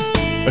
A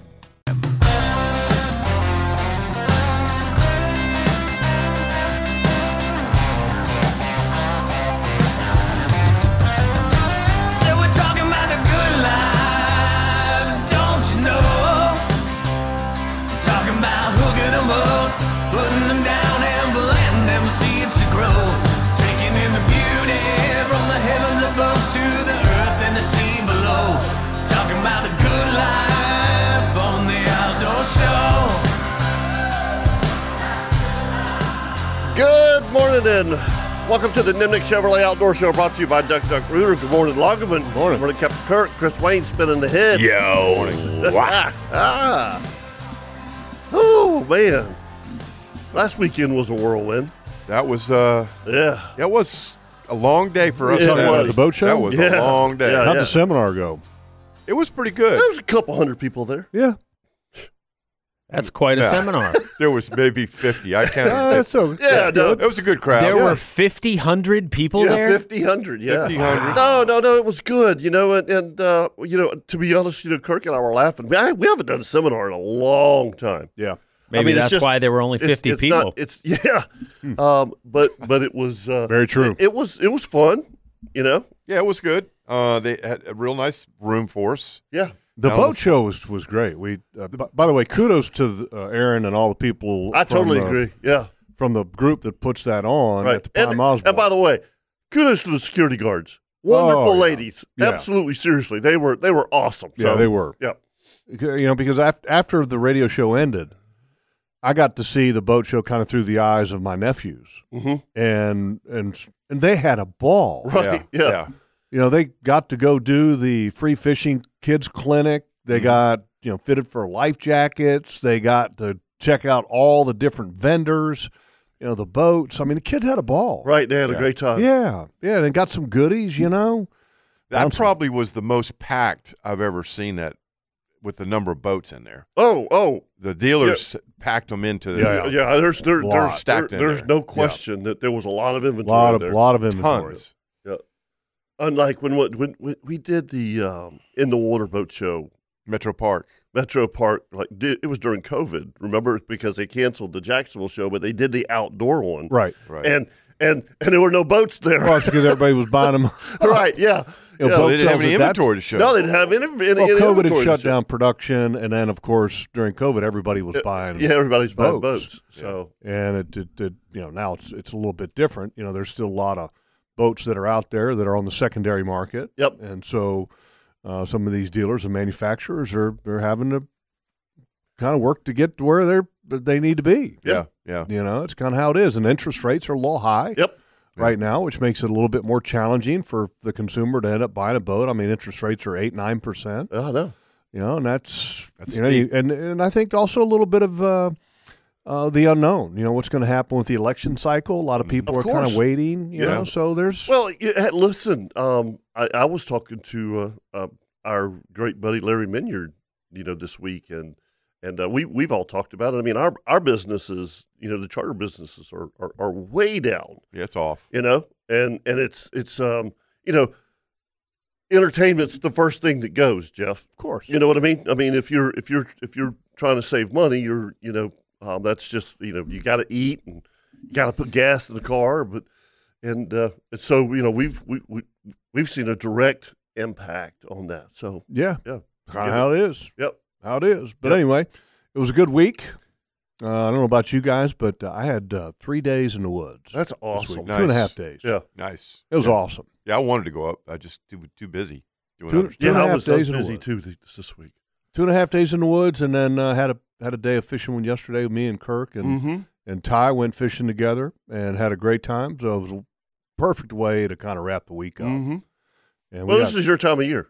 So we're talking about the good life, don't you know? Talking about hooking 'em up, putting them down and planting them seeds to grow. Taking in the beauty from the heavens above to the earth and the sea below. Talking about the good life on the outdoor show. Good morning and welcome to the Nimnik Chevrolet Outdoor Show brought to you by Duck Duck Rooter. Good morning, Loggeman. Morning. Morning, Captain Kirk. Chris Wayne spinning the head. Yo. ah, ah. Oh, man. Last weekend was a whirlwind. that was uh Yeah. that was a long day for us. Yeah, it Saturday. was. At the boat show? That was Yeah. a long day. Yeah. How'd the seminar go? It was pretty good. There was a couple hundred people there. Yeah. That's quite a Yeah. seminar. There was maybe fifty. I counted. Uh, that, that's okay. Yeah, That's no. good. that was a good crowd. There Yeah. were 50, 100 people Yeah, there. 50, 100, yeah. 50, 100. No, no, no, it was good, you know, and, and uh, you know, to be honest, you know, Kirk and I were laughing. Man, I- we haven't done a seminar in a long time. Yeah. I Maybe mean, it's that's just- why there were only 50 it's, it's people. Not, it's yeah, um, but but it was uh, Hmm. Very true. It was it was fun, you know. Yeah, it was good. Uh, they had a real nice room for us. Yeah, The That boat was- show was, was great. We, uh, b- by the way, kudos to the, uh, Aaron and all the people. I from, totally uh, agree. Yeah, From the group that puts that on right. at the Prime Osborne. and by the way, kudos to the security guards. Wonderful Oh, yeah. ladies. Yeah. Absolutely, seriously, they were they were awesome. yeah, so, they were. Yeah, You know, because af- after the radio show ended, I got to see the boat show kind of through the eyes of my nephews, Mhm. and and and they had a ball. right. Yeah, you know they got to go do the free fishing kids clinic they Mm-hmm. got you know fitted for life jackets they got to check out all the different vendors you know the boats i mean the kids had a ball right. They had a great time. yeah yeah and got some goodies you know That Bouncing. probably was the most packed I've ever seen. That with the number of boats in there, Oh, oh, the dealers packed them into the, Yeah, yeah. There's there, Lot. there's there- Stacked in there's there. no Yeah. question that there was a lot of a inventory lot of there. lot of inventory tons. Unlike when what when, when we did the um, in the water boat show Metro Park. Metro Park, like did, it was during COVID. Remember, because they canceled the Jacksonville show, but they did the outdoor one, right Right. and and and there were no boats there, well it's because everybody was buying them right? Yeah, You know, Yeah. Well, boat they didn't have shows any at that- inventory to show. no, they didn't have any. any well any covid inventory had to shut show. down production and then of course during covid everybody was buying Yeah, everybody's buying boats. Boats. So and it, it, it you know now it's it's a little bit different. You know, there's still a lot of boats that are out there that are on the secondary market. Yep. And so uh, some of these dealers and manufacturers are they're having to kind of work to get to where they're they need to be. yeah, yeah. You know, it's kind of how it is, and interest rates are a little high yep, right now, which makes it a little bit more challenging for the consumer to end up buying a boat. I mean, interest rates are eight nine percent I know. you know, and that's, That's you know, you, and and I think also a little bit of uh, uh, the unknown. You know, what's going to happen with the election cycle? A lot of people Mm-hmm. Of are kind course. of waiting. You Yeah. know, so there's Well, you- hey, listen, um, I, I was talking to uh, uh, our great buddy Larry Minyard, you know, this week, and and uh, we we've all talked about it. I mean, our our businesses, you know, the charter businesses are are, are way down, Yeah, it's off. you know, and and it's it's um, you know, entertainment's the first thing that goes, Jeff. of course, You know what I mean? I mean, if you're if you're if you're trying to save money, you're you know um, that's just you know you got to eat and you got to put gas in the car, but and, uh, and so you know we've we, we we've seen a direct impact on that. So yeah, yeah, kind of how it is. yep, how it is. But anyway, it was a good week. Uh, I don't know about you guys, but uh, I had uh, three days in the woods. That's this week. awesome. Two and a Nice. half days. Yeah. Nice. It was Yeah. awesome. Yeah, I wanted to go up. I just too too busy doing Two- other two stuff. and a I half was, I was days in a busy row. too th- this week. Two and a half days in the woods, and then uh, had a had a day of fishing with yesterday with me and Kirk and Mhm. and Ty went fishing together and had a great time. So it was a perfect way to kind of wrap the week up. Mhm. And Well, we this got- is your time of year.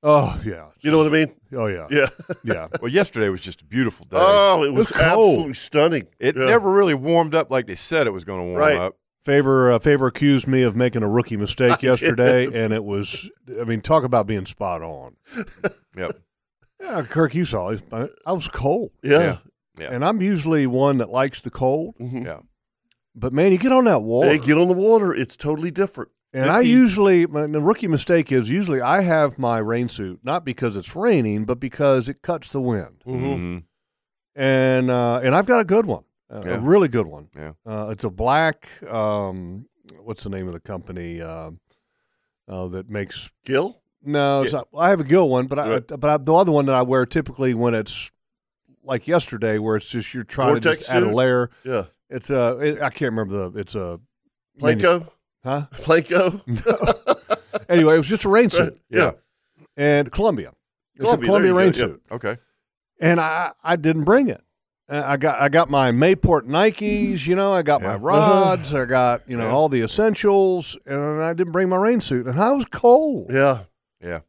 Oh yeah, You know what I mean? oh yeah, Yeah. yeah. Well, yesterday was just a beautiful day. Oh, it was, was cold. absolutely stunning. it Yeah. never really warmed up like they said it was going to warm Right. up. Favor uh, Favor accused me of making a rookie mistake I yesterday, and it was I mean talk about being spot on. Yep. Yeah, Kirk, you saw it. I I was cold, Yeah. Yeah. and I'm usually one that likes the cold. Mhm. Yeah. But man, you get on that wall, Hey, get on the water. It's totally different. and I 50 usually my, the rookie mistake is usually I have my rain suit not because it's raining, but because it cuts the wind. Mhm. and uh, and I've got a good one, a, a Yeah. really good one. Yeah. Uh, it's a black. Um, what's the name of the company um uh, that makes? Gil? No, it's not, I have a gill one, but I, Right. but I, the other one that I wear typically when it's like yesterday, where it's just you're trying Vortex to just add a suit? layer. Yeah. It's a it, I can't remember the it's a Planko? huh? Planko? anyway, it was just a rain suit Yeah. and Columbia. It's Columbia, there a Columbia you go, rain yeah. suit. Okay. and I I didn't bring it. Uh, I got I got my Mayport Nikes, you know, I got my Uh-huh. Yeah. rods, I got you know Yeah. all the essentials, and I didn't bring my rain suit, and I was cold. Yeah. Yeah.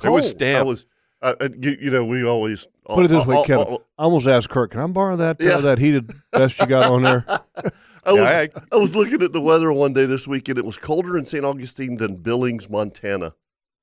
There was Cold. I Stan. was, I, I- you, you know, we always Put it this way, I- I- Kevin. I- I almost asked Kirk, "Can I borrow that uh, oh, Yeah. that heated vest you got on there?" I was, Yeah, I was looking at the weather one day this weekend. It was colder in St. Augustine than Billings, Montana.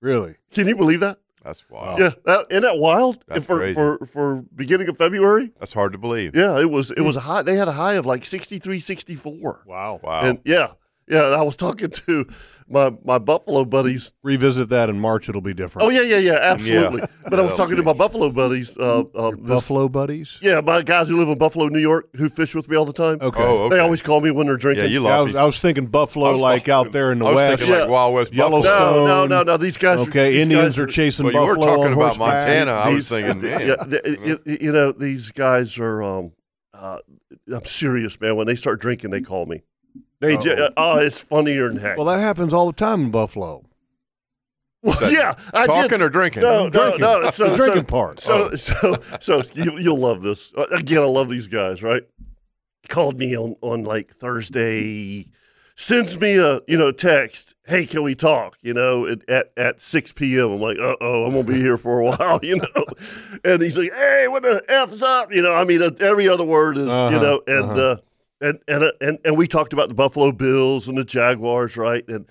Really? Can you believe that? That's wild. Yeah, that, isn't that wild? That's for, crazy. for for beginning of February. That's hard to believe. Yeah, it was it was a high. They had a high of like 63, 64. Wow. Wow. And yeah, yeah. and I was talking to my my Buffalo buddies. Revisit that in March; it'll be different. Oh yeah, yeah, yeah, absolutely. But I was That'll talking to my Buffalo buddies. Uh, uh, Your this- Buffalo buddies. Yeah, my guys who live in Buffalo, New York, who fish with me all the time. Okay. Oh, okay. They always call me when they're drinking. yeah, you Yeah, I, lost. was, I was thinking Buffalo, like out there in the I was west. thinking like Wild West Yellowstone. Buffalo. No, no, no, no. These guys. are- okay, these Indians guys are chasing Well, you were buffalo. talking on about horseback. Montana. I was These- thinking, man. Yeah, the- you- you, know these guys are. Um, uh, I'm serious, man. When they start drinking, they call me. They ju- Uh-oh. uh, oh, it's funnier than heck. Well, that happens all the time in Buffalo. Well, yeah, I Talking did. or drinking? No, Drinking. no, no. So, so, the drinking part. so, Oh. so, so you, you'll love this. Uh, Again, I love these guys. Right? Called me on on like Thursday. Sends me a you know text. Hey, can we talk? You know, at at, at six p.m. I'm like, uh oh, I'm gonna be here for a while. You know, and he's like, hey, what the f's up? You know, I mean, uh, every other word is you Uh-huh, know, and uh-huh. uh, and and, uh, and and we talked about the Buffalo Bills and the Jaguars, right? And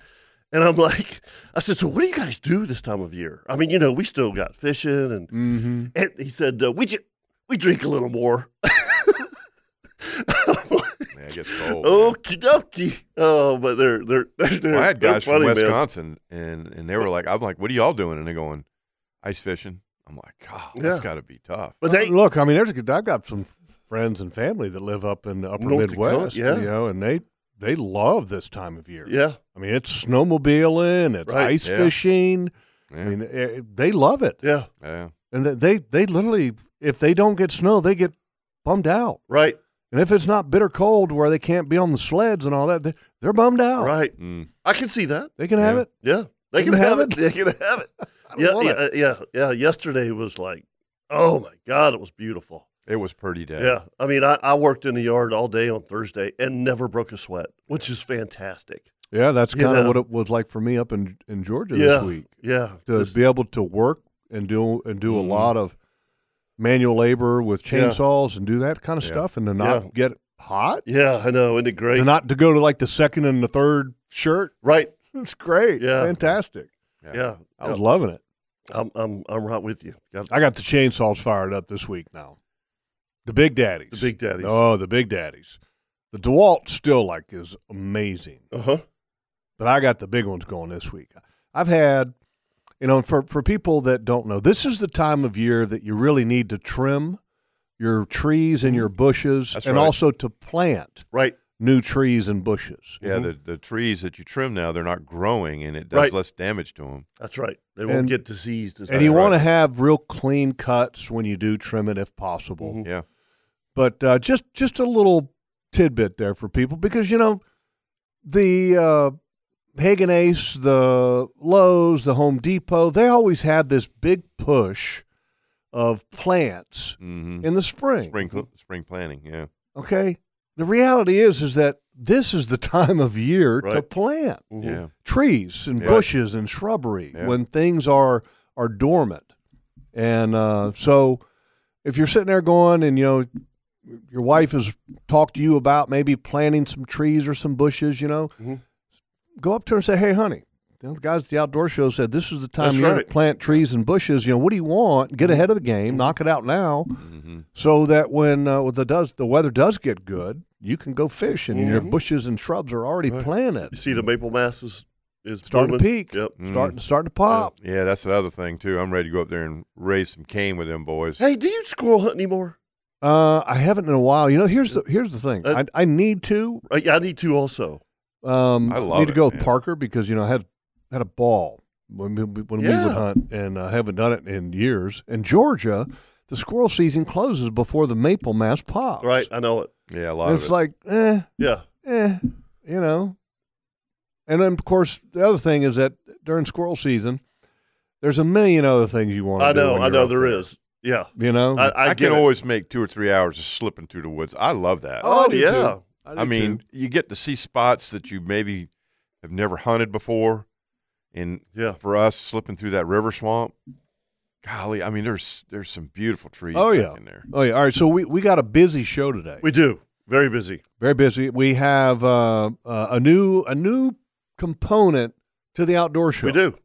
and I'm like, I said, so what do you guys do this time of year? I mean, you know, we still got fishing, and, Mm-hmm. and he said, uh, we ju- we drink a little more. Man, it gets cold. man. Okie dokie. Oh, but they're they're they're, they're Well, I had they're guys funny, from man. Wisconsin, and and they were like, "I'm like, what are y'all doing?" And they're going, "Ice fishing." I'm like, "God, that's Yeah. got to be tough." But they look, I mean, there's a, I've got some friends and family that live up in the upper North Midwest, Dakota, yeah. you know, and they they love this time of year. yeah I mean, it's snowmobiling, it's Right, ice yeah. fishing. Yeah, I mean, it, they love it, yeah yeah. and they- they they literally, if they don't get snow, they get bummed out. right And if it's not bitter cold where they can't be on the sleds and all that, they, they're bummed out. right. Mm. I can see that. They can have Yeah. it. Yeah, they can have it. They can have it. don't yeah, want yeah, yeah, yeah. Yesterday was like, oh my god, it was beautiful. It was pretty dead. Yeah. I mean, I, I worked in the yard all day on Thursday and never broke a sweat, which is fantastic. Yeah, that's You kind of know. what it was like for me up in in Georgia yeah. this week. Yeah. to Just- be able to work and do and do Mhm. a lot of manual labor with Yeah. chainsaws and do that kind of Yeah. stuff and to not Yeah. get hot yeah, I know. Isn't it great? to not to go to like the second and the third shirt right. it's great Yeah. fantastic Yeah. Yeah. i was loving it I'm, I'm, I'm right with you. Got i got the chainsaws fired up this week now the big daddies the Big Daddies. oh the big daddies the dewalt still like is amazing Uh huh. but I got the big ones going this week. I've had, you know, for for people that don't know, this is the time of year that you really need to trim your trees and your bushes, Mm-hmm. That's and right. also to plant. Right. new trees and bushes. Mm-hmm. Mm-hmm. Yeah, the, the trees that you trim now, they're not growing and it does Right. less damage to them. That's right. They won't And- get diseased. As and you want to have real clean cuts when you do trim it, if possible. Yeah. But uh, just just a little tidbit there for people because you know the uh, Hagen Ace, the Lowe's, the Home Depot, they always had this big push of plants in the spring. Mm-hmm. Spring cl- spring planning, yeah. Okay. The reality is is that this is the time of year to Right. plant Mhm. Mm-hmm. Yeah. trees and Yeah. bushes and shrubbery Yeah. when things are are dormant. And uh, so if you're sitting there going and you know your wife has talked to you about maybe planting some trees or some bushes, you know, Mm-hmm. go up to her and say, "Hey, honey, you know, the guys at the outdoor show said this is the time That's you right. to plant trees and bushes. You know, what do you want? Get ahead of the game, knock it out now, so that when uh, the does the weather does get good, you can go fish and your Mhm. bushes and shrubs are already planted. You see the maple mass is, is Starting to blooming? peak. Yep. Starting starting to pop. Mm-hmm. Yeah, that's the other thing too. I'm ready to go up there and raise some cane with them boys. Hey, do you squirrel hunt anymore? Uh, I haven't in a while. You know, here's the here's the thing. Uh, I, I need to. I, I need to also. Um, I love need to it, go with man. Parker because you know I had had a ball when we, when we Yeah. would hunt, and I haven't done it in years. In Georgia, the squirrel season closes before the maple mass pops. Right, I know it. Yeah, a And it's like, eh, Yeah. eh, you know. And then, of course, the other thing is that during squirrel season, there's a million other things you want to I do. know, when I you're know out there there is. Yeah. You know, I- I get can it. always make two or three hours just slipping through the woods. I love that. Oh, I do yeah. too. I I, do mean, you get to see spots that you maybe have never hunted before. And yeah. for us slipping through that river swamp, golly, I mean there's there's some beautiful trees Oh back yeah. in there. Oh yeah. All right. So we, we got a busy show today. We do. Very busy. Very busy. We have uh, uh, a new a new component to the outdoor show. We do.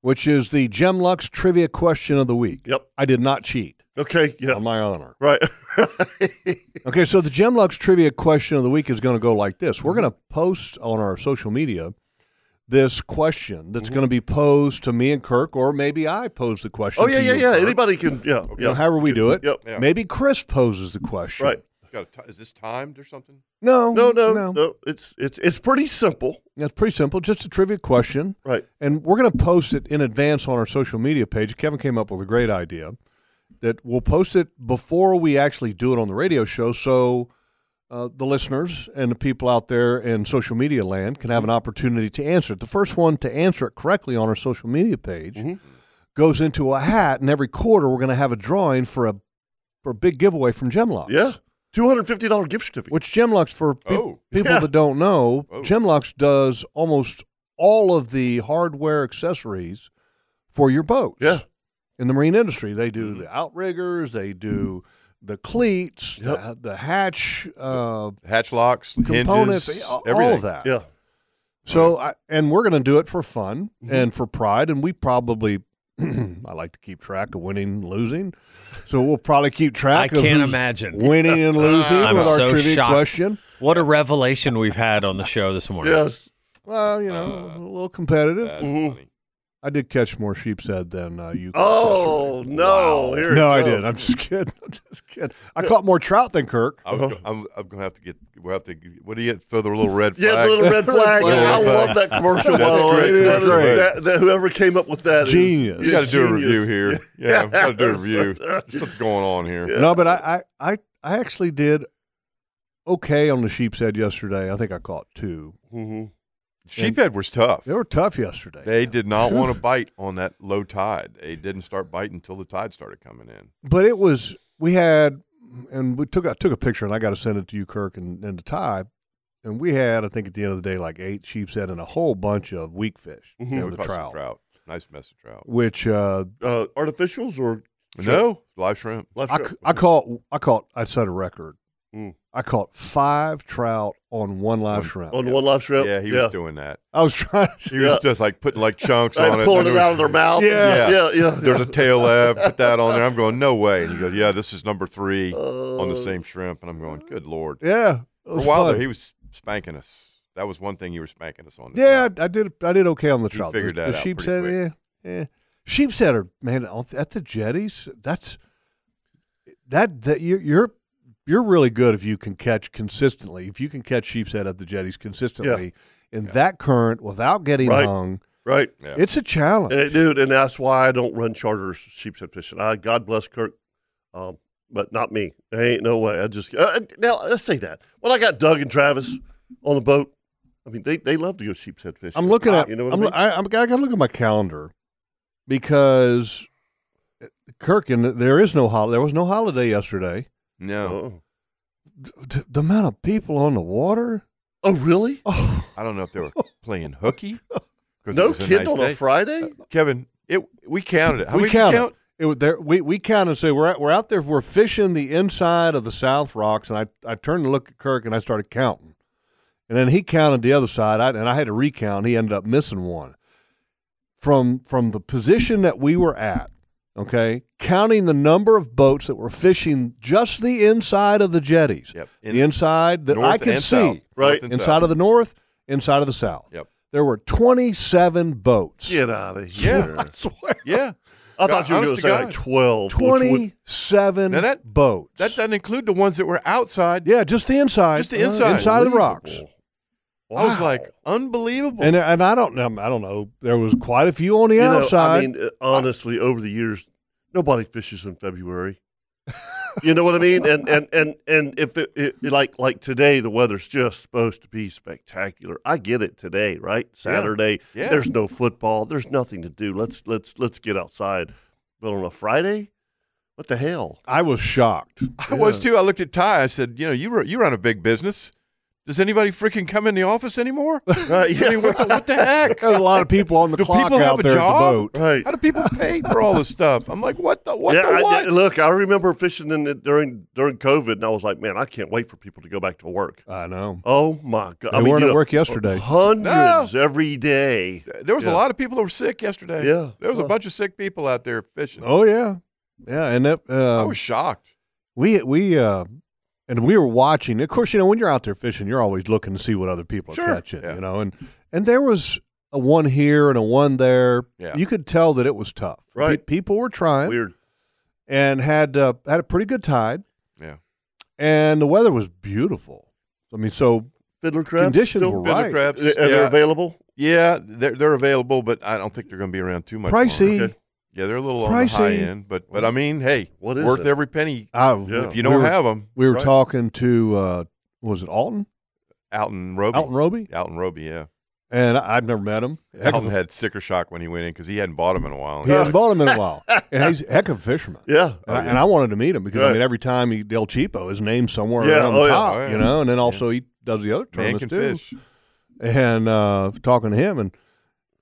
Which is the Gemlux trivia question of the week. Yep. I did not cheat. Okay. Yeah. On my honor. Right. okay. So the Gemlux trivia question of the week is going to go like this. Mm-hmm. We're going to post on our social media this question Mm-hmm. that's going to be posed to me and Kirk, or maybe I pose the question. Oh, yeah, to yeah, you, yeah. Kirk. Anybody can. Yeah. You know, yeah. however we do it. Yep. Maybe Chris poses the question. Right. It's got a t- is this timed or something? No, no, no, no. no, It's it's it's pretty simple. Yeah, It's pretty simple, just a trivia question. Right. And we're going to post it in advance on our social media page. Kevin came up with a great idea that we'll post it before we actually do it on the radio show. So uh, the listeners and the people out there in social media land can have an opportunity to answer it. The first one to answer it correctly on our social media page Mm-hmm. goes into a hat, and every quarter we're going to have a drawing for a for a big giveaway from Gemlocks. Yeah. Two hundred fifty dollar gift certificate. Which Gemlux for pe- Oh. people Yeah. Oh. that don't know, Gemlux does almost all of the hardware accessories for your boats. Yeah. In the marine industry, they do Mm-hmm. the outriggers, they do the cleats, the, the hatch, uh, hatch locks, components, hinges, all, all everything. of that. Yeah. So, I, and we're going to do it for fun Mm-hmm. and for pride, and we probably. I like to keep track of winning and losing, so we'll probably keep track. I of can't who's imagine winning and losing I'm with our so trivia shocked. question. What a revelation we've had on the show this morning. Yes. Mm-hmm. Well, you know, Uh, a little competitive. I did catch more sheep's head than uh, you. Oh no! Here it no, I comes. did. I'm just kidding. I'm just kidding. I caught more trout than Kirk. Uh-huh. I'm, I'm, I'm gonna have to get. We'll have to. What do you get? Throw the little red flag. Yeah, the little red flag. I love that commercial. by That's the way. That great. is- That's great. that- that- whoever came up with that is- Genius. is We got to do a genius. review here. Yeah, we got to do a review. What's going on here? No, but I, I, I, I actually did okay on the sheep's head yesterday. I think I caught 2 Mhm. Sheephead was tough. They were tough yesterday. They did not want to bite on that low tide. They didn't start biting until the tide started coming in. But it was we had, and we took I took a picture, and I got to send it to you, Kirk, and, and to Ty. And we had, I think, at the end of the day, like eight sheep's head and a whole bunch of weak fish Mm-hmm. Yeah, and we the caught some trout, Mm-hmm. trout. Nice mess of trout. which uh, Uh, artificials or No live shrimp. Live I, shrimp. c- I caught I caught I set a record. Mm. I caught five trout on one live shrimp. on one live shrimp. Yeah, he was doing that. I was trying. To, He was just like putting like chunks Like on it, pulling and it there out of their mouth. Yeah, Yeah, yeah, There's yeah. a tail left. Put that on there. I'm going no way. And he goes, yeah, this is number three on the Oh. same shrimp. And I'm going, good lord. Yeah, it For a was while fun. there, he was spanking us. That was one thing you were spanking us on. yeah, I, I did I did okay on the He trout. figured the, that the out sheep's pretty head, yeah, yeah. Sheep's head are man on- at the jetties. That's that that you're, you're you're really good if you can catch consistently. If you can catch sheep's head at the jetties consistently in that current without getting Right. hung, Right. it's a challenge. And, eh, dude, and that's why I don't run charters sheepshead fishing. I, God bless Kirk, um, but not me. There ain't no way. I just uh, now let's say that when I got Doug and Travis on the boat, I mean they, they love to go sheepshead fishing. I'm looking at. you know what I'm, I mean. I, I'm, I gotta look at my calendar because Kirk and there is no holiday. There was no holiday yesterday. Oh. No. D- d- the amount of people on the water. Oh, really? Oh, I don't know if they were playing hooky. 'cause it No was a kid nice on a day. Uh, Friday? Kevin, it we counted it. How we many did you counted. count? It was there, we we counted. Say we're out, we're out there. We're fishing the inside of the South Rocks, and I I turned to look at Kirk, and I started counting, and then he counted the other side, I, and I had to recount. He ended up missing one from from the position that we were at. Okay, counting the number of boats that were fishing just the inside of the jetties, Yep. the inside that I North could and see, south. Right. North and inside south. of the north, inside of the south. Yep. There were twenty seven boats. Get out of here! Yeah. swear. Yeah. I thought you were going to Honest to say like God. twelve. Oh, which would- 27 Now that- boats. That doesn't include the ones that were outside. yeah, just the inside. Just the inside. inside of the rocks. I was Wow. like, unbelievable. And uh, and I don't know, I don't know. There was quite a few on the You know, outside. I mean, uh, honestly, over the years, nobody fishes in February. you know what I mean? And and and and if it, it like like today, the weather's just supposed to be spectacular. I get it today, right? Saturday, Yeah. there's no football, there's nothing to do. Let's let's let's get outside. But on a Friday, what the hell? I was shocked. I was too. I looked at Ty. I said, you know, you, ru- you run a big business. Does anybody freaking come in the office anymore? I mean, what the, what the heck? There was a lot of people on the Do clock people out have a there at the job? boat. Right. How do people pay for all this stuff? I'm like, what the what yeah, I- the what? yeah, look, I remember fishing in the, during during COVID, and I was like, man, I can't wait for people to go back to work. I know. Oh my god, They I mean, weren't you at know, work yesterday. Hundreds every day. there was Yeah. a lot of people that were sick yesterday. Yeah. There was a bunch of sick people out there fishing. Oh yeah. Yeah, and that I uh, was shocked. we we uh and we were watching. Of course, you know, when you're out there fishing, you're always looking to see what other people Sure. are catching, Yeah. you know. And and there was a one here and a one there. Yeah. You could tell that it was tough. Pe- Right. people were trying. Weird. and had uh, had a pretty good tide, Yeah. and the weather was beautiful. I mean, so Fiddler crabs. Conditions still- were Bit of Right. crabs. Are they Yeah. available? Yeah, they're they're available, but I don't think they're going to be around too much. longer. pricey. Okay. Yeah, they're a little Pricey. on the high end, but but I mean, hey, What is worth it? every penny I, Yeah. if you don't Ah, we were, have them. We were right? talking to uh, was it Alton out in Roby. Alton Roby, Out in Roby, yeah. and I, I've never met him. Heck of Alton a- had sticker shock when he went in because he hadn't bought them in a while. he hasn't bought him in a while, and he's a heck of a fisherman. Yeah. And, I, and I wanted to meet him because I Right. mean, every time he Del Cheapo, his name's somewhere Yeah, around the oh, yeah, top, oh, yeah. you know. And then also he does the other Man tournaments can too. fish. And uh, talking to him, and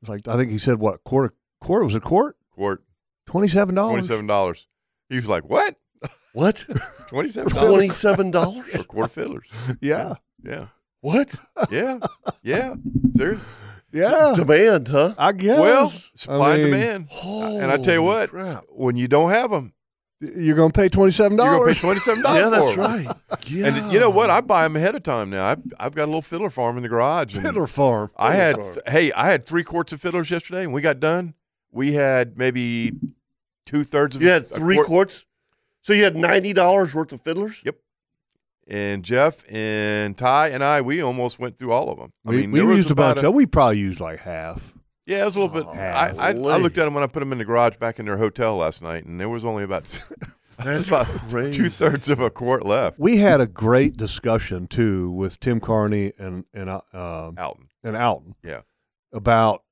it's like I think he said what quarter quarter was it quart Quart twenty seven dollars. twenty-seven dollars. He was like, "What? What? Twenty-seven dollars Twenty-seven dollars? for quart fiddlers?" Yeah, Yeah, what? yeah, yeah. Seriously. yeah. Demand, huh? I guess. Well, I supply mean, and demand. and I tell you Holy what, crap. when you don't have them, You're gonna pay twenty seven you're going to pay dollars. twenty-seven dollars. Yeah, that's for 'em. right. Yeah. And you know what? I buy them ahead of time now. I've, I've got a little fiddler farm in the garage. and- Fiddler Farm. I had Fiddler farm. hey, I had three quarts of fiddlers yesterday, and we got done. We had maybe two thirds of you had a three quart- quarts. So you had ninety dollars worth of fiddlers. Yep. And Jeff and Ty and I, we almost went through all of them. I we mean, we there was used about about. a- we probably used like half. yeah, it was a little bit. I, I, I Golly. looked at them when I put them in the garage back in their hotel last night, and there was only about That's about crazy. two thirds of a quart left. We had a great discussion too with Tim Carney and and uh, um, Alton, and Alton yeah, about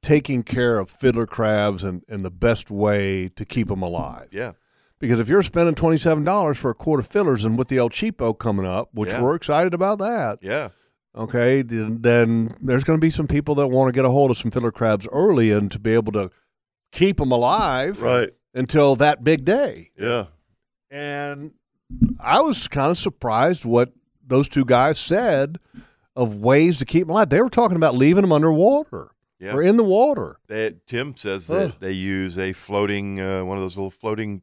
taking care of fiddler crabs and, and the best way to keep them alive. yeah, Because if you're spending twenty seven dollars for a quart of fiddlers, and with the El Cheapo coming up, which Yeah. we're excited about that, yeah, okay, then, then there's going to be some people that want to get a hold of some fiddler crabs early and to be able to keep them alive, Right. until that big day. Yeah. And I was kind of surprised what those two guys said of ways to keep them alive. They were talking about leaving them underwater yeah. or in the water. They, Tim says Ugh. that they use a floating, uh, one of those little floating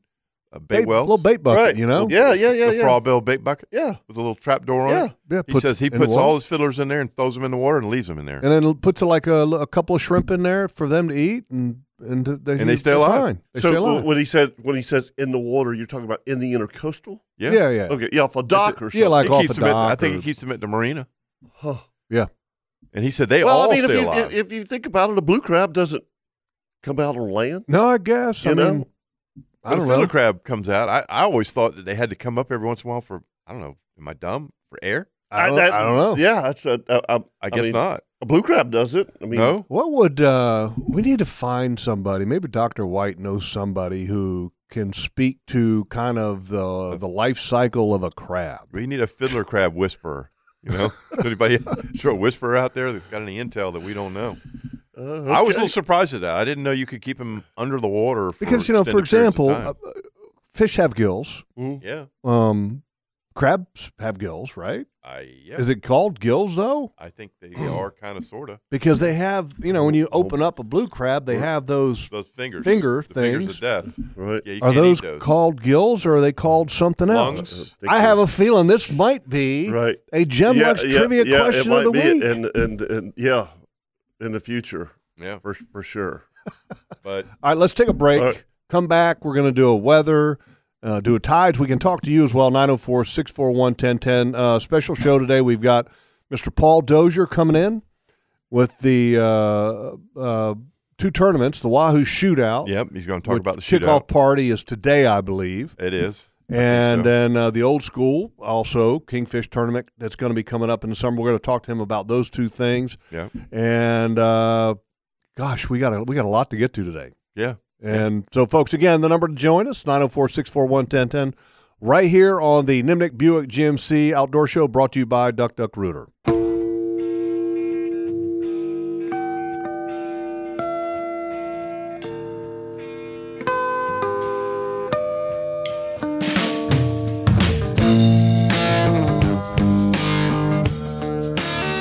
uh, bait, Bait- wells, little bait bucket, Right. you know? Yeah, yeah, yeah, the yeah. Frawbell bait bucket, Yeah. with a little trap door on Yeah. it. Yeah, He put says he in the puts all water. his fiddlers in there and throws them in the water and leaves them in there. and then puts like a, a couple of shrimp in there for them to eat and and th- they, And they stay they're alive. fine. They so stay w- alive. when he said when he says in the water, you're talking about in the intercoastal. Yeah. yeah, yeah. Okay, yeah, off a dock or something. Yeah, like It off keeps a them at- I dock think or- it keeps them at the marina. Huh. Yeah. And he said they well, all I mean, if stay you, alive. if, if you think about it, a blue crab doesn't come out on land. No, I guess. I You know? mean, But I don't a fiddler know. crab comes out. I, I always thought that they had to come up every once in a while for I don't know. Am I dumb for air? I don't, that- I don't know. Yeah, that's uh, uh, um, I guess mean, not. A blue crab does it. I mean, no. What would uh, we need to find somebody? Maybe Doctor White knows somebody who can speak to kind of the the life cycle of a crab. We need a fiddler crab whisperer. You know, Is anybody sure a whisperer out there that's got any intel that we don't know? uh, I was a okay. little surprised at that. I dn't know you could keep them under the water for Because you know, for extended periods of example, time. Mm-hmm. uh, fish have gills. Mm. yeah, Um, crabs have gills, right? I yeah, Is it called gills though? I think they are kind of sorta Because they have, you know, when you open up a blue crab, they have those. those fingers, Finger the fingers things. of death. right. Yeah, you Are can't those, eat those. called gills or are they called something else? Uh, Lungs. I have a feeling this might be right. a Gem Lux trivia yeah, question it of the might be, week. and and and yeah, in the future Yeah, for for sure. but All right, let's take a break. All right. Come back. We're going to do a weather, uh, do a tides. We can talk to you as well, 904 641 1010. Uh, Special show today. We've got Mr. Paul Dozier coming in with the uh, uh, two tournaments, the Wahoo Shootout. yep, he's going to talk which about the shootout. Kickoff party is today, I believe. It is. And so. then uh, the old school, also Kingfish tournament that's going to be coming up in the summer. We're going to talk to him about those two things. Yeah, And uh, gosh, we got a, we got a lot to get to today. yeah. And so, folks, again, the number to join us, 904 641 1010, right here on the Nimnik Buick GMC Outdoor Show, brought to you by Duck Duck Rooter.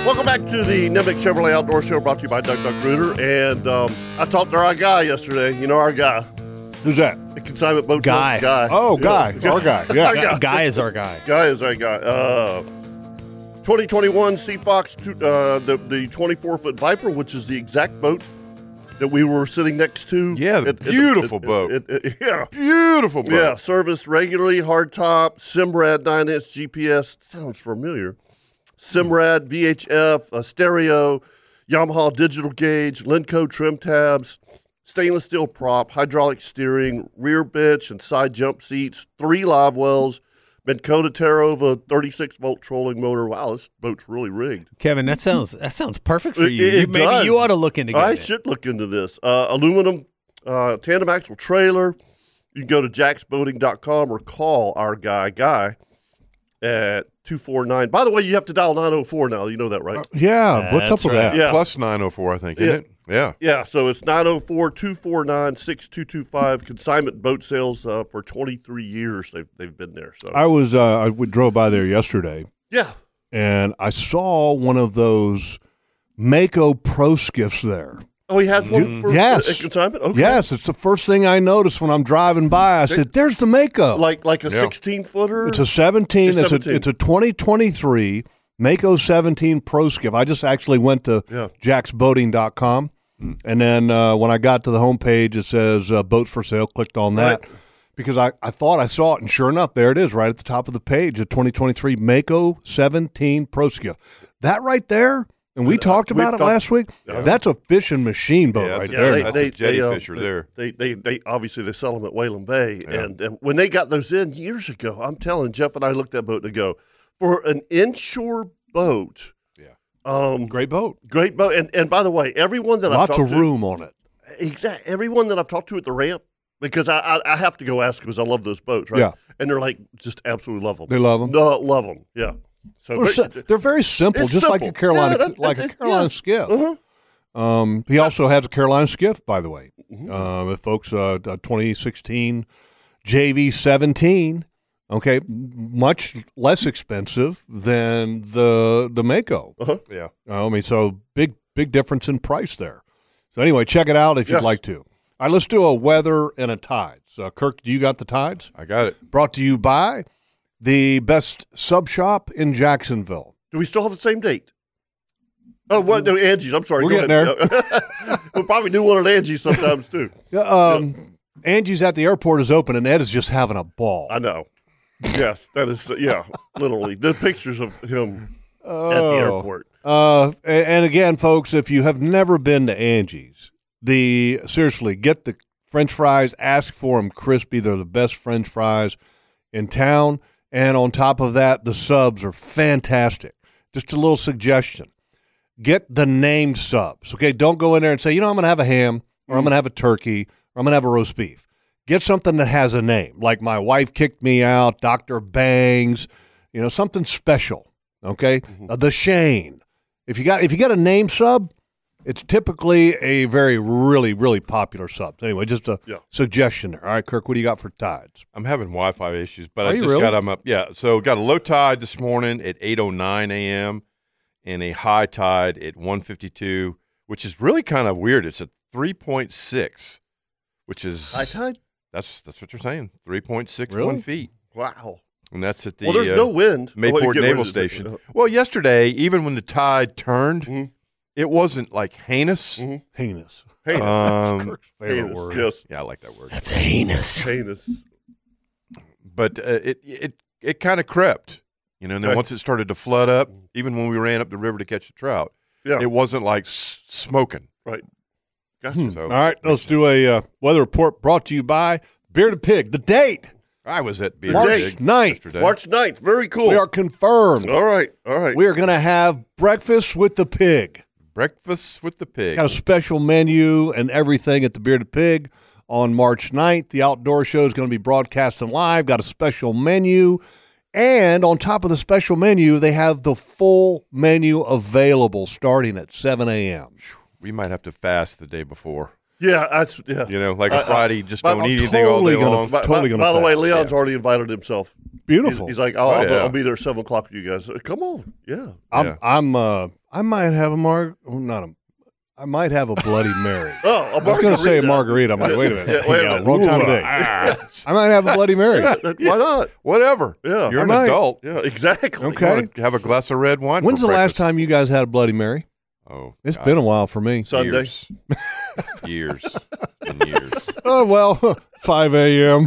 Welcome back to the Nemec Chevrolet Outdoor Show, brought to you by Duck Duck Rooter. And um, I talked to our guy yesterday. You know our guy, Who's that? the consignment boat Guy. guy. Oh, guy. Our guy. Yeah. Guy, guy is our guy. guy is our guy. Uh, 2021 Sea Fox, two- uh, the the 24 foot Viper, which is the exact boat that we were sitting next to. Yeah, the beautiful boat. it- it- yeah, Beautiful boat. yeah. Serviced regularly, hardtop, Simrad 9 inch GPS. Sounds familiar. Simrad, VHF, uh, stereo, Yamaha digital gauge, Lenco trim tabs, stainless steel prop, hydraulic steering, rear bench and side jump seats, three live wells, Mid-Kota Tarova 36 volt trolling motor. Wow, this boat's really rigged. Kevin, that sounds that sounds perfect for It- you. it- You- it Maybe does. you ought to look into I getting it. should look into this. Uh, aluminum uh, tandem axle trailer. You can go to jacksboating.com or call our guy, Guy, at 249. By the way, you have to dial 904 now. You know that, right? Uh, Yeah. What's up That's with that? right. Yeah. Plus 904, I think, Yeah. isn't it? Yeah. Yeah, so it's 904 249 6225. Consignment boat sales uh, for 23 years. They've, they've been there. So, I was, uh, I we drove by there yesterday Oh. yeah. and I saw one of those Mako Pro skiffs there. Oh, he has one for Mm-hmm. Yes. uh, consignment? Okay. Yes. It's the first thing I noticed when I'm driving by. I said, there's the Mako. Like, like a Oh. Yeah. 16 footer? It's a 17. It's It's, 17. A, it's a 2023 Mako 17 Pro Skiff. I just actually went to Yeah. Hmm. jacksboating.com. And then uh, when I got to the homepage, it says uh, boats for sale. Clicked on that Right. because I, I thought I saw it. And sure enough, there it is right at the top of the page a 2023 Mako 17 Pro Skiff. That right there, and we talked uh, we've about it talked- last week, that's a fishing machine boat Yeah, right that's Yeah, a- there. they, they, now. That's a they, uh, jellyfisher they- there. They, they, they, obviously they sell them at Whalen Bay, and, and when they got those in years ago, I'm telling Jeff and I looked at that boat and go for an inshore boat. Yeah. um, Great boat. great boat. And and by the way, everyone that I've Lots talked of to, room on it. exact everyone that I've talked to at the ramp because I I, I have to go ask because I love those boats, right? Yeah. and they're like just absolutely love them. They love them. no, love them. Yeah, so They're, but- si- they're very simple, It's just like a simple. Carolina, Yeah, that- like a that's it, Carolina yeah. skiff. Uh-huh. Um, he also has a Carolina skiff, by the way. Um, if folks, uh, a 2016 JV 17. Okay, much less expensive than the the Mako. Yeah. I mean, so big big difference in price there. So anyway, check it out if Yes. you'd like to. All right, let's do a weather and a tides. Uh, Kirk, do you got the tides? I got it. Brought to you by the best sub shop in Jacksonville. do we still have the same date? Oh, what? No, Angie's. I'm sorry. Go We're getting ahead. we'll probably do one at Angie's sometimes too. Yeah, um, Angie's at the airport is open, and Ed is just having a ball. I know. Yes, that is. Yeah, literally the pictures of him at Oh. the airport. Uh, a- and again, folks, if you have never been to Angie's, the seriously get the French fries. Ask for them crispy; they're the best French fries in town. And on top of that, the subs are fantastic. Just a little suggestion: get the named subs. Okay, don't go in there and say, you know, I'm going to have a ham, or Mm. I'm going to have a turkey, or I'm going to have a roast beef. Get something that has a name, like my wife kicked me out, Doctor Bangs, you know, something special. Okay, Mm-hmm. Uh, the Shane. If you got if you got a name sub, it's typically a very really really popular sub. Anyway, just a suggestion there. All right, Kirk, what do you got for tides? I'm having Wi-Fi issues, but Are I you just really? got them up. Yeah, so got a low tide this morning at 8:09 a.m. and a high tide at 1:52, which is really kind of weird. It's at 3.6, which is High tide? That's that's what you're saying. 3.61 Really? feet. Wow. And that's at the Well, there's uh, no wind. Oh, wait, Mayport get rid Naval of the- Mm-hmm. Station. Well, yesterday, even when the tide turned, it wasn't like heinous. Heinous. Heinous. Um, Kirk's favorite Heinous, word. yes. Yeah, I like that word. That's heinous. Heinous. But uh, it it it kind of crept, you know. And then Okay. Mm-hmm. once it started to flood up, even when we ran up the river to catch the trout, Yeah. it wasn't like s- smoking. Right. Hmm. All right, let's do a uh, weather report brought to you by Bearded Pig. The date I was at The March date. 9th. March 9th. Very cool. We are confirmed. All right. All right. We are going to have breakfast with the pig. Breakfast with the pig. Got a special menu and everything at the Bearded Pig on March 9th. The outdoor show is going to be broadcasting live. Got a special menu. And on top of the special menu, they have the full menu available starting at 7 a.m. We might have to fast the day before. Yeah, that's yeah. You know, like a a Friday, just don't eat anything all day long. By, Totally by, gonna by the way, fast, Leon's already invited himself. Beautiful. He's, he's like, I'll, Oh, I'll, yeah. I'll be there seven o'clock with you guys. Uh, Come on, yeah. I'm, I'm, uh, I might have a mar, well, not a, I might have a Bloody Mary. Oh, a I was going to say a margarita. margarita. I'm like, wait a minute, Yeah, wait a Yeah, minute. wrong time Ooh, today. ah. I might have a Bloody Mary. Yeah, that- why not? Whatever. Yeah, You're an I might. adult. Yeah, exactly. Okay. Have a glass of red wine. When's for the last breakfast. time you guys had a Bloody Mary? Oh, it's God. been a while for me. Sunday. Years. years and years. Oh well, five a.m.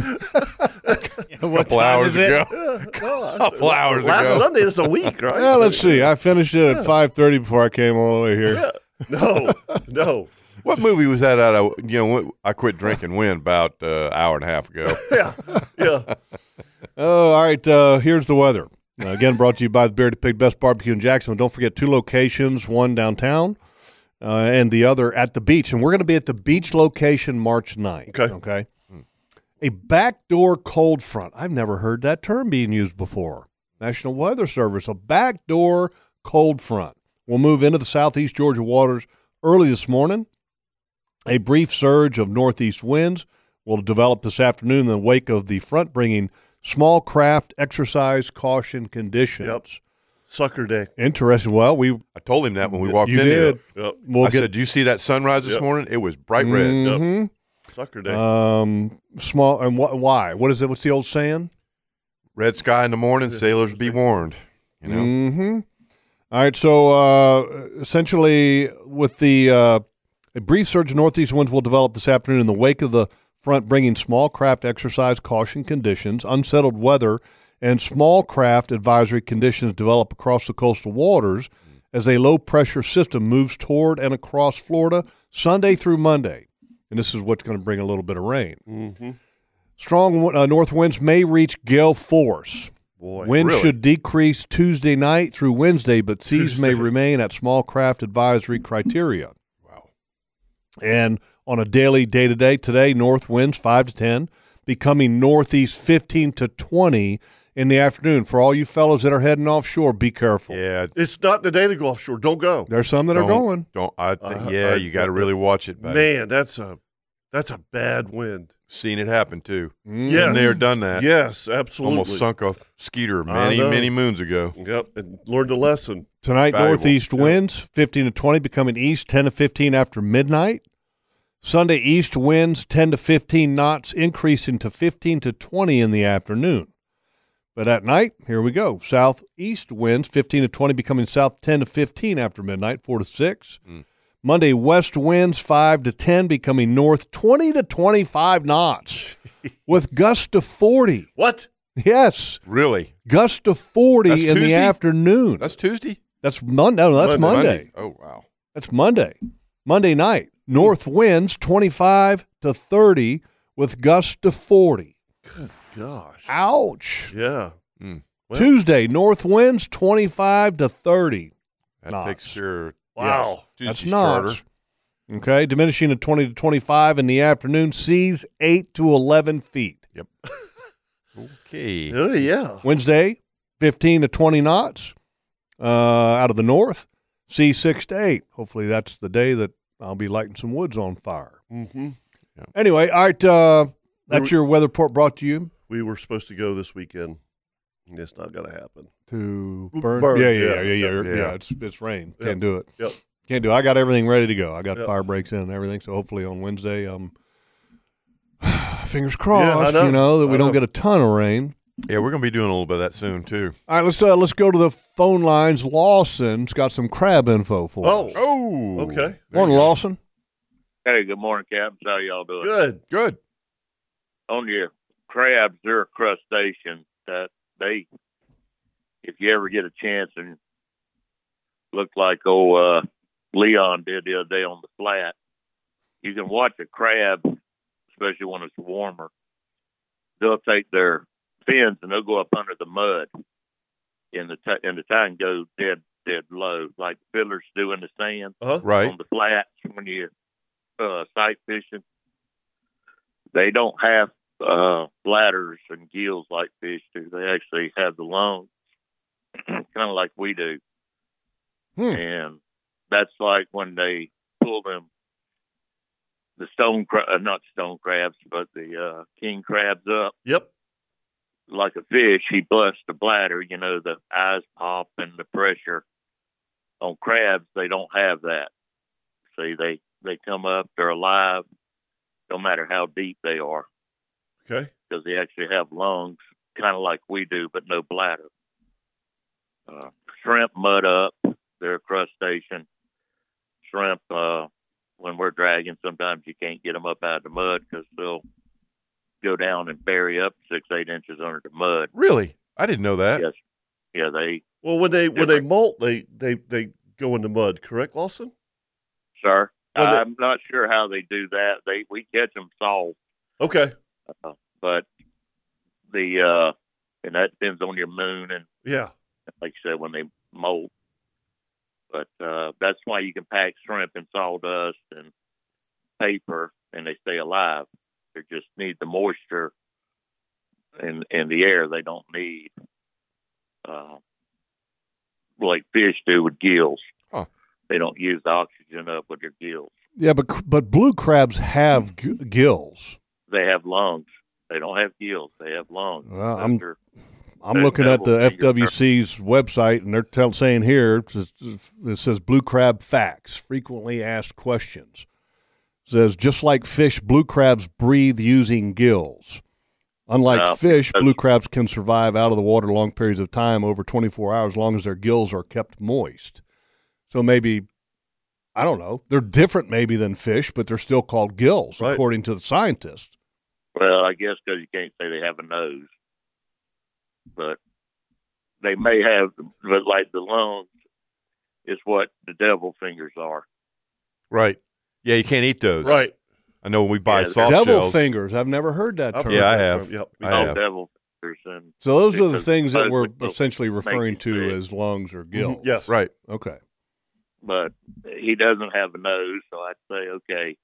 what Couple time hours is it? ago. Couple hours Last ago. Sunday is a week, right? Oh, Yeah, let's see. I finished it at five thirty before I came all the way here. No, no. What movie was that? Out of you know, what- I quit drinking when about an uh, hour and a half ago. Yeah, yeah. Oh, all right. Uh, here's the weather. Uh, again, brought to you by the Bearded Pig Best Barbecue in Jacksonville. Don't forget two locations: one downtown uh, and the other at the beach. And we're going to be at the beach location March 9th. Okay. Okay. A backdoor cold front. I've never heard that term being used before. National Weather Service, a backdoor cold front. will move into the southeast Georgia waters early this morning. A brief surge of northeast winds will develop this afternoon in the wake of the front bringing small craft exercise caution conditions. Sucker day. Interesting. Well, we I told him that when we walked you in did. here. We'll I get- said, "Do you see that sunrise this Yep. Mm-hmm. morning? It was bright red." Mhm. Sucker day. Um, small and wh- why? What is it? What's the old saying? Red sky in the morning. Sailors be warned. You know. Mm-hmm. All right. So uh, essentially, with the uh, a brief surge of northeast winds will develop this afternoon in the wake of the front, bringing small craft exercise caution conditions, unsettled weather, and small craft advisory conditions develop across the coastal waters as a low pressure system moves toward and across Florida Sunday through Monday. And this is what's going to bring a little bit of rain. Mm-hmm. Strong uh, north winds may reach gale force. Boy, winds really? should decrease Tuesday night through Wednesday, but seas may Tuesday. remain at small craft advisory criteria. And on a daily day to day, today, north winds 5 to 10, becoming northeast 15 to 20 in the afternoon. For all you fellows that are heading offshore, be careful. Yeah. It's not the day to go offshore. Don't go. There's some that are Don't- going. Don't. I think. Uh, yeah, I- you got to really watch it, buddy. Man, that's a that's a bad wind. Seen it happen too. Mm. Been there, Yes. done that. Yes, absolutely. Almost sunk a skeeter I many, know. many moons ago. Yep, and learned a lesson. Tonight, Valuable. northeast winds 15 to 20, becoming east 10 to 15 after midnight. Sunday, east winds 10 to 15 knots, increasing to 15 to 20 in the afternoon. But at night, here we go. Southeast winds 15 to 20, becoming south 10 to 15 after midnight, 4 to 6. Mm. Monday, west winds 5 to 10, becoming north 20 to 25 knots with gusts to 40. What? Yes. Really? Gusts to 40 That's in Tuesday? the afternoon. That's Tuesday? That's Monday. No, that's Monday. Oh, wow. That's Monday. Monday night. North winds 25 to 30 with gusts to 40. Gosh. Ouch. Yeah. Mm. Well- Tuesday, north winds 25 to 30. That Knots. takes your. Wow. yes, That's Tuesday's not. starter. Okay, diminishing to 20 to 25 in the afternoon, seas 8 to 11 feet. Okay. Oh, yeah. Wednesday, 15 to 20 knots uh, out of the north, sea 6 to 8. Hopefully that's the day that I'll be lighting some woods on fire. hmm Anyway, all right, uh, that's your weather report brought to you. We were supposed to go this weekend. and It's not going to happen. to Burn. burn. Burn, Yeah, yeah, yeah, yeah, yeah, yeah, yeah. It's it's rain. Yep. Can't do it. Yep. Can't do. it. I got everything ready to go. I got Yep. fire breaks in and everything. So hopefully on Wednesday, um, Ah, fingers crossed. know. You know that we I know. don't get a ton of rain. Yeah, we're going to be doing a little bit of that soon, too. All right, let's uh, let's go to the phone lines. Lawson's got some crab info for us. Oh, Oh. Okay. There you morning, go. Lawson. Hey, good morning, Captains. How y'all doing? good. Good. On your crabs, they're a crustacean that they, if you ever get a chance and look like old uh, Leon did the other day on the flat, you can watch a crab, especially when it's warmer. They'll take their fins and they'll go up under the mud, and the t- and the tide can go dead dead low, like fiddlers do in the sand Uh-huh. Right. on the flats when you're uh, sight fishing. They don't have uh, bladders and gills like fish do. They actually have the lungs, kind of like we do. Hmm. And that's like when they pull them, the stone crab, uh, not stone crabs, but the uh, king crabs up Yep. like a fish, he busts the bladder. You know, the eyes pop and the pressure. On crabs, they don't have that. See, they they come up, they're alive, no matter how deep they are, Okay. because they actually have lungs, kind of like we do, but no bladder. Uh, shrimp mud up. They're a crustacean. Shrimp, uh, when we're dragging, sometimes you can't get them up out of the mud because they'll go down and bury up six, eight inches under the mud. Really? I didn't know that. Yes. Yeah, they, Well, when they when they Different. molt, they they they go in the mud. Correct, Lawson? sir. Well, they- I'm not sure how they do that. They we catch them soft, Okay. but the uh, and that depends on your moon and Yeah. like you said when they molt. But uh, that's why you can pack shrimp in sawdust and paper, and they stay alive. They just need the moisture and and the air. They don't need uh, like fish do with gills. Huh. They don't use the oxygen up with their gills. Yeah, but cr- but blue crabs have Hmm. g- gills. they have lungs. They don't have gills. They have lungs. Well, I'm- They're- I'm They're looking at the devil fingers. FWC's website, and they're tell, saying here it says blue crab facts, frequently asked questions. It says just like fish, blue crabs breathe using gills. Unlike Wow. fish, blue crabs can survive out of the water long periods of time, over 24 hours, long as their gills are kept moist. So maybe, I don't know, they're different maybe than fish, but they're still called gills, Right. according to the scientists. well, I guess because you can't say they have a nose, but they may have. But like the lungs is what the devil fingers are. Right. Yeah, you can't eat those. Right. I know when we buy Yeah, soft Devil shells. fingers. I've never heard that I've term. heard Yeah, I that have. term. Yep. I All have. devil fingers and So those are the Because things that both we're would essentially referring you to sick. as lungs Mm-hmm. or gills. Yes. Right. Okay. but he doesn't have a nose, so I'd say okay,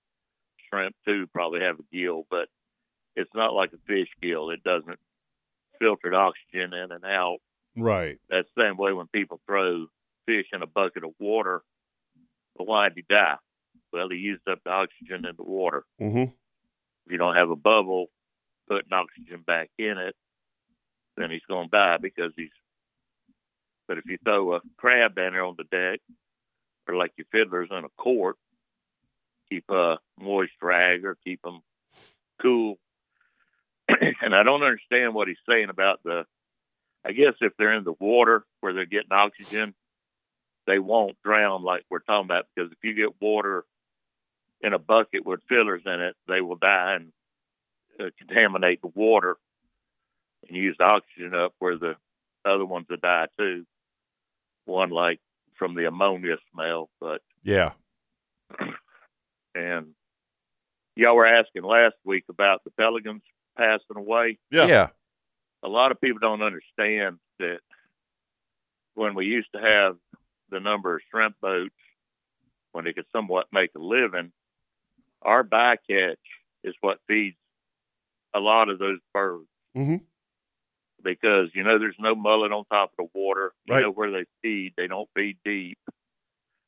shrimp too probably have a gill, but it's not like a fish gill. It doesn't filter the oxygen in and out. Right. That's the same way when people throw fish in a bucket of water. But why'd he die? Well, he used up the oxygen in the water. Mm-hmm. If you don't have a bubble putting oxygen back in it, then he's going to die because he's. But if you throw a crab down there on the deck, or like your fiddlers in a court, keep a moist rag or keep them cool. and I don't understand what he's saying about the I guess if they're in the water where they're getting oxygen, they won't drown like we're talking about. Because if you get water in a bucket with fillers in it, they will die and uh, contaminate the water and use the oxygen up where the other ones will die too. One like from the ammonia smell, but Yeah. and y'all were asking last week about the pelicans passing away. Yeah. Yeah. a lot of people don't understand that when we used to have the number of shrimp boats, when they could somewhat make a living, our bycatch is what feeds a lot of those birds. Mhm. Because, you know, there's no mullet on top of the water. You Right. know where they feed. They don't feed deep.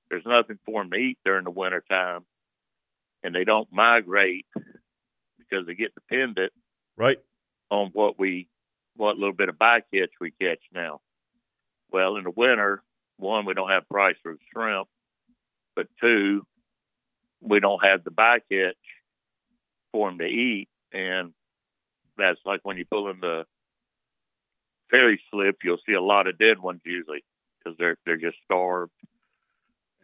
There's nothing for them to eat during the winter time. And they don't migrate because they get dependent Right. on what we what little bit of bycatch we catch now. Well, in the winter, one, we don't have price for shrimp, but two, we don't have the bycatch for them to eat, and that's like when you pull in the ferry slip, you'll see a lot of dead ones usually because they're they're just starved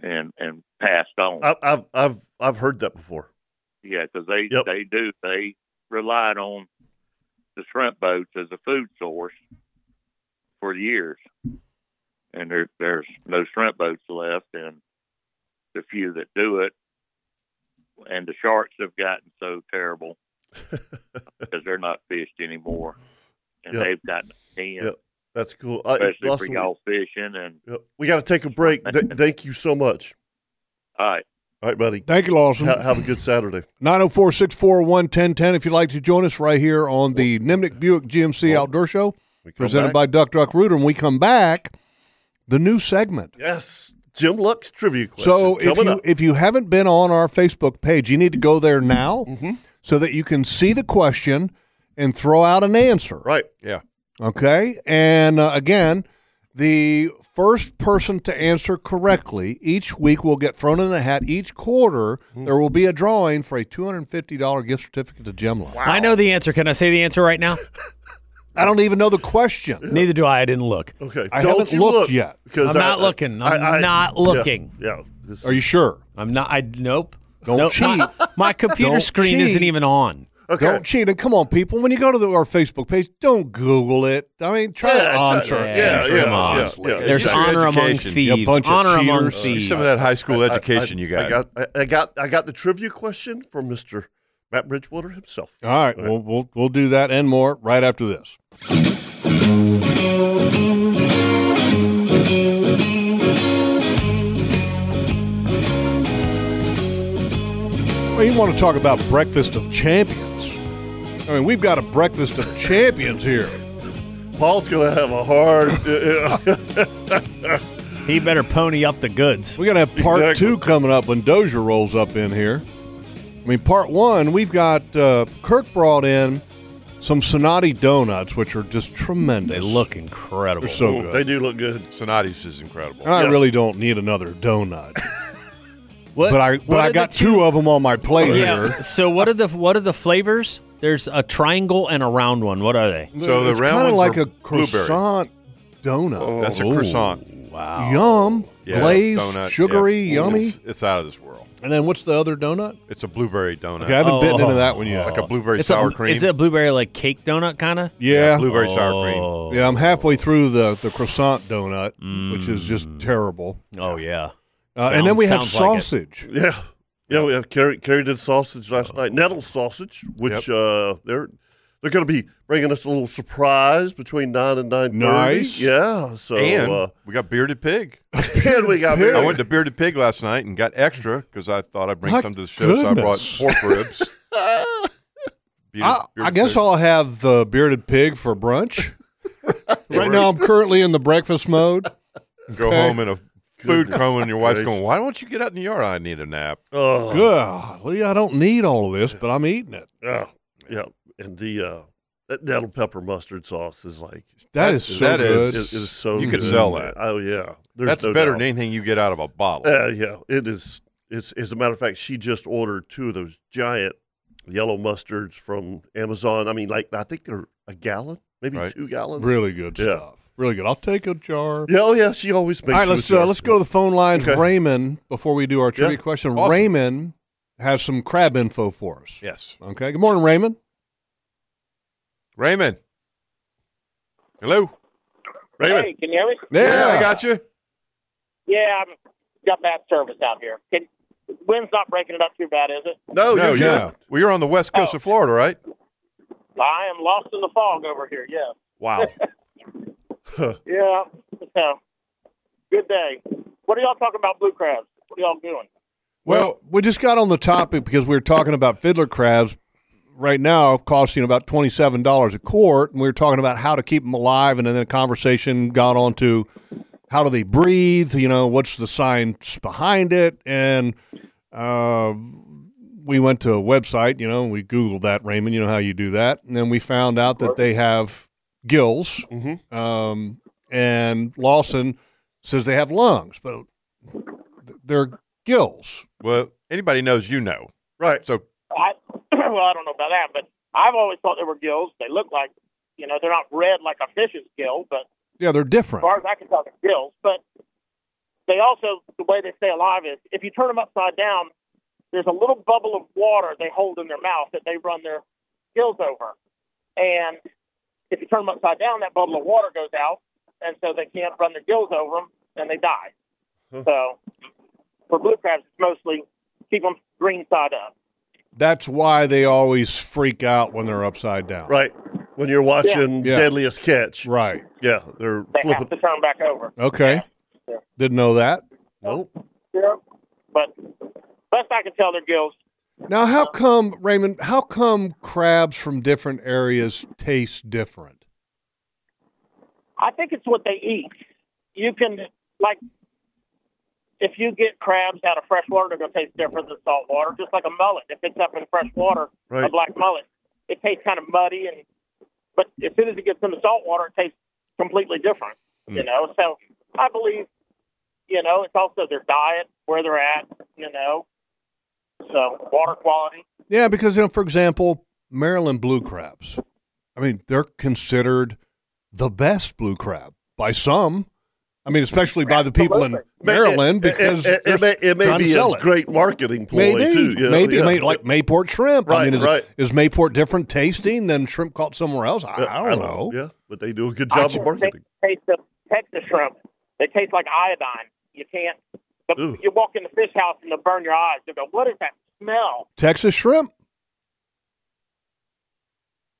and and passed on. I, I've I've I've heard that before. Yeah, because they Yep. they do they relied on the shrimp boats as a food source for years, and there there's no shrimp boats left, and the few that do it, and the sharks have gotten so terrible because they're not fished anymore, and Yep. they've gotten in, Yep. That's cool. Uh, I- especially for Russell, y'all fishing. And yep. We got to take a break. Th- thank you so much. all right, All right, buddy. Thank you, Lawson. Ha- have a good Saturday. 904 641 1010. If you'd like to join us right here on the Nimnik Buick GMC Outdoor Show, We come presented back. by Duck Duck Rooter. When we come back, the new segment. Yes, Jim Lux trivia question. So if coming you, up. Mm-hmm. if you haven't been on our Facebook page, you need to go there now so that you can see the question and throw out an answer. right, Yeah. Okay. And uh, again, the first person to answer correctly each week will get thrown in a hat. Each quarter, Mm-hmm. there will be a drawing for a $250 gift certificate to Gemla. I know the answer. Can I say the answer right now? I don't even know the question. Neither do I. I didn't look. okay. I Don't haven't you looked look, yet. because I'm not looking. I'm not yeah, looking. Yeah, This- Are you sure? I'm not. I nope. Don't Nope, not- my computer Don't screen isn't cheat. even on. okay? Don't cheat. And come on, people, when you go to the, our Facebook page, don't Google it. I mean, try Yeah, Um, to try- answer. yeah, yeah, come on. Uh, yeah, yeah. There's Get your honor among education, you thieves. bunch of honor among cheaters. Use thieves. Uh, some of that high school I- I- education you got. I got, I, I got, I got the trivia question from Mister Matt Bridgewater himself. All right, we'll, we'll we'll do that and more right after this. Well, you want to talk about breakfast of champions? I mean, we've got a breakfast of champions here. Paul's gonna have a hard. yeah, yeah. He better pony up the goods. We're gonna have part Exactly. two coming up when Dozier rolls up in here. I mean, part one, we've got uh, Kirk brought in some Sonati donuts, which are just tremendous. They look incredible. They're Oh, so good. they do look good. Sonati's is incredible. And I Yes. really don't need another donut. What- But I but what are I the got two, of them on my plate Yeah. here. so what are the what are the flavors? There's a triangle and a round one. What are they? So the it's round kinda ones like are Oh, a croissant donut. That's a Ooh, croissant. Wow. Yum, Yeah, glazed, donut, sugary, yeah. yummy. It's, it's out of this world. And then what's the other donut? It's a blueberry donut. Okay, I haven't Oh. bitten into that one yet. like a blueberry It's sour a, cream. Is it a blueberry like cake donut kind of? yeah. blueberry sour cream. Oh. Yeah, I'm halfway through the, the croissant donut, which is just terrible. Oh yeah. Uh, and then Sounds- we have sounds like it. sausage. Yeah. Yeah, we have Carrie, Carrie did sausage last Uh, night, Nettle sausage, which uh, they're they're going to be bringing us a little surprise between nine and nine thirty. Nice. yeah. So and uh, we got bearded pig. and we got I went to bearded pig last night and got extra because I thought I'd bring My some to the show. So I brought goodness. pork ribs. Bearded- I, I bearded guess pig. I'll have the bearded pig for brunch. right now, I'm currently in the breakfast mode. go okay. home in a food coma, and your wife's gracious. going, "Why don't you get out in the yard? I need a nap." Oh, Golly, I don't need all of this, but I'm eating it. Yeah, oh, yeah, and the uh, that nettle pepper mustard sauce is like that is so that is- good. it is so. You good. could sell that. Oh yeah, There's That's no better doubt. than anything you get out of a bottle. Uh, yeah, it is. It's as a matter of fact, she just ordered two of those giant yellow mustards from Amazon. I mean, like I think they're a gallon, maybe Right. two gallons. really good Yeah. stuff. Really good. I'll take a jar. Yeah, oh yeah, she always All makes. right, let's uh, let's go to the phone lines. Okay. Raymond, before we do our trivia Yeah. question, Awesome. Raymond has some crab info for us. Yes. Okay. Good morning, Raymond. Raymond. Hello. Raymond. Hey, can you hear me? Yeah, I got you. Yeah, I've got bad service out here. Can, wind's not breaking it up too bad, is it? No, no, you're yeah. good. Oh. Well, you're on the west coast of Florida, right? I am lost in the fog over here. Yeah. Wow. Yeah. So, good day. What are y'all talking about blue crabs? What are y'all doing? Well, we just got on the topic because we were talking about fiddler crabs right now costing about $27 a quart. And we were talking about how to keep them alive. And then the conversation got on to how do they breathe? You know, what's the science behind it? And uh, we went to a website, you know, we Googled that, Raymond. You know how you do that. And then we found out that they have gills. Mm-hmm. Um, and Lawson says they have lungs, but they're gills. Well, anybody knows you know. Right. So I well, I don't know about that, but I've always thought they were gills. They look like, you know, they're not red like a fish's gill, but Yeah, they're as different. far as I can tell, they're gills. But they also the way they stay alive is if you turn them upside down, there's a little bubble of water they hold in their mouth that they run their gills over, and if you turn them upside down, that bubble of water goes out, and so they can't run their gills over them and they die. So for blue crabs, it's mostly keep them green side up. That's why they always freak out when they're upside down. Right. When you're watching Yeah. Deadliest Catch. Right. Yeah, they're They have flipping. to turn back over. Okay. Yeah. Didn't know that. Nope. Yeah. But best I can tell, their gills. Now, how come Raymond? How come crabs from different areas taste different? I think it's what they eat. You can like if you get crabs out of fresh water, they're going to taste different than salt water. Just like a mullet, if it's up in fresh water, a Right. black mullet, it tastes kind of muddy, and but as soon as it gets into salt water, it tastes completely different. Hmm. You know, so I believe you know it's also their diet, where they're at, you know, so water quality. Yeah, because you know, for example, Maryland blue crabs. I mean, they're considered the best blue crab by some. I mean, especially by the people in Maryland It- it- because it, it, may, it they're may trying to be sell a it. great marketing ploy Maybe, too. you know, maybe, yeah. may- like Mayport shrimp. I Right, mean, is, right. is Mayport different tasting than shrimp caught somewhere else? I, I don't know. Yeah, but they do a good I job just of marketing. think they Taste of Texas shrimp. They taste like iodine. You can't. But Ooh. you walk in the fish house and they'll burn your eyes. They'll go, "What is that smell?" Texas shrimp.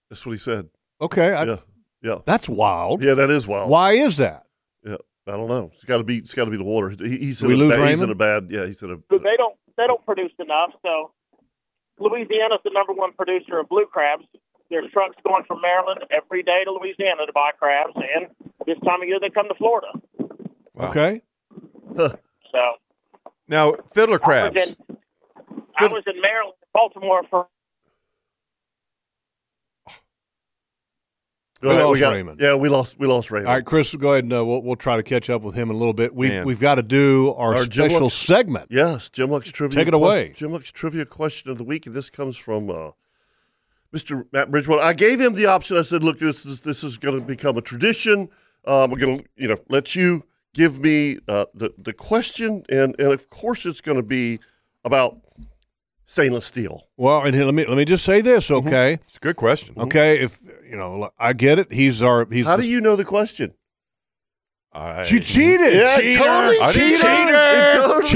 That's what he said. Okay, I, yeah, yeah, that's wild. yeah. That is wild. Why is that? Yeah, I don't know. It's got to be. It's got to be the water. He, he's, Do in we a lose bad, he's in Raymond? a bad. Yeah, he's in a. But they don't. They don't produce enough. So Louisiana's the number one producer of blue crabs. There's trucks going from Maryland every day to Louisiana to buy crabs, and this time of year they come to Florida. Wow. Okay, So now fiddler crabs. I was in, I was in Maryland, Baltimore for All We right, lost got- Raymond. Yeah, we lost. We lost Raymond. all right, Chris, go ahead and uh, we'll, we'll try to catch up with him in a little bit. We Man. we've got to do our, Our Jim special Lux- segment. Yes, Jim Luck's trivia. Take it quest- away. Jim Luck's trivia question of the week, and this comes from uh, Mr. Matt Bridgewater. I gave him the option. I said, "Look, this is this is going to become a tradition. Um, I'm going to, you know, let you give me uh, the the question, and and of course, it's going to be about stainless steel. Well, and here, let me let me just say this. Okay, It's a good question. okay. If you know, look, I get it. He's our he's. How the- do you know the question? I, She cheated. Yeah, Cheater. totally I cheated. didn't cheat. It totally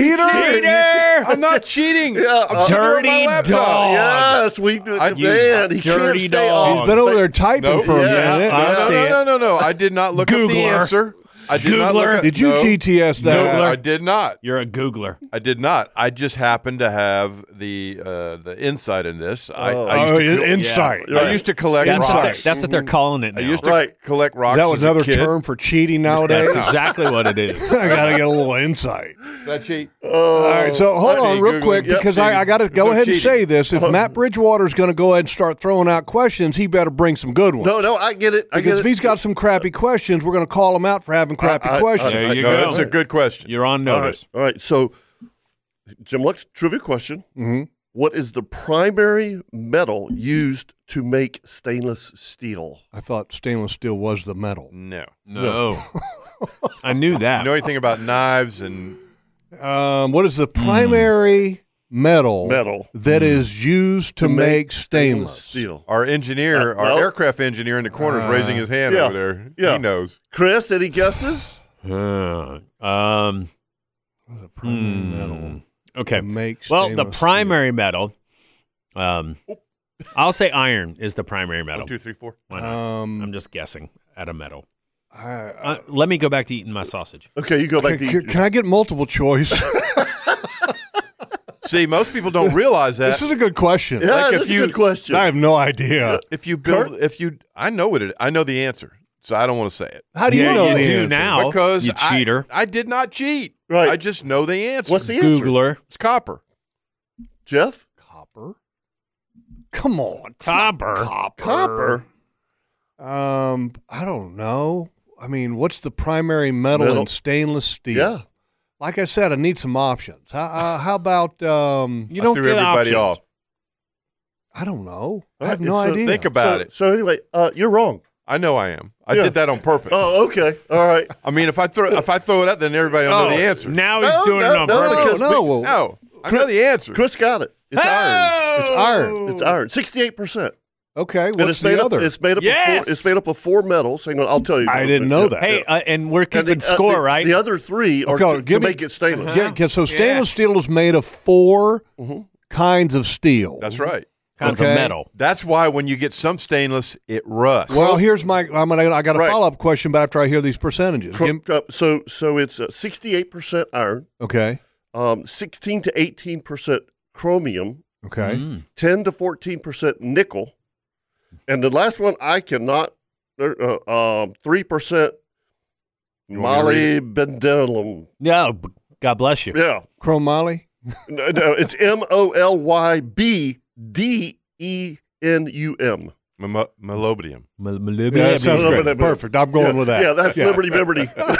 Cheater. cheated. I'm not cheating. Yeah, I'm sitting here on my Dirty laptop. dog. Yes, we do. I- you man, he can't dirty stay dog. off. He's been over there typing Nope. for Yeah, a minute. I no, see no, it. no, no, no. I did not look up the Googler. answer. I did not look Googler. up. Did you no. GTS No, that? Googler. I did not. You're a Googler. I did not. I just happened to have the uh, the insight in this. I, Oh. I used Oh, to in- col- insight. yeah. I used to collect That's, what, rocks. they, that's what they're calling it Mm-hmm. I now. used to Right. collect rocks. Is that as was a another kid. term for cheating nowadays? That's exactly what it is. I gotta get a little insight. Did I cheat? All right, so hold I on see, real Googling. quick Yep, because see, I, I got to go no ahead and cheating. say this. Uh-huh. If Matt Bridgewater's going to go ahead and start throwing out questions, he better bring some good ones. No, no, I get it. I because get if it. he's got some crappy questions, we're going to call him out for having crappy I- I- questions. There you no, go. That's a good question. You're on All right. notice. All right. So, Jim Lux, trivia question. Mhm. What is the primary metal used to make stainless steel? I thought stainless steel was the metal. No. No. I knew that. You know anything about knives and Um, what is the primary metal Metal. Mm. that is used to, make, stainless? steel. our engineer, Uh, our well- aircraft engineer in the corner is raising his hand yeah, over there. yeah. He knows. Chris, any guesses? Uh, um, hmm. What is the primary metal okay. to make Well, the stainless primary metal, um, I'll say iron is the primary metal. One, two, three, four. Why steel? not? Um, I'm just guessing at a metal. I, Uh, let me go back to eating my sausage. Okay, you go back can, to can I get multiple choice? See, most people don't realize that. this is a good question. Yeah, Like, that's if a you- good question. I have no idea. if you build, if you, I know what it. I know the answer, so I don't want to say it How do yeah, you know you the do answer? now. because you I- cheater, I, did not cheat. Right. I just know the answer. What's the answer? Googler, it's copper? Jeff? Copper. Come on, it's not copper. Copper. Um, I don't know. I mean, what's the primary metal, Metal. in stainless steel? Yeah. Like I said, I need some options. How, uh, how about um? You I don't threw get everybody options. off. I don't know. I All right, have no so idea. Think about so, it. So anyway, uh, you're wrong. I know I am. I Yeah. did that on purpose. Oh, okay. All right. I mean, if I throw if I throw it out, then everybody will know Oh, the answer. Now he's No, doing no, it on no, purpose. because- no, well, no, I know the answer. Chris got it. It's iron. It's Oh! iron. It's iron. Sixty-eight percent. Okay, And it's what's made the up. other? It's made up. Of Yes! four, it's made up of four metals. Hang on, I'll tell you. I didn't know that. Hey, uh, and we're And keeping the, uh, score, the- right? The other three are Okay, to, to give me- make it stainless. Yeah, 'cause so Yeah. stainless steel is made of 4 Mhm. kinds of steel. That's right. Kinds okay. of metal. That's why when you get some stainless, it rusts. Well, here's my. I'm gonna. I got a Right. follow up question, but after I hear these percentages, Cr- Give- uh, So so it's uh, sixty-eight percent iron, okay, um, sixteen to eighteen percent chromium, okay. Mm. ten to fourteen percent nickel, and the last one I cannot. er, uh, um, Three percent You want me to read it? molybdenum. No, b- God bless you. Yeah, Chromoly. no, no, it's M O L Y B D E N U M. Mo- Molybdenum. Mal- malibia- Yeah, that sounds yeah, great. yeah. Perfect. I'm yeah, going with that. Yeah, that's Liberty Liberty. All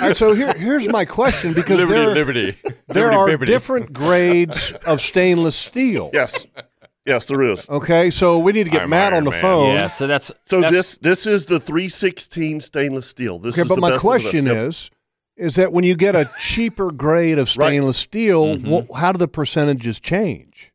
right, so here, here's my question because Liberty, there, liberty. there liberty, are bibbity. different grades of stainless steel. yes, yes, there is. Okay, so we need to get I'm Matt on Iron the Man. phone. Yeah, so that's So that's- this this is the 316 stainless steel. This Okay, is but the my best of the best. question Yep. is, is that when you get a cheaper grade of Right. stainless steel, Mm-hmm. wha- how do the percentages change?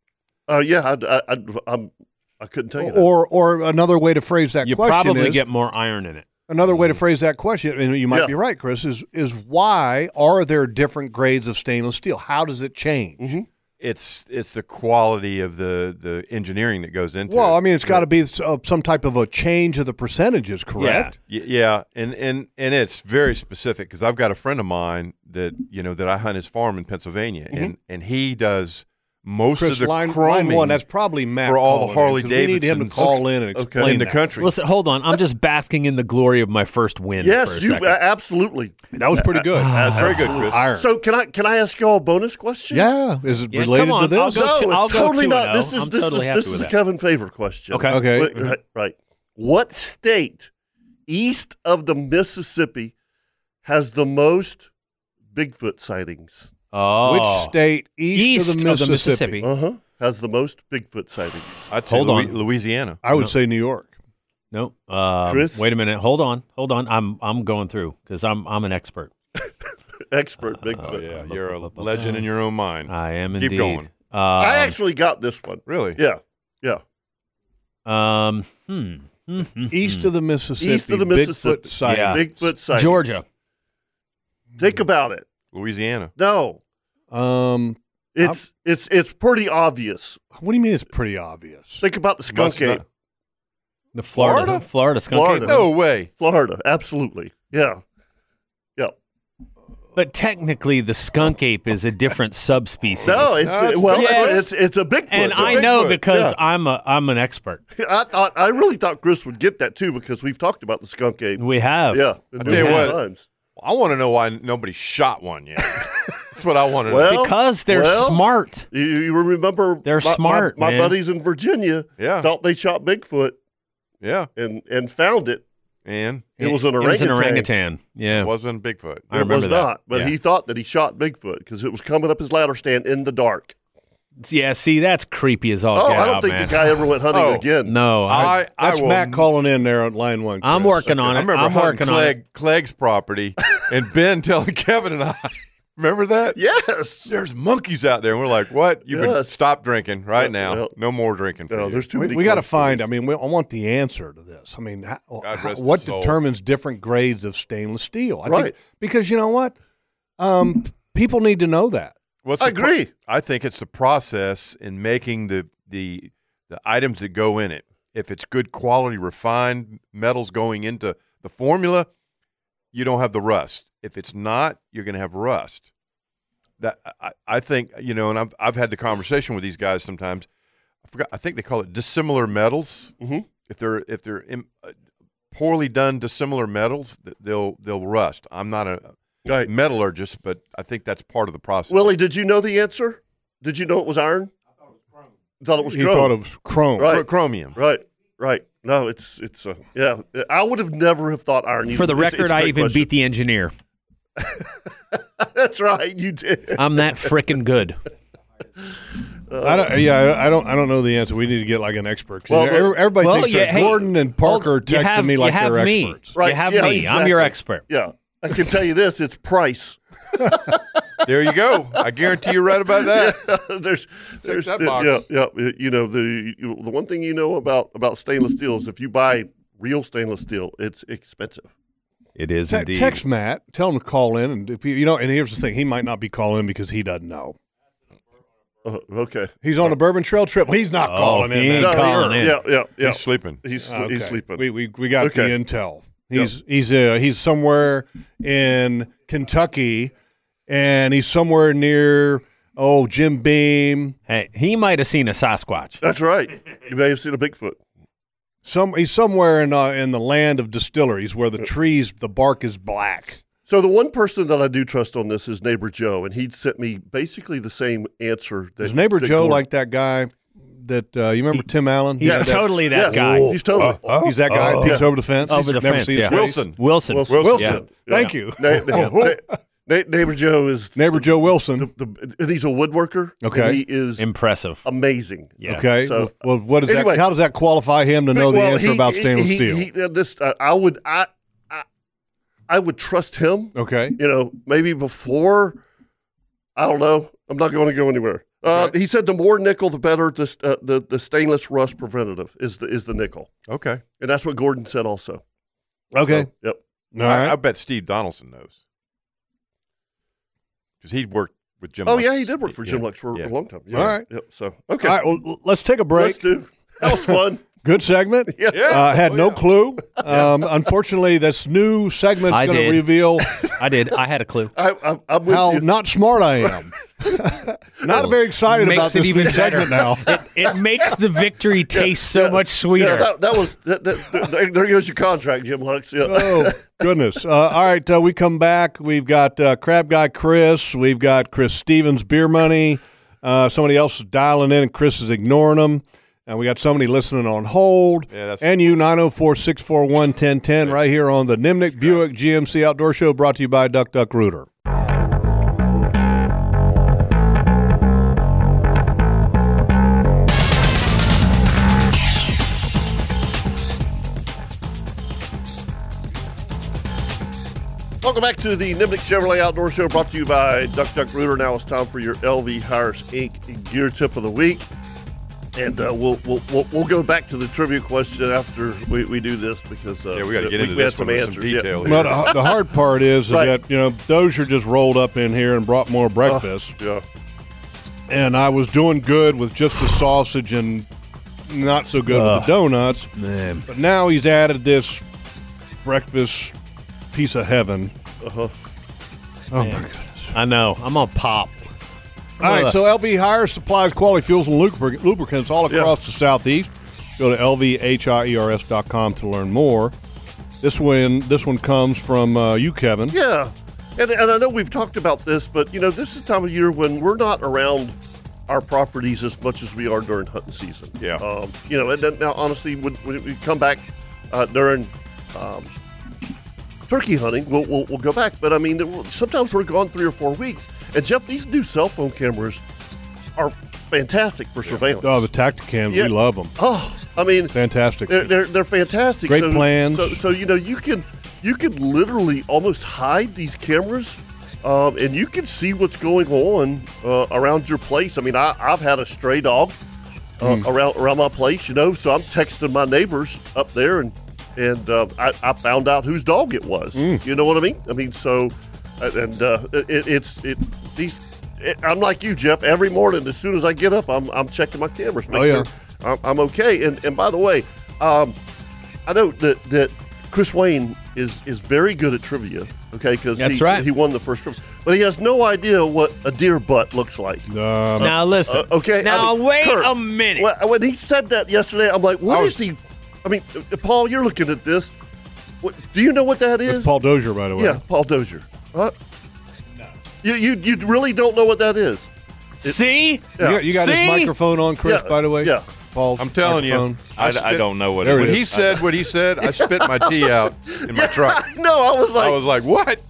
uh, yeah, I, I, I, I'm, I couldn't tell you. That. Or, or another way to phrase that you Oh, question probably is get more Mm. iron in it. another way to phrase that question, and you might Yeah. be right, Chris, is is why are there different grades of stainless steel? How does it change? Mm-hmm. It's it's the quality of the the engineering that goes into Well, it. I mean, it's got to be s- uh, some type of a change of the percentages, correct? Y- yeah, and and and it's very specific because I've got a friend of mine that you know that I hunt his farm in Pennsylvania, Mm-hmm. and and he does most Chris, of the line, chroming line one, that's probably Matt for all the calling in, 'cause We need him to Harley-Davidsons. call in and Okay. explain in the that. country. Listen, hold on. I'm just basking in the glory of my first win. for yes, a you second. uh, absolutely. That was pretty Uh, good. That's very good, Chris. Iron. So can I can I ask y'all a bonus question? yeah, is it Yeah, come related to on, I'll this? go No, I'll it's go totally two not. and oh. This is I'm this totally is happy this with is a that. Kevin Favor question. Okay. Okay. Wait, right, right. What state east of the Mississippi has the most Bigfoot sightings? Oh. Which state East east, of the Mississippi? Uh Uh-huh. huh. Has the most Bigfoot sightings? I'd say Hold Louis- on. Louisiana. I would say New York. No. Um, Chris? Wait a minute. Hold on. Hold on. I'm I'm going through because I'm I'm an expert. Expert Bigfoot. Oh yeah, you're a Um, legend in your own mind. I am Keep indeed. going. Um, I actually got this one. Really? Yeah, yeah. um, hmm. Hmm, hmm, East hmm. of the Mississippi. East of the Mississippi. Bigfoot sighting. Yeah. Bigfoot sightings. Georgia. Think about it. Louisiana. No, Um, it's it's it's pretty obvious. what do you mean it's pretty obvious? Think about the skunk Must not- ape, The Florida, Florida? Florida, skunk ape. Florida. No way. Florida. Absolutely. Yeah. Yeah. But technically, the skunk ape is a different subspecies. No, it's That's well, Yes. it's it's a Bigfoot. and It's a I Bigfoot. know because Yeah. I'm a I'm an expert. I thought I really thought Chris would get that too because we've talked about the skunk ape. We have. Yeah, I tell you numerous what. times. I want to know why nobody shot one yet. That's what I want to know. Well- Because they're Well- smart. You, you remember They're my, my- smart, My, man. buddies in Virginia Yeah. thought they shot Bigfoot Yeah. and and found it. And It was an It was an orangutan. orangutan. Yeah. it wasn't Bigfoot. it was I remember that. not, but Yeah. he thought that he shot Bigfoot because it was coming up his ladder stand in the dark. Yeah, see, that's creepy as all Oh, get I don't out, think man. the guy ever went hunting Oh. again. no, I, I, I That's will Matt calling in there on line one. I'm Chris. working on it. I remember I'm hunting working on it. Clegg- Clegg's property and Ben telling Kevin and I, remember that? Yes. There's monkeys out there. And we're like, what? You've been Yes. stop drinking right Yeah, now. yeah. No more drinking. For No, you. there's too We, many. we got to close find. I friends. mean, we, I want the answer to this. I mean, how, God how- rest what his soul. determines different grades of stainless steel? I Right. Think, because you know what, um, people need to know that. What's I the pro- agree. I think it's the process in making the the the items that go in it. If it's good quality refined metals going into the formula, you don't have the rust. If it's not, you're going to have rust. That I, I think you know, and I've I've had the conversation with these guys sometimes. I forgot. I think they call it dissimilar metals. Mhm. If they're if they're im- uh, poorly done dissimilar metals, th- they'll they'll rust. I'm not a Right. metallurgist, but I think that's part of the process. Willie, did you know the answer? Did you know it was iron? I thought it was he chrome. thought it was chrome. Right. Chro- chromium. Right, right. No, it's it's uh, yeah. I would have never have thought iron. For the It's- record, it's a I great even question. beat the engineer. That's right, you did. I'm that freaking good. Uh, I don't. Uh, Yeah, I I don't. I don't know the answer. We need to get like an expert. 'Cause Well, every- everybody well, thinks yeah, that hey, Gordon and Parker hold- you texted have- me you like they're have me. experts. Right, You have yeah, me. I'm your exactly. expert. Yeah, I can tell you this: it's price. There you go. I guarantee you're right about that. there's, there's, that there- box. yeah, yeah. y- You know the you, the one thing you know about about stainless steel is if you buy real stainless steel, it's expensive. It is Te- indeed. text Matt. Tell him to call in, and if you, you know. And here's the thing: he might not be calling because he doesn't know. Uh, okay. He's on a bourbon trail trip. He's not Oh, calling he in. ain't No, Matt. he- calling in. Yeah, yeah, yeah. He's sleeping. He's, Okay. he's sleeping. We we, we got Okay. the intel. He's he's uh, he's somewhere in Kentucky, and he's somewhere near oh Jim Beam. Hey, he might have seen a Sasquatch. That's right. You may have seen a Bigfoot. Some he's somewhere in uh, in the land of distilleries where the trees the bark is black. Uh, So the one person that I do trust on this is neighbor Joe, and he sent me basically the same answer. That, Is neighbor that Joe Gordon- like that guy that uh, you remember Tim Allen? Uh, He's Yeah, that's- totally that yes, guy. Oh, He's totally. He's that guy that peeks over the fence. Over the Never fence, sees yeah. face. Wilson. Wilson. Oh. Wilson. Wilson. Thank you. Na- na- na- na- neighbor Joe is Neighbor Joe Wilson. the, and he's a woodworker. Okay. and he is Impressive. amazing. Yeah. Okay. So- well, what is Anyway. that? How does that qualify him to know the Well, answer he- about stainless he- steel? he- uh, this uh, I would I, I I would trust him. okay. You know, maybe before. I don't know. I'm not going to go anywhere. Uh, He said the more nickel, the better. The, st- uh, the the stainless rust preventative is the is the nickel, Okay. and that's what Gordon said also. Okay. Yep. All I, right. I bet Steve Donaldson knows. Because he worked with Jim Oh Lux. yeah, he did work for Jim Yeah. Lux for Yeah. a long time. Yeah. All right. Yep. So okay, All right. Well, l- let's take a break. let's do. That was fun. Good segment. Yeah. Uh, had Oh, no clue. Um, unfortunately, this new segment's I going to did. reveal I did. I had a clue. I, I, I'm with how you. not smart I am. not very excited Makes about it this even new segment now. It, it makes the victory taste so much sweeter. Yeah, that, that was that, that, there- there goes your contract, Jim Lux. Yeah. Oh goodness! Uh, all right, uh, we come back. We've got uh, Crab Guy Chris. We've got Chris Stevens, Beer Money. Uh, somebody else is dialing in, and Chris is ignoring them. And we got somebody listening on hold. Yeah, that's- and you 904 641 1010 right here on the Nimnik Buick GMC Outdoor Show brought to you by Duck Duck Rooter. Welcome back to the Nimnik Chevrolet Outdoor Show brought to you by Duck Duck Rooter. Now it's time for your LV Hires Inc. Gear Tip of the Week. And uh, we'll, we'll, we'll we'll go back to the trivia question after we, we do this because uh, Yeah, we got to get we, into we had this some one with some answers. yeah. detail But here. uh, the hard part is, is Right. Uh, that, you know, Dozier just rolled up in here and brought more breakfast. Yeah. and I was doing good with just the sausage and not so good with the donuts. Man. But now he's added this breakfast piece of heaven. Uh-huh. Oh my goodness! I know. I'm on pop. All right, so LV Hire supplies quality fuels and lubric- lubricants all uh, Yeah. across the southeast. Go to E lvhires.com to learn more. This one, this one comes from uh, you, Kevin. Yeah. And, and I know we've talked about this, but you know, this is the time of year when we're not around our properties as much as we are during hunting season. Yeah. Um, you know, and then, now honestly, when, when we come back uh, during um, turkey hunting, we'll, we'll, we'll go back. But I mean, it will- sometimes we're gone three or four weeks. And Jeff, these new cell phone cameras are fantastic for surveillance. Oh, the Tacticams, Yeah. we love them. Oh, I mean, Fantastic. they're they're, they're fantastic. Great so, plans. So, so you know you can you can literally almost hide these cameras, um, and you can see what's going on uh, around your place. I mean, I, I've had a stray dog uh, around around my place, you know. So I'm texting my neighbors up there, and and uh, I, I found out whose dog it was. You know what I mean? I mean, so uh, and uh, it, it's it these. It, I'm like you, Jeff. Every morning, as soon as I get up, I'm, I'm checking my cameras, make Oh, yeah. sure I'm, I'm okay. And and by the way, um, I know that that Chris Wayne is is very good at trivia. Okay, because That's he, right. he won the first trivia, but he has no idea what a deer butt looks like. Um, now listen. Uh, okay. I Now mean, wait Kurt, a minute. When, when he said that yesterday, I'm like, what I is he? I mean, uh, Paul, you're looking at this. What, do you know what that is? That's Paul Dozier, by the way. yeah, Paul Dozier. Huh? No. You, you you really don't know what that is? Yeah. See? You got, you got See? his microphone on, Chris, Yeah, by the way? yeah. Paul's I'm telling you, microphone. I, I, I spit- don't know what There it it When is. he said what he said, I spit my tea out in my truck. no, I was like, I was like, "What?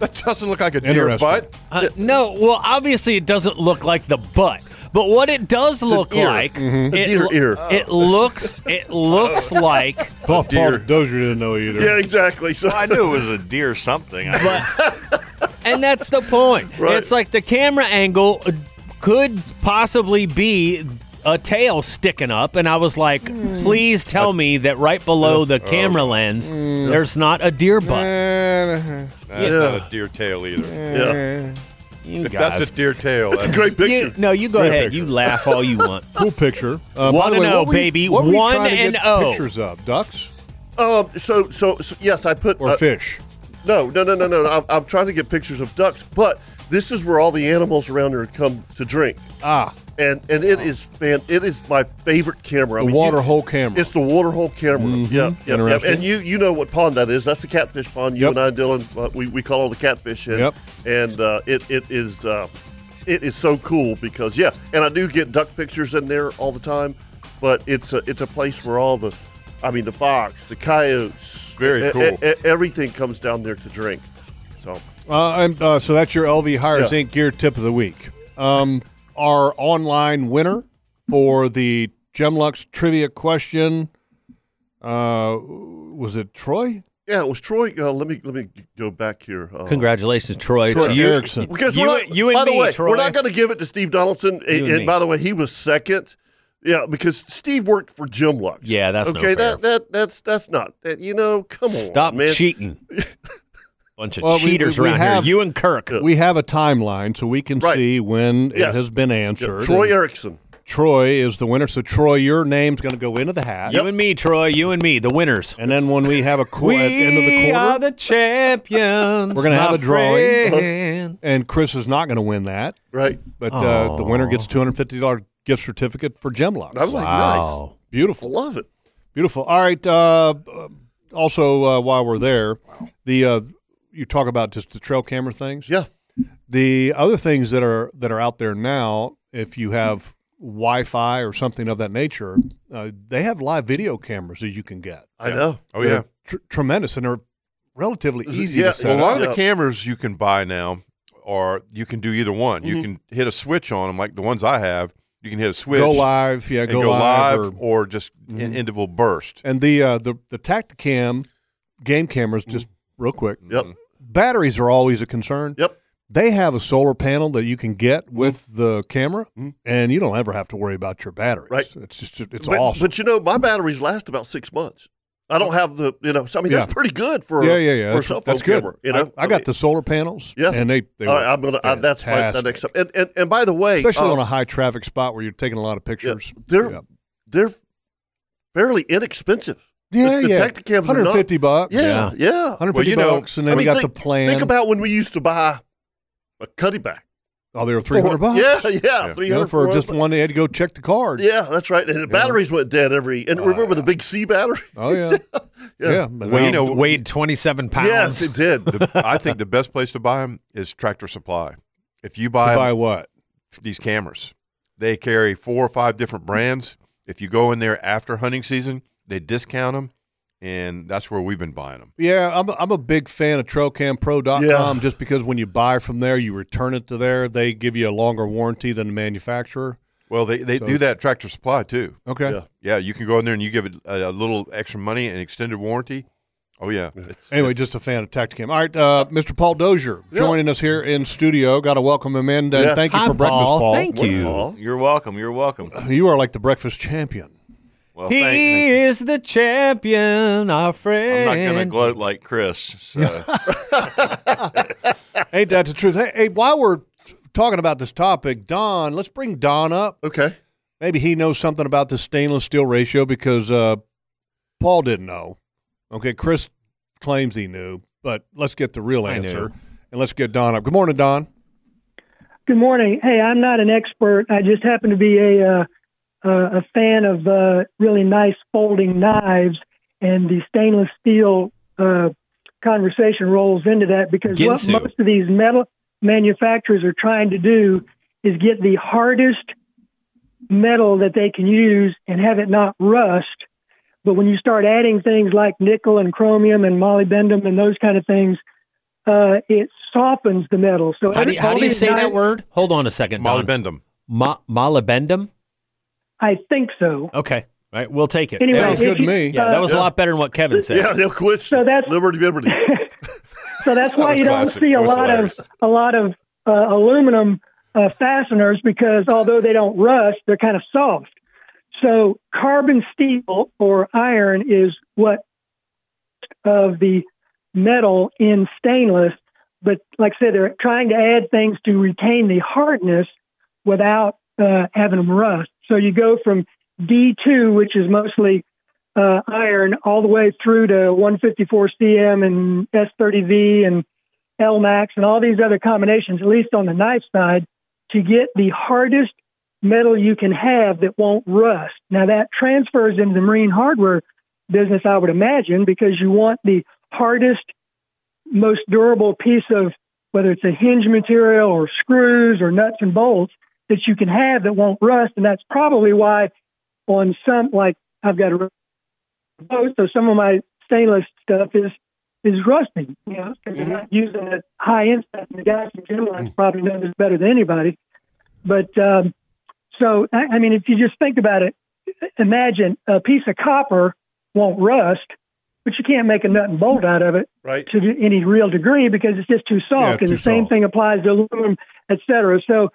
That doesn't look like a deer Interesting. butt." Uh, no, well, obviously it doesn't look like the butt, but what it does look ear. Mm-hmm. like, A it, deer lo- ear. it looks, it looks like, Paul, Paul dear. Dozier didn't know either. yeah, exactly. So I knew it was a deer something. I and that's the point. Right. It's like the camera angle could possibly be a tail sticking up, and I was like, please tell me that right below Oh. the camera lens, Hmm. there's not a deer butt. That's not a deer tail either. yeah, You If guys, that's a deer tail, that's great picture. you, no, you go Great ahead. picture. You laugh all you want. Cool picture. Uh, by One the and way, oh, what were you- baby. What were you One trying to get and oh. pictures of? Ducks um, so, so so yes, I put or uh, fish? No, no, no, no, no. I'm, I'm trying to get pictures of ducks, but this is where all the animals around here come to drink, Ah, and and it is fan. It is my favorite camera. I the mean, water you- hole camera. Mm-hmm. It's the water hole camera. Yeah, yeah, yeah. Interesting. And you you know what pond that is? That's the catfish pond. You Yep. and I, Dylan, uh, we, we call all the catfish in. Yep. And uh, it it is uh, it is so cool because yeah, and I do get duck pictures in there all the time, but it's a it's a place where all the, I mean the fox, the coyotes, Very e- e- cool. e- everything comes down there to drink. So. Uh, and, uh, so that's your LV Hires Yeah. Inc. gear tip of the week. Um, our online winner for the Gemlux trivia question uh, was it Troy? Yeah, it was Troy. Uh, let me let me go back here. Uh, Congratulations, Troy. Troy It's you, Erickson. Because you, we're not, you and by me, the way, Troy. we're not going to give it to Steve Donaldson. And, and and me. by the way, he was second. Yeah, because Steve worked for Jim Lux. Yeah, that's no okay. fair. That that that's that's not that. You know, come on, Stop Oh, man. cheating. Bunch of Well, we- we- cheaters we around have- here. You and Kirk. We have a timeline so we can Right. see when Yes. it has been Yeah, answered. Troy And Erickson. Troy is the winner. So Troy, your name's going to go into the hat. You and me, Troy. You and me, the winners. And then when we have a qu- We at the end of the quarter, are the champions. We're gonna have my a drawing. friend. and Chris is not going to win that, Uh-huh. Right. but uh, the winner gets two hundred fifty dollars gift certificate for Gemlux. I was like, Wow. nice. Beautiful. Love it. Beautiful. All right. Uh, also, uh, while we're there, the uh, you talk about just the trail camera things. Yeah. The other things that are that are out there now, if you have Wi-Fi or something of that nature, uh, they have live video cameras that you can get. I know. Oh yeah. Tr- tremendous, and they're relatively Is it- easy yeah, to Well, set a Yeah. lot of up. the cameras you can buy now are you can do either one. Mm-hmm. You can hit a switch on them, like the ones I have. You can hit a switch, Go live, yeah, and go, live, or- Mm-hmm. or, just an interval burst. and the uh, the the Tacticam game cameras. Just real quick, Mm-hmm. Yep. batteries are always a concern. Yep. Mm-hmm. they have a solar panel that you can get with the camera, and you don't ever have to worry about your batteries. Right. It's just it's but, awesome. But you know, my batteries last about six months. I don't have the you know. So I mean, that's Yeah. pretty good for yeah, yeah, yeah. for a That's, cell phone that's good. camera. You know, I, I got mean, the solar panels. Yeah. and they they all work right, I'm gonna. I, that's my the fantastic. next. And and and by the way, especially uh, on a high traffic spot where you're taking a lot of Yeah, pictures. they're yeah, they're fairly inexpensive. yeah, the, the yeah. Tacticams are not. 150 bucks. Yeah, yeah. 150 Well, you know, bucks, and I then we mean, got think- the plan. Think about when we used to buy a cutty back. oh, they were 300 For- bucks. Yeah, yeah, Yeah. three You know, hundred for just one, they had to go check the card. Yeah, that's right. And the batteries went dead every. And remember the big C battery? Oh yeah, yeah. but Well, you now- know, weighed 27 pounds. yes, it did. the, I think the best place to buy them is Tractor Supply. If you buy, to buy what? these cameras, they carry four or five different brands. If you go in there after hunting season, they discount them, and that's where we've been buying them. Yeah, I'm a, I'm a big fan of TroCamPro.com Yeah. just because when you buy from there, you return it to there. They give you a longer warranty than the manufacturer. Well, they, they So- do that at Tractor Supply too. Okay. Yeah. Yeah, you can go in there and you give it a, a little extra money and extended warranty. Oh yeah, It's- Anyway, just a fan of Tacticam. All right, uh, Mr. Paul Dozier joining us here in studio. Got to welcome him in. And Yes. Thank you Hi, for breakfast, Paul. Paul. Thank you. Aw. You're welcome. You're welcome. You are like the breakfast champion. Well, He thank, thank is the champion, our you. I'm friend. not going to gloat like Chris. So. Ain't that the truth? Hey, hey, while we're talking about this topic, Don, let's bring Don up. Okay. Maybe he knows something about the stainless steel ratio because uh, Paul didn't know. Okay, Chris claims he knew, but let's get the real I knew. answer and let's get Don up. Good morning, Don. Good morning. Hey, I'm not an expert. I just happen to be a uh, uh, a fan of uh, really nice folding knives, and the stainless steel uh, conversation rolls into that because what Ginsu. most of these metal manufacturers are trying to do is get the hardest metal that they can use and have it not rust. But when you start adding things like nickel and chromium and molybdenum and those kind of things, uh, it softens the metal. So How do every- you, how all do you these say that knives- word? Hold on a second. Don. molybdenum. Ma- molybdenum? I think so. Okay. All right. We'll take it. Anyway, that Sounds was, if good to you- me. yeah, that was a lot better than what Kevin said. Yeah, they'll quit. So that's- liberty, liberty. so that's why was you don't classic. see a That was lot hilarious. of a lot of uh, aluminum uh, fasteners because although they don't rust, they're kind of soft. So carbon steel or iron is what of the metal in stainless. But like I said, they're trying to add things to retain the hardness without uh, having them rust. So you go from D2, which is mostly uh, iron, all the way through to 154 CM and S30V and LMAX and all these other combinations, at least on the knife side, to get the hardest metal you can have that won't rust. Now that transfers into the marine hardware business, I would imagine, because you want the hardest, most durable piece of whether it's a hinge material or screws or nuts and bolts that you can have that won't rust. And that's probably why on some, like I've got a both, so some of my stainless stuff is is rusting. You know, 'cause they're not using the high end stuff. And the guys from Gemline's probably know this better than anybody. But um, so I, I mean, if you just think about it, imagine a piece of copper won't rust, but you can't make a nut and bolt out of it Right. to any real degree because it's just too soft. Yeah, it's and too the same soft. thing applies to aluminum, et cetera. So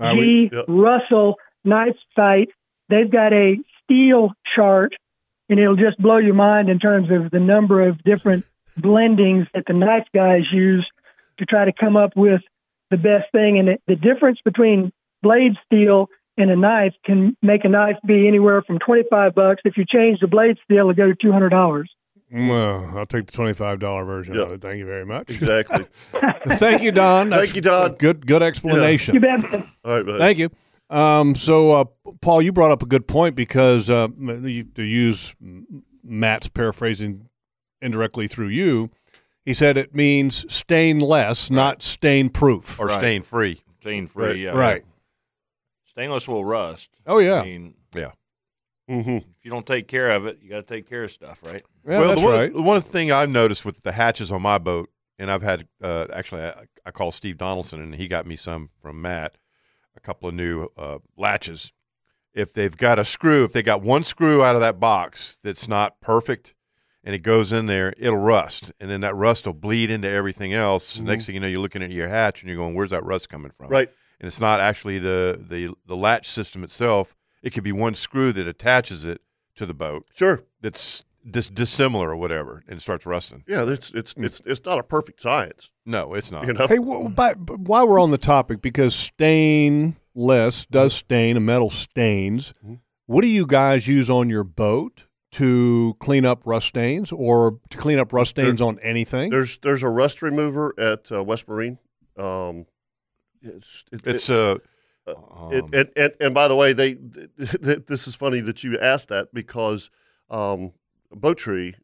All right, we- G. yeah. Russell Knife Site. They've got a steel chart, and it'll just blow your mind in terms of the number of different blendings that the knife guys use to try to come up with the best thing. And it, the difference between blade steel and a knife can make a knife be anywhere from twenty-five bucks. If you change the blade steel, it'll go to two hundred dollars. Well, I'll take the twenty-five dollar version. Yeah. of it. Thank you very much. Exactly. Thank you, Don. Thank you, Don. Good, good explanation. You bet. All right, buddy. Thank you. Um, so, uh, Paul, you brought up a good point because uh, m- you, to use Matt's paraphrasing indirectly through you, he said it means stainless, not stain proof. or Right. stain free. Stain free. Right, yeah. Right. Stainless will rust. Oh, yeah. I mean, Mm-hmm. if you don't take care of it, you got to take care of stuff, right? Yeah, well, that's the one, right. the one thing I've noticed with the hatches on my boat, and I've had uh, actually I, I called Steve Donaldson and he got me some from Matt, a couple of new uh, latches. If they've got a screw, if they got one screw out of that box that's not perfect, and it goes in there, it'll rust, and then that rust will bleed into everything else. Next thing you know, you're looking at your hatch and you're going, "Where's that rust coming from?" Mm-hmm. Right. and it's not actually the the the latch system itself. It could be one screw that attaches it to the boat Sure. that's dis- dissimilar or whatever, and it starts rusting. Yeah, it's it's it's it's not a perfect science, No, it's not. you know. Hey, wh- but, but while we're on the topic, because stainless does stain, and metal stains. Mm-hmm. What do you guys use on your boat to clean up rust stains, or to clean up rust stains on anything? There's there's a rust remover at uh, West Marine. Um, it's it, It's it, uh, a uh, oh, it- um, and, and and by the way, they th- th- this is funny that you asked that because um, Bowtree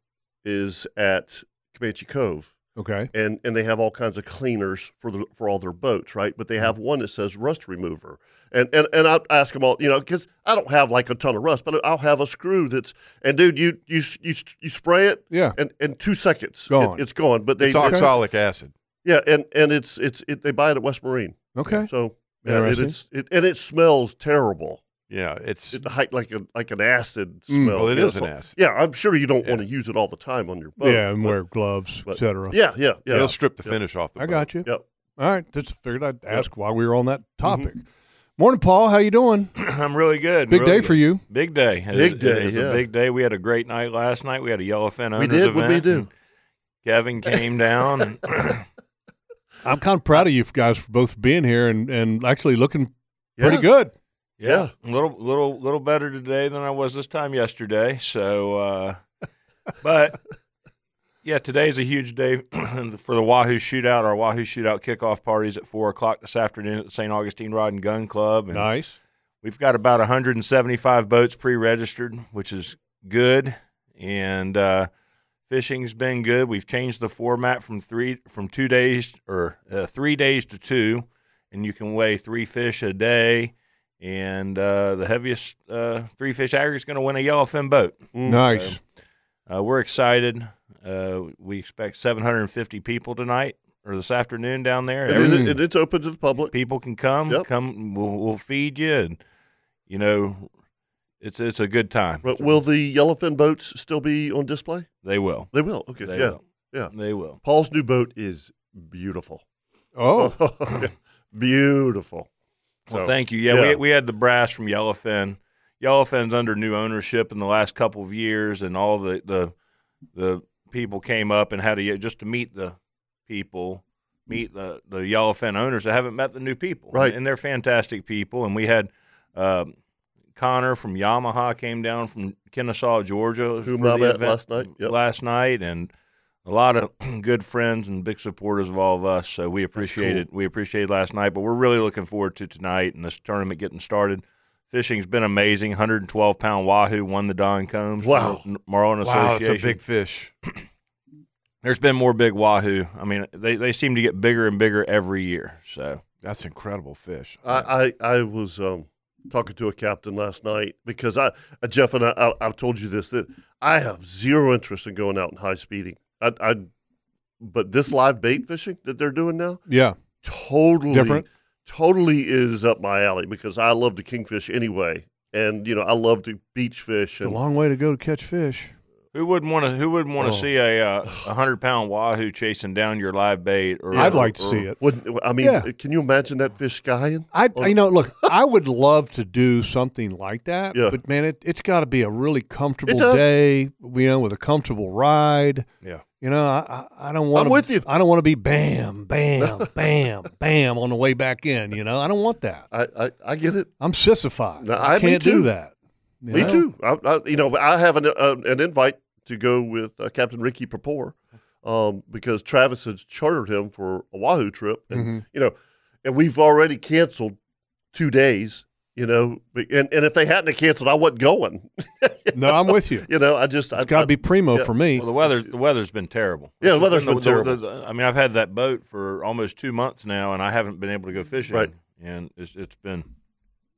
is at Comanche Cove, Okay. and and they have all kinds of cleaners for the for all their boats, right? But they have one that says rust remover, and and and I ask them all, you know, because I don't have like a ton of rust, but I'll have a screw that's and dude, you you s- you, s- you spray it, Yeah. and in two seconds, Gone. It, it's gone. But they, it's they- oxalic acid. yeah, and and it's it's it, they buy it at West Marine, Okay. so Yeah, it, Interesting. it's, it, and it smells terrible. Yeah, it's It hi- like a like an acid Mm. smell. well, it Yeah, is an so- acid. Yeah, I'm sure you don't want to use it all the time on your boat. yeah, and but- wear gloves, but- etc. Yeah, yeah, yeah. It'll strip the finish off. the I boat. got you. Yep. Mm-hmm. All right, just figured I'd ask why we were on that topic. Morning, Paul. How you doing? I'm really good. Big really day good. for you. Big day. Big It- day, It's yeah. a big day. We had a great night last night. We had a yellowfin owners we did what event. we do. and Kevin came down. And I'm kind of proud of you guys for both being here and, and actually looking pretty Yeah. good. Yeah. a little, little, little better today than I was this time yesterday. So, uh, but yeah, today's a huge day for the Wahoo Shootout. Our Wahoo Shootout kickoff parties at four o'clock this afternoon at the St. Augustine Rod and Gun Club. And Nice. We've got about 175 boats pre-registered, which is good, and uh, fishing's been good. We've changed the format from three from two days or uh, three days to two, and you can weigh three fish a day. And uh, the heaviest uh, three fish aggregate is going to win a yellowfin boat. Nice. Uh, we're excited. Uh, we expect 750 people tonight or this afternoon down there. And, it, and it's open to the public. People can come. Yep. Come. We'll, we'll feed you, and you know, it's it's a good time. But will the yellowfin boats still be on display? They will. They will. Okay. They yeah. will. yeah. They will. Paul's new boat is beautiful. Oh, beautiful. Well, So, thank you. Yeah, yeah. We, we had the brass from Yellowfin. Yellowfin's under new ownership in the last couple of years, and all the the the people came up and had a just to meet the people, meet the the Yellowfin owners that haven't met the new people, Right. And, they're fantastic people. And we had um, Connor from Yamaha came down from Kennesaw, Georgia, Whom for I the met event last night. Yep. Last night, and a lot of good friends and big supporters of all of us. So we appreciate cool. it. We appreciate last night, but we're really looking forward to tonight and this tournament getting started. Fishing's been amazing. 112 pound wahoo won the Don Combs. Wow. Mar- Marlin Wow, it's Association. a big fish. There's been more big wahoo. I mean, they, they seem to get bigger and bigger every year. So That's incredible fish. I, I, I was um, talking to a captain last night because I uh, Jeff and I, I I've told you this that I have zero interest in going out and high speeding. I, I but this live bait fishing that they're doing now yeah. totally Different. Totally is up my alley because I love to kingfish anyway, and you know I love to beach fish It's a and long way to go to catch fish. who wouldn't want to? Who wouldn't want to see a uh, a hundred pound wahoo chasing down your live bait? Or I'd or- like to or- see it. Wouldn't, I mean, uh, Yeah. can you imagine that fish skying? I, Uh, you know, look, I would love to do something like that, Yeah. but man, it, it's got to be a really comfortable It does. day, you know, with a comfortable ride. Yeah. You know, I, I, I don't want. with you. I don't want to be bam, bam, bam, bam on the way back in. You know, I don't want that. I, I, I get it. I'm sissified. No, I, I- me can't too. do that. you Me know? too. I, I, you know, I have an uh, an invite to go with uh, Captain Ricky Purpore, um, because Travis has chartered him for a Wahoo trip, and Mm-hmm. you know, and we've already canceled two days. You know, be- and, and if they hadn't have canceled, I wasn't going. No, I'm with you. You know, I just I It's got to be primo yeah. for me. Well, the weather the weather's been terrible. Yeah, the weather's been terrible. I mean, I've had that boat for almost two months now, and I haven't been able to go fishing. Right. and it's, it's been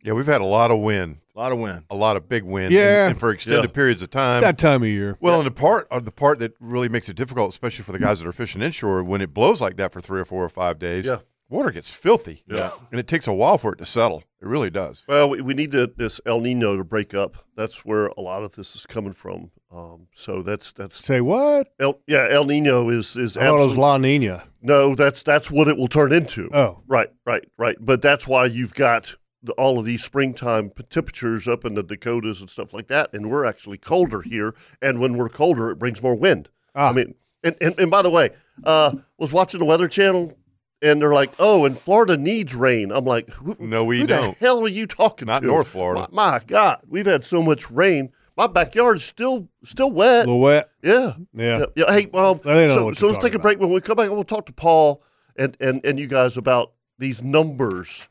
yeah, we've had a lot of wind, a lot of wind. a lot of big wind. Yeah. and, and for extended Yeah. periods of time. that time of year. well, and the part uh, the part that really makes it difficult, especially for the guys that are fishing inshore, when it blows like that for three or four or five days, Yeah. water gets filthy. Yeah. and it takes a while for it to settle. It really does. Well, we, we need to, this El Nino to break up. That's where a lot of this is coming from. Um, so that's that's Say what? El, yeah. El Nino is is I thought it was absolute- La Nina. no. That's that's what it will turn into. Oh, Right, right, right. But that's why you've got the, all of these springtime p- temperatures up in the Dakotas and stuff like that. And we're actually colder here. And when we're colder, it brings more wind. Ah. I mean, and, and, and by the way, uh, was watching the Weather Channel and they're like, oh, and Florida needs rain. I'm like, who, No, we who don't. the hell are you talking Not to? North Florida. My, my God, we've had so much rain. My backyard's still still wet. little wet. Yeah. Yeah. Yeah. yeah. Hey, well, They know so, what so you're let's take talking a break. When we come back, we'll talk to Paul and, and, and you guys about these numbers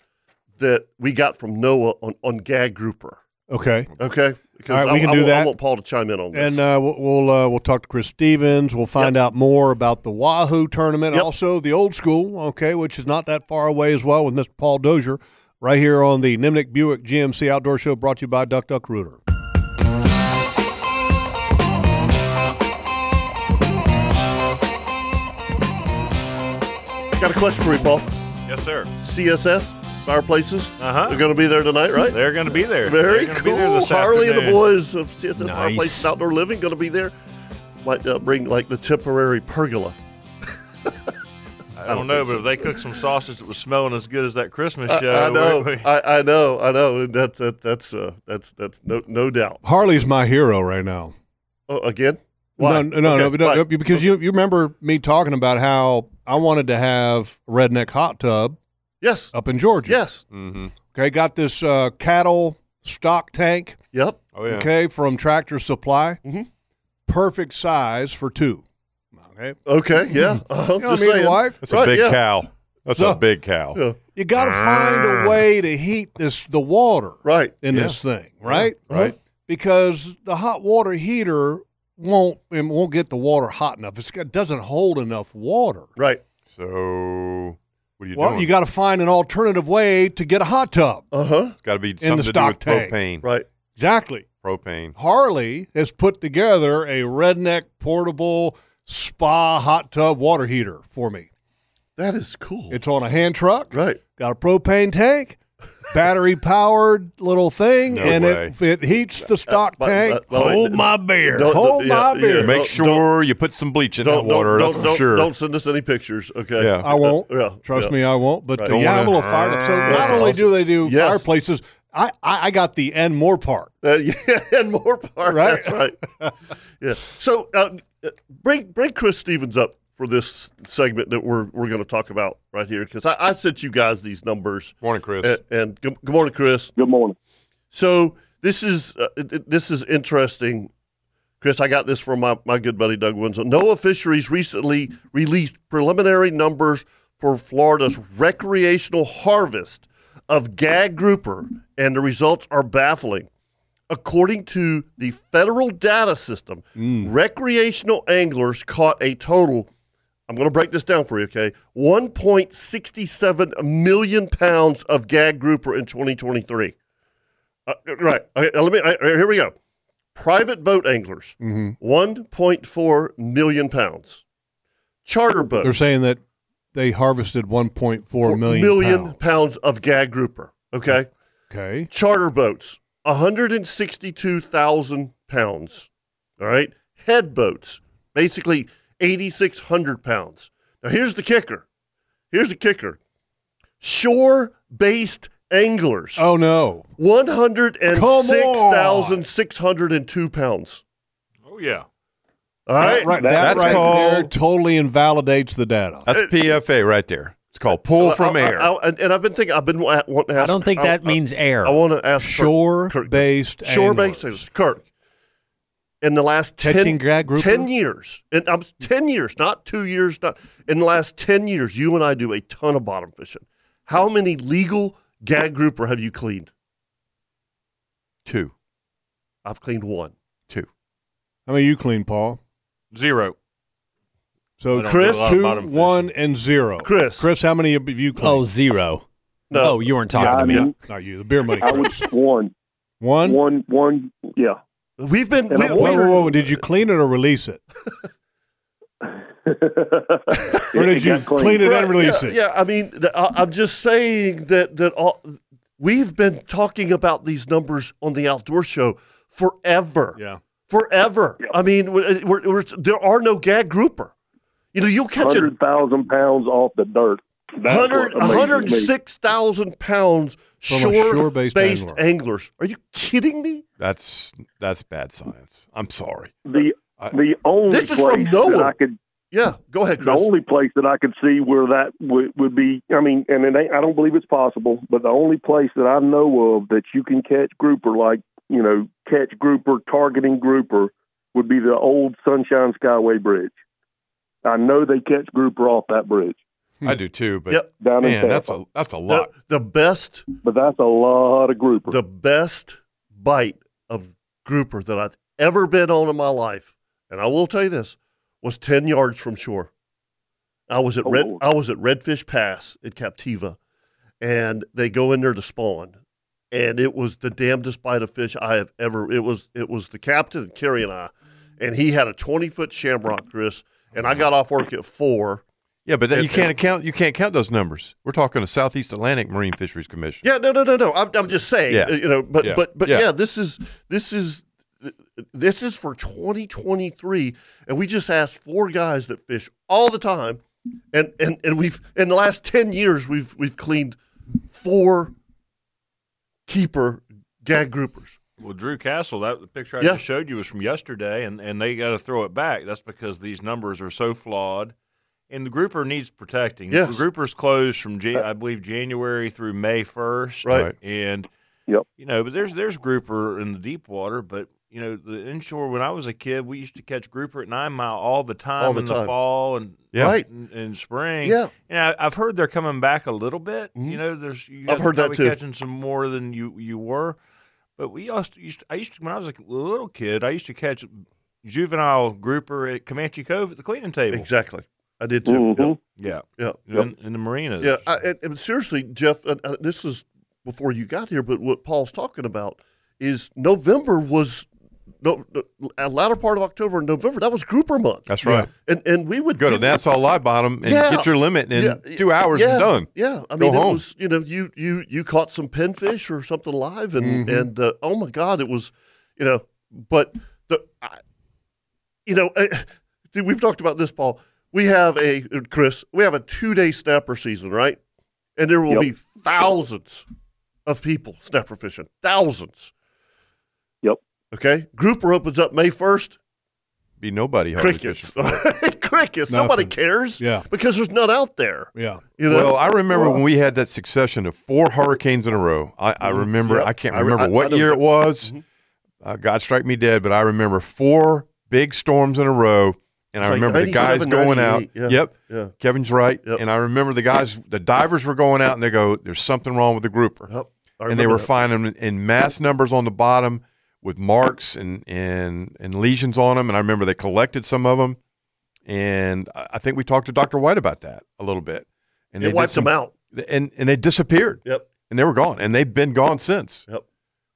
that we got from NOAA on, on Gag Grouper. Okay. Okay? Because All right, I, we can I do want- I that. want Paul to chime in on this. And uh, we'll we'll, uh, we'll talk to Chris Stevens. We'll find out more about the Wahoo tournament, Yep. also the old school, okay, which is not that far away as well, with Mr. Paul Dozier, right here on the Nimnik Buick GMC Outdoor Show, brought to you by Duck Duck Rooter. Got a question for you, Paul. Yes, sir. CSS, fireplaces. Uh-huh. They're going to be there tonight, right? They're going to be there. Very They're gonna be cool. there this Harley and the afternoon. boys of CSS Nice. Fireplaces Outdoor Living going to be there. Might uh, bring like the temporary pergola. I don't know, but if they cooked some sausage that was smelling as good as that Christmas I- show, I, know, we- we- I, I know, I know. That, that that's uh, that's that's no no doubt. Harley's my hero right now. Oh, again? Why? No, no, no, Okay, no, why? no, because you you remember me talking about how I wanted to have a redneck hot tub Yes, up in Georgia. yes, Mm-hmm. Okay, got this uh, cattle stock tank. yep. Oh yeah. Okay, from Tractor Supply. Mhm. Perfect size for two. Okay, Hmm. Okay, yeah. Uh-huh, know just what I mean, saying. wife? That's Right, a big yeah. cow. Ah. That's So- a big cow. Yeah. you got to find a way to heat this the water Right. in yeah. this thing, right? Right. Because the hot water heater won't it won't get the water hot enough. It's got, doesn't hold enough water. Right. So what are you well, doing? you got to find an alternative way to get a hot tub. Uh huh. it's got to be something to the do stock with tank. propane. Right. Exactly. Propane. Harley has put together a redneck portable spa hot tub water heater for me. That is cool. It's on a hand truck. right. Got a propane tank, battery powered little thing, No and way. Oh, it it heats the stock But- tank. but- well, Hold it- my beer. don't- Hold my beer. don't- Make don't- sure you put some bleach in Don't that water. don't, that's don't, for sure. don't send us any pictures, okay? Yeah. I won't. Yeah, Trust yeah. me, I won't. But Right. the Don't yeah, wanna- I'm a little fired up. So That's not only do they do Yes. fireplaces, I, I I got the and more part. Uh, yeah, and more part. Right. That's right. yeah. So uh, bring bring Chris Stevens up for this segment that we're we're going to talk about right here because I, I sent you guys these numbers Morning, Chris. and, and good, good morning, Chris. Good morning. So this is uh, it- it- this is interesting, Chris. I got this from my, my good buddy Doug Winslow. NOAA Fisheries recently released preliminary numbers for Florida's recreational harvest of gag grouper, and the results are baffling. According to the federal data system, recreational anglers caught a total. I'm going to break this down for you, okay? 1.67 million pounds of gag grouper in 2023. Uh, right. Okay, now let me. I, here we go. Private boat anglers, Mm-hmm. point four million pounds. Charter boats, They're saying that they harvested 1.4 million, pounds. pounds. of gag grouper. Okay. Okay, Charter boats, one hundred and sixty-two thousand pounds. All right. Head boats, basically eighty-six hundred pounds. Now here's the kicker. Here's the kicker. Shore-based anglers. oh no, 106,602 pounds. oh yeah. All right. right, that That's right there called- totally invalidates the data. That's PFA right there. It's called pull from I- I- air. I- and- and I've been thinking, I've been wa- wanting to I ask. don't think that means air. I, want to ask Kirk- Shore Kirk this. based Shore based. Kirk. In the last 10, Catching gag grouper? 10 years, and I'm 10 years, not two years, not in the last 10 years, you and I do a ton of bottom fishing. How many legal gag grouper have you cleaned? two. I've cleaned one. Two. I mean, you clean, Paul. Zero. I So don't Chris, do a lot of two, bottom fishing. one, and zero. Chris. Chris, how many of you clean? oh, zero. No. Oh, you weren't talking to me. yeah, not you. The beer money. I was Chris. one, One. one, one. Yeah, We've been. And we- I'm Whoa, we- whoa, whoa, Did you clean it or release it? Or did you got cleaned. clean it and Right, release yeah, it? Yeah, I mean, th- I, I'm just saying that that all, we've been talking about these numbers on the outdoor show forever, Yeah. forever. I mean, we're, we're, we're, there are no gag grouper. You know, you'll catch a hundred thousand pounds off the dirt. That's what hundred, amazes hundred me. six thousand pounds From a shore-based shore-based angler. anglers. Are you kidding me? That's that's bad science. I'm sorry. The I- the only This is from place Noah. that I could Yeah, go ahead, the Chris. only place that I could see where that would, would be, I mean, and it ain't, I don't believe it's possible, but the only place that I know of that you can catch grouper, like, you know, catch grouper, targeting grouper, would be the old Sunshine Skyway Bridge. I know they catch grouper off that bridge I do too, but Yep. down man, in that's Tampa. a that's a the, lot. the best, but that's a lot of grouper. the best bite of grouper that I've ever been on in my life, and I will tell you this, was ten yards from shore. I was at Oh, Red Lord. I was at Redfish Pass at Captiva, and they go in there to spawn. And it was the damnedest bite of fish I have ever. It was it was the captain, Kerry and I, and he had a twenty foot shamrock, Chris. And I got off work at four, Yeah, but that, you And- can't account you can't count those numbers. We're talking the Southeast Atlantic Marine Fisheries Commission. Yeah, no, no, no, no. I'm, I'm just saying, Yeah. uh, you know, but Yeah. but but yeah. Yeah. this is this is this is for 2023, and we just asked four guys that fish all the time, and and and we've in the last 10 years we've we've cleaned four keeper gag groupers. Well, Drew Castle, that the picture I Yeah. just showed you was from yesterday, and, and they got to throw it back. That's because these numbers are so flawed, and the grouper needs protecting. Yes. The grouper's closed from Jan- I believe January through May first, Right. And Yep. you know, but there's there's grouper in the deep water, but you know the inshore. When I was a kid, we used to catch grouper at Nine Mile all the time All the in time. the fall and Yeah. Right. and, and spring. Yeah. Mm-hmm. and I, I've heard they're coming back a little bit. You know, there's you I've guys are heard that probably too. Catching some more than you you were. But we used to, used to, I used to, when I was a little kid, I used to catch juvenile grouper at Comanche Cove at the cleaning table. Exactly, I did too. Mhm. Yeah. Yeah, yeah. In, in the marinas. Yeah, I, and, and seriously, Jeff, uh, uh, this is before you got here, but what Paul's talking about is November was no, no a latter part of October and November. That was grouper month. That's right. And and we would Go we to would- Nassau Live Bottom and Yeah. get your limit in yeah, two hours yeah, and done. Yeah, I Go mean, it home. was you know you you you caught some pinfish or something live, and Mm-hmm. and uh, oh my god, it was you know, but the I, you know uh, dude, we've talked about this, Paul. We have a uh, Chris. We have a two day snapper season, right? And there will Yep. be thousands of people snapper fishing, thousands. Yep. Okay, grouper opens up May first. Be nobody hardly Crickets, fishing for it. crickets. Nobody Nothing. cares. Yeah. because there's none out there. Yeah. You know. Well, I remember when we had that succession of four hurricanes in a row. I, I remember. Mm-hmm. Yep. I can't I re- remember I- I what know Mm-hmm. year it exact- was. Uh, God strike me dead, but I remember four big storms in a row, and It's I like remember the guys 97, going out. 98, yeah. Yep, Yeah. Kevin's right. Yep. And I remember the guys, the divers were going out, and they go, "There's something wrong with the grouper," Yep. I and they remember were that. finding them in mass numbers on the bottom with marks and and and lesions on them. And I remember they collected some of them, and I I think we talked to Dr. White about that a little bit. And It did wiped some- them out. and and they disappeared Yep. and they were gone and they've been gone since Yep.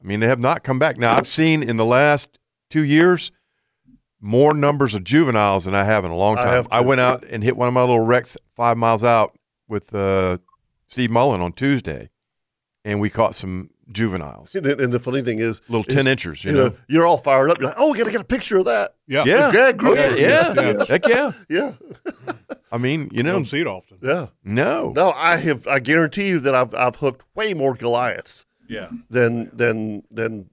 i mean they have not come back now i've seen in the last two years more numbers of juveniles than i have in a long I time have i, too. went out and hit one of my little wrecks five miles out with uh, steve mullen on tuesday and we caught some juveniles And, and the funny thing is, little is, 10 inchers you, you know, you're all fired up. You're like, oh, we gotta get a picture of that. Yeah. yeah. Grad Oh, group. yeah, yeah. Heck yeah. Yeah, I mean, you You know, don't see it often. yeah. no. No, I have. I guarantee you that I've I've hooked way more Goliaths Yeah. than than than.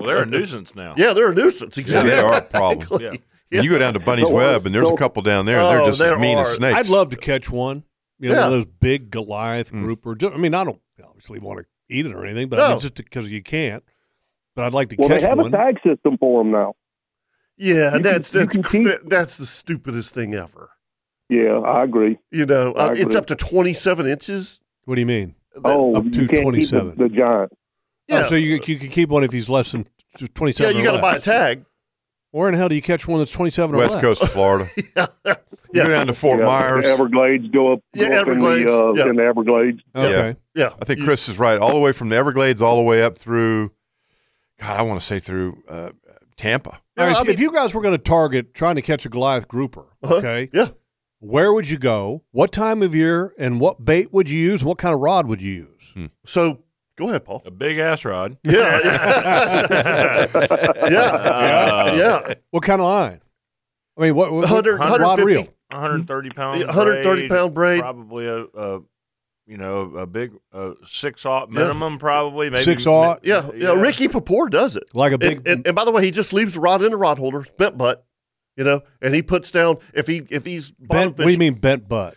Well, they're a nuisance now. Yeah, they're a nuisance. Exactly. they are a problem. Exactly. Yeah. And you go down to Bunny's Don't worry. Web, and there's a Don't- couple down there, and Oh, they're just there as mean are. as snakes. I'd love to catch one. You know, Yeah. one of those big Goliath Hmm. grouper. Ju- I mean, I don't obviously want to eat it or anything, but I No. mean, just because you can't. But I'd like to Well, catch they have one. a tag system for them now. Yeah, You that's can- you that's can cr- keep- that- that's the stupidest thing ever. Yeah, I agree. You know, I uh, it's agree. up to twenty seven inches. What do you mean? Oh, up to you can't keep the, 27. the giant. Oh, Yeah, so you you can keep one if he's less than t- yeah. twenty-seven. You or got to buy a less. tag. Where in hell do you catch one that's twenty-seven or West less? Coast of Florida. yeah, You go down to Fort yeah, Myers. The Everglades go up, Yeah, go up in, Everglades, the, uh, yeah. in the Everglades. Okay. yeah. I think You- Chris is right. All the way from the Everglades, all the way up through, God, I want to say through uh, Tampa. Yeah, All right, I if- mean- if you guys were going to target trying to catch a Goliath grouper, Uh-huh. okay, Yeah. where would you go? What time of year and what bait would you use? What kind of rod would you use? Hmm. So go ahead, Paul. A big ass rod. Yeah. yeah. Uh, yeah. yeah. What kind of line? I mean, what, what 100, what rod 150. reel? 130 pound. Yeah, 130 braid, pound braid. Probably a, a you know, a big uh, six aught minimum, probably. Maybe, Six-aught. Yeah, yeah, Ricky Papour does it. Like a big And, and, and by the way, he just leaves the rod in the rod holder, bent butt, you know, and he puts down if he if he's bottom bent. What do you fishing, mean bent butt?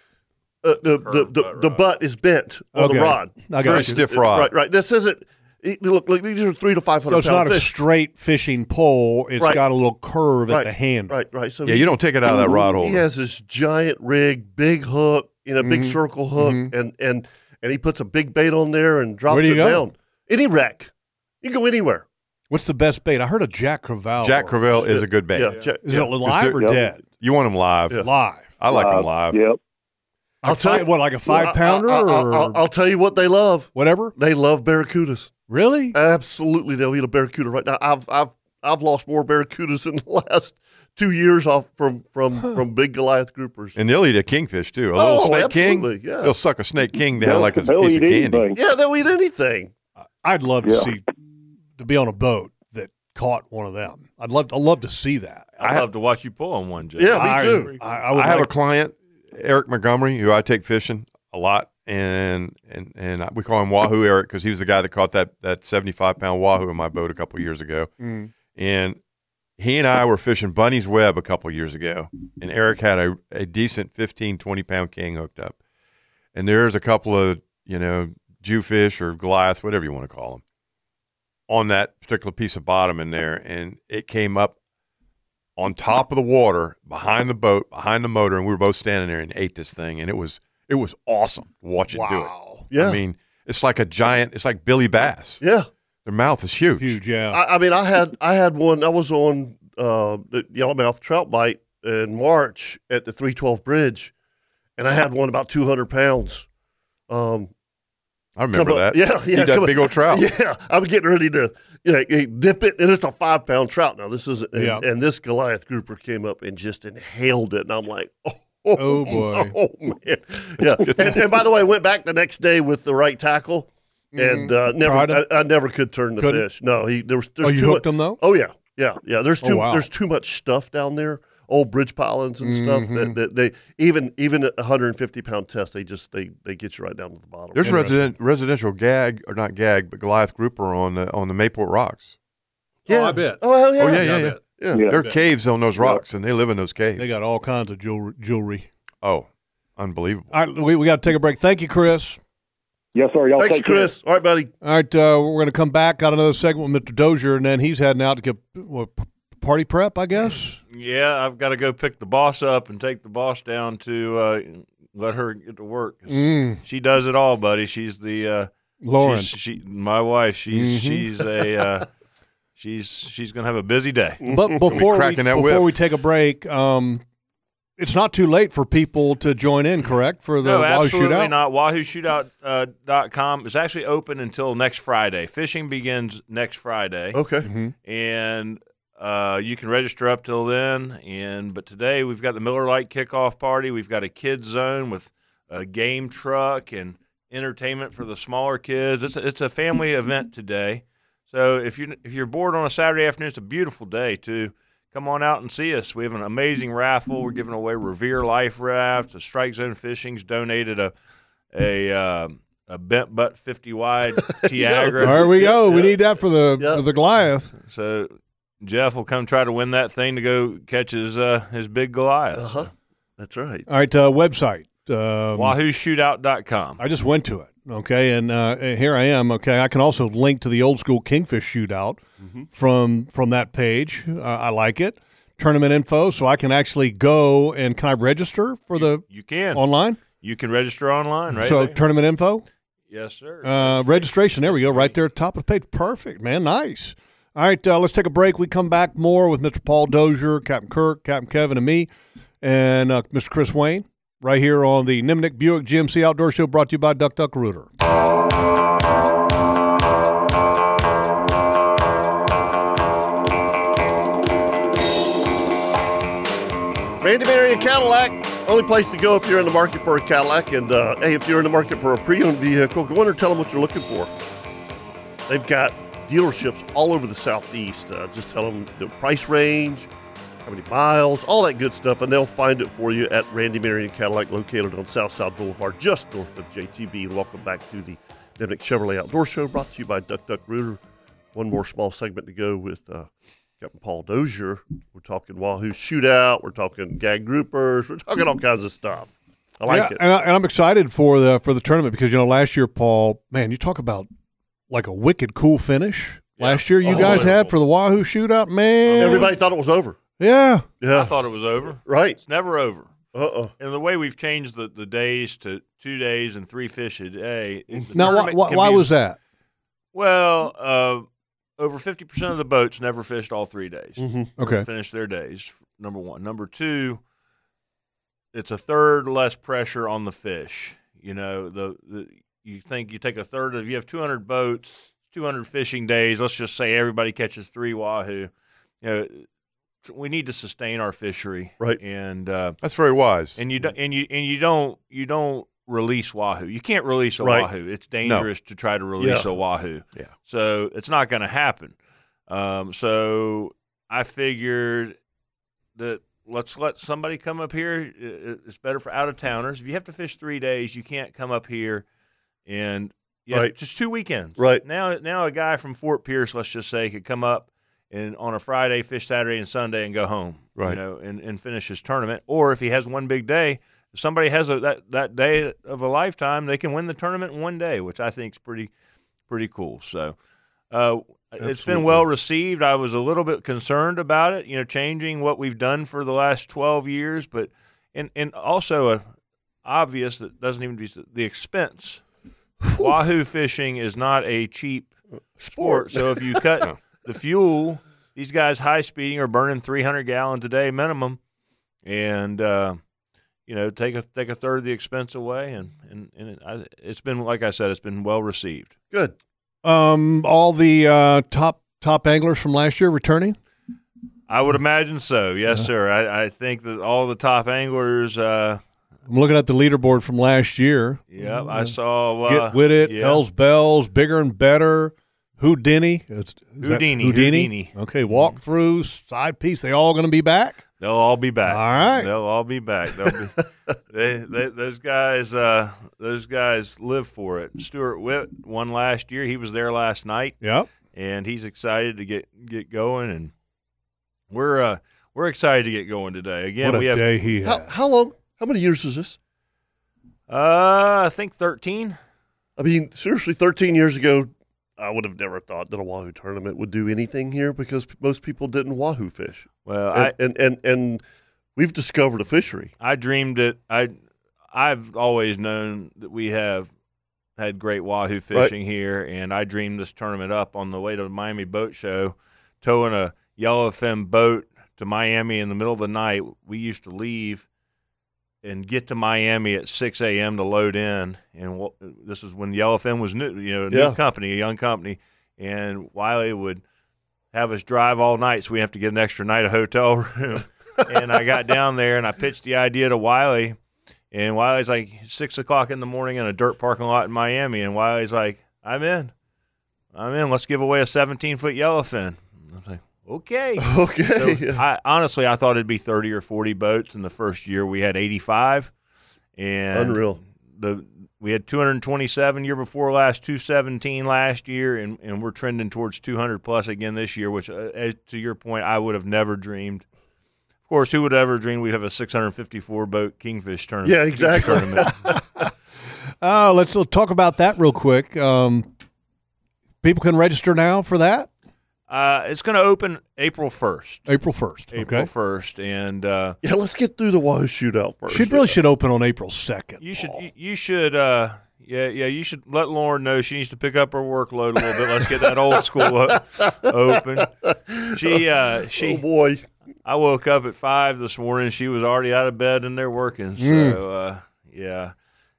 uh, the, the, Curved the, butt the rod. butt is bent on the Okay. rod. I got Very you. stiff rod. Right, right. This isn't. he- Look, look, these are three to five So hundred it's not pound a fish. straight fishing pole. It's Right. got a little curve Right, at the hand. right, right. So Yeah, you don't take it out of that rod he, holder. he has this giant rig, big hook, you know, Mm-hmm. big circle hook, and and and he puts a big bait on there and drops Where do it you go? down. Any wreck, you can go anywhere. What's the best bait? I heard a Jack Crevel. Jack Crevel is a good bait. Yeah, check- Is yeah. it live or Yeah. dead? You want him live. Yeah. Live. I like Uh, him live. Yep. I'll Like tell five- you- what, like a Well, I- five pounder I, I, or I'll, I'll tell you what they love. whatever. They love barracudas. Really? Absolutely, they'll eat a barracuda right now. I've I've I've lost more barracudas in the last two years off from from from big Goliath groupers. And they'll eat a kingfish too. Oh, A little snake king. absolutely, yeah. They'll suck a snake king down Yeah, like a they'll piece of eat candy. anything. Yeah, they'll eat anything. I'd love to Yeah. see to be on a boat that caught one of them. I'd love I'd love to see that. I'd love to watch you pull on one, Jay. I- I, I would have like- a client, Eric Montgomery, who I take fishing a lot, and and and I- we call him Wahoo Eric because he was the guy that caught that that seventy five pound Wahoo in my boat a couple years ago, Mm. and he and I were fishing Bunny's Web a couple years ago, and Eric had a, a decent 15, 20 pound king hooked up, and there's a couple of you know Jewfish or Goliath, whatever you want to call them, on that particular piece of bottom in there, and it came up on top of the water behind the boat behind the motor and we were both standing there and ate this thing and it was it was awesome to watch it Wow. do it Yeah. i mean it's like a giant it's like billy bass yeah their mouth is huge huge yeah I, I mean, I had I had one. I was on uh, the Yellowmouth Trout Bite in March at the 312 Bridge, and I had one about 200 pounds. Um, I remember come up- that. Yeah, You yeah. got come up- big old trout. Yeah, I'm getting ready to you know, you dip it, and it's a five pound trout. Now this is and, Yeah. and this Goliath grouper came up and just inhaled it, and I'm like, oh. Oh, boy. Oh man! Yeah, and, and by the way, went back the next day with the right tackle, and Mm-hmm. uh, Mhm. Tried never, 'em? I, I never could turn the Couldn't? fish. No, he there was. There's Oh, you too hooked much, him, though? Oh yeah, yeah, yeah. There's Oh, too wow. there's too much stuff down there. Old bridge pylons and stuff Mm-hmm. that, that they even even at 150 pound test they just they they get you right down to the bottom. there's resident, residential gag or not gag but goliath grouper on the on the mayport rocks Yeah, I bet. Oh, hell yeah. oh yeah yeah I yeah, bet. there are Yeah. caves on those rocks and they live in those caves They got all kinds of jewelry. jewelry. oh unbelievable All right, we, we got to take a break. Thank you, Chris. Yes, sir. Y'all Thanks, Chris. All right, buddy. All right, uh, we're going to come back. Got another segment with Mr. Dozier, and then he's heading out to get well, p- party prep, I guess. Yeah, I've got to go pick the boss up and take the boss down to uh, let her get to work. Mm. She does it all, buddy. She's the uh, Lauren. she's- she, my wife. She's Mhm. she's a uh, she's she's gonna have a busy day. Mm-hmm. But before we, before we take a break, um, it's not too late for people to join in, correct? For the no, Wahoo absolutely shootout. not. WahooShootout.com uh, dot com is actually open until next Friday. Fishing begins next Friday. Okay. Mm-hmm. and uh, you can register up till then. And but today we've got the Miller Lite kickoff party. We've got a kids zone with a game truck and entertainment for the smaller kids. It's a, it's a family Mm-hmm. event today. So if you if you're bored on a Saturday afternoon, it's a beautiful day too. Come on out and see us. We have an amazing raffle. We're giving away Revere Life Raft. The Strike Zone Fishing's donated a a um, a bent butt fifty wide Tiagra. There we go. We need that for the for the Goliath. So Jeff will come try to win that thing to go catch his uh, his big Goliath. Uh-huh. That's right. All right, uh, website. Um, WahooShootout.com. I just went to it. Okay, and uh, here I am. Okay, I can also link to the old school Kingfish shootout Mm-hmm. from from that page. Uh, I like it. Tournament info, so I can actually go and can I register for the You can online? You can register online, right? so there. tournament info. yes, sir. Uh, registration. There we go. Right there, at the top of the page. Perfect, man. Nice. All right, uh, let's take a break. We come back more with Mr. Paul Dozier, Captain Kirk, Captain Kevin, and me, and uh, Mr. Chris Wayne, right here on the Nimnik Buick GMC Outdoor Show, brought to you by Duck Duck Rooter. Randy Marion Cadillac, only place to go if you're in the market for a Cadillac. And uh, hey, if you're in the market for a pre-owned vehicle, go in and tell them what you're looking for. They've got dealerships all over the southeast. Uh, just tell them the price range, how many miles, all that good stuff, and they'll find it for you at Randy Marion Cadillac, located on South Side Boulevard, just north of JTB. And welcome back to the Demnick Chevrolet Outdoor Show, brought to you by Duck Duck Rooter. One more small segment to go with uh, Captain Paul Dozier. We're talking Wahoo Shootout. We're talking gag groupers. We're talking all kinds of stuff. I like Yeah, it. and, I, and I'm excited for the for the tournament because you know last year, Paul, man, you talk about like a wicked cool finish last year. You guys had for the Wahoo shootout, man. Everybody thought it was over. yeah, Yeah. I thought it was over. Right. It's never over. Uh oh. And the way we've changed the, the days to two days and three fish a day. it- the Now, why, tournament why, can why be- was that? Well, uh, over 50% of the boats never fished all three days. Mhm. They Okay. Finished their days, number one. Number two, it's a third less pressure on the fish. You know, the, the you think you take a third of, you have 200 boats, 200 fishing days. Let's just say everybody catches three wahoo. you know, we need to sustain our fishery, Right. And uh, That's very wise. and you don't and you and you don't you don't release wahoo. You can't release a Right. wahoo. It's dangerous to try to release Yeah. a wahoo. Yeah. So it's not going to happen. Um, so I figured that let's let somebody come up here. I- i- It's better for out of towners. If you have to fish three days, you can't come up here and yeah, Right. just two weekends. Right. now, now a guy from Fort Pierce, let's just say, could come up and on a Friday fish Saturday and Sunday and go home. Right. You know, and, and finish his tournament. Or if he has one big day, if somebody has a that, that day of a lifetime, they can win the tournament in one day, which I think is pretty pretty cool. So uh, it's been Absolutely. well received. I was a little bit concerned about it, you know, changing what we've done for the last twelve years, but and and also a obvious that doesn't even be the expense. Wahoo fishing is not a cheap sport. So if you cut the fuel, these guys high speeding are burning 300 gallons a day minimum, and uh, you know take a take a third of the expense away, and and, and it, I, it's been like I said, it's been well received. Good. Um, all the uh, top top anglers from last year returning. I would imagine so. Yes, sir. I, I think that all the top anglers. Uh, I'm looking at the leaderboard from last year. yeah, I saw. Uh, Get with it. yeah. Hell's bells. Bigger and better. Houdini. It's, is that Houdini, Houdini. Houdini. Okay. Walk through side piece. They all going to be back. They'll all be back. All right. They'll all be back. They'll be, they, they, those guys, uh, those guys live for it. Stuart Witt won last year. He was there last night, Yep. and he's excited to get get going. And we're uh, we're excited to get going today. Again, what a we have day he How, had. how long? How many years is this? uh, I think thirteen. I mean, seriously, 13 years ago, I would have never thought that a Wahoo tournament would do anything here because p- most people didn't Wahoo fish. Well, And, I and, and, and we've discovered a fishery. I dreamed it. I I've always known that we have had great wahoo fishing here, and I dreamed this tournament up on the way to the Miami Boat Show, towing a yellowfin boat to Miami in the middle of the night. We used to leave and get to Miami at 6 a.m. to load in, and wa- this is when yellowfin was new, you know, a Yeah. new company, a young company, and Wiley would have us drive all night, so we have to get an extra night of hotel room. and I got down there and I pitched the idea to Wiley, and Wiley's like six o'clock in the morning in a dirt parking lot in Miami, and Wiley's like, "I'm in, I'm in. Let's give away a 17 foot yellowfin." I was like, "Okay." So Okay. yeah. I honestly I thought it'd be 30 or 40 boats in the first year. We had 85, and Unreal. the we had 227 year before last, 217 last year, and, and we're trending towards 200 plus again this year. Which, uh, as to your point, I would have never dreamed. Of course, who would ever dream we'd have a 654 boat kingfish tournament? Yeah, exactly. tournament. Uh, let's uh, talk about that real quick. Um, people can register now for that. uh, it's going to open April 1st. April first. April Okay. 1st, and uh, Yeah, let's get through the Wahoo shootout first. Should really should open on April second. You should. You, you should. Uh, yeah, yeah. You should let Lauren know she needs to pick up her workload a little bit. Let's get that old school o- open. She. Uh, Oh, she. boy. I woke up at five this morning. She was already out of bed and they're working. So Mm. uh, yeah,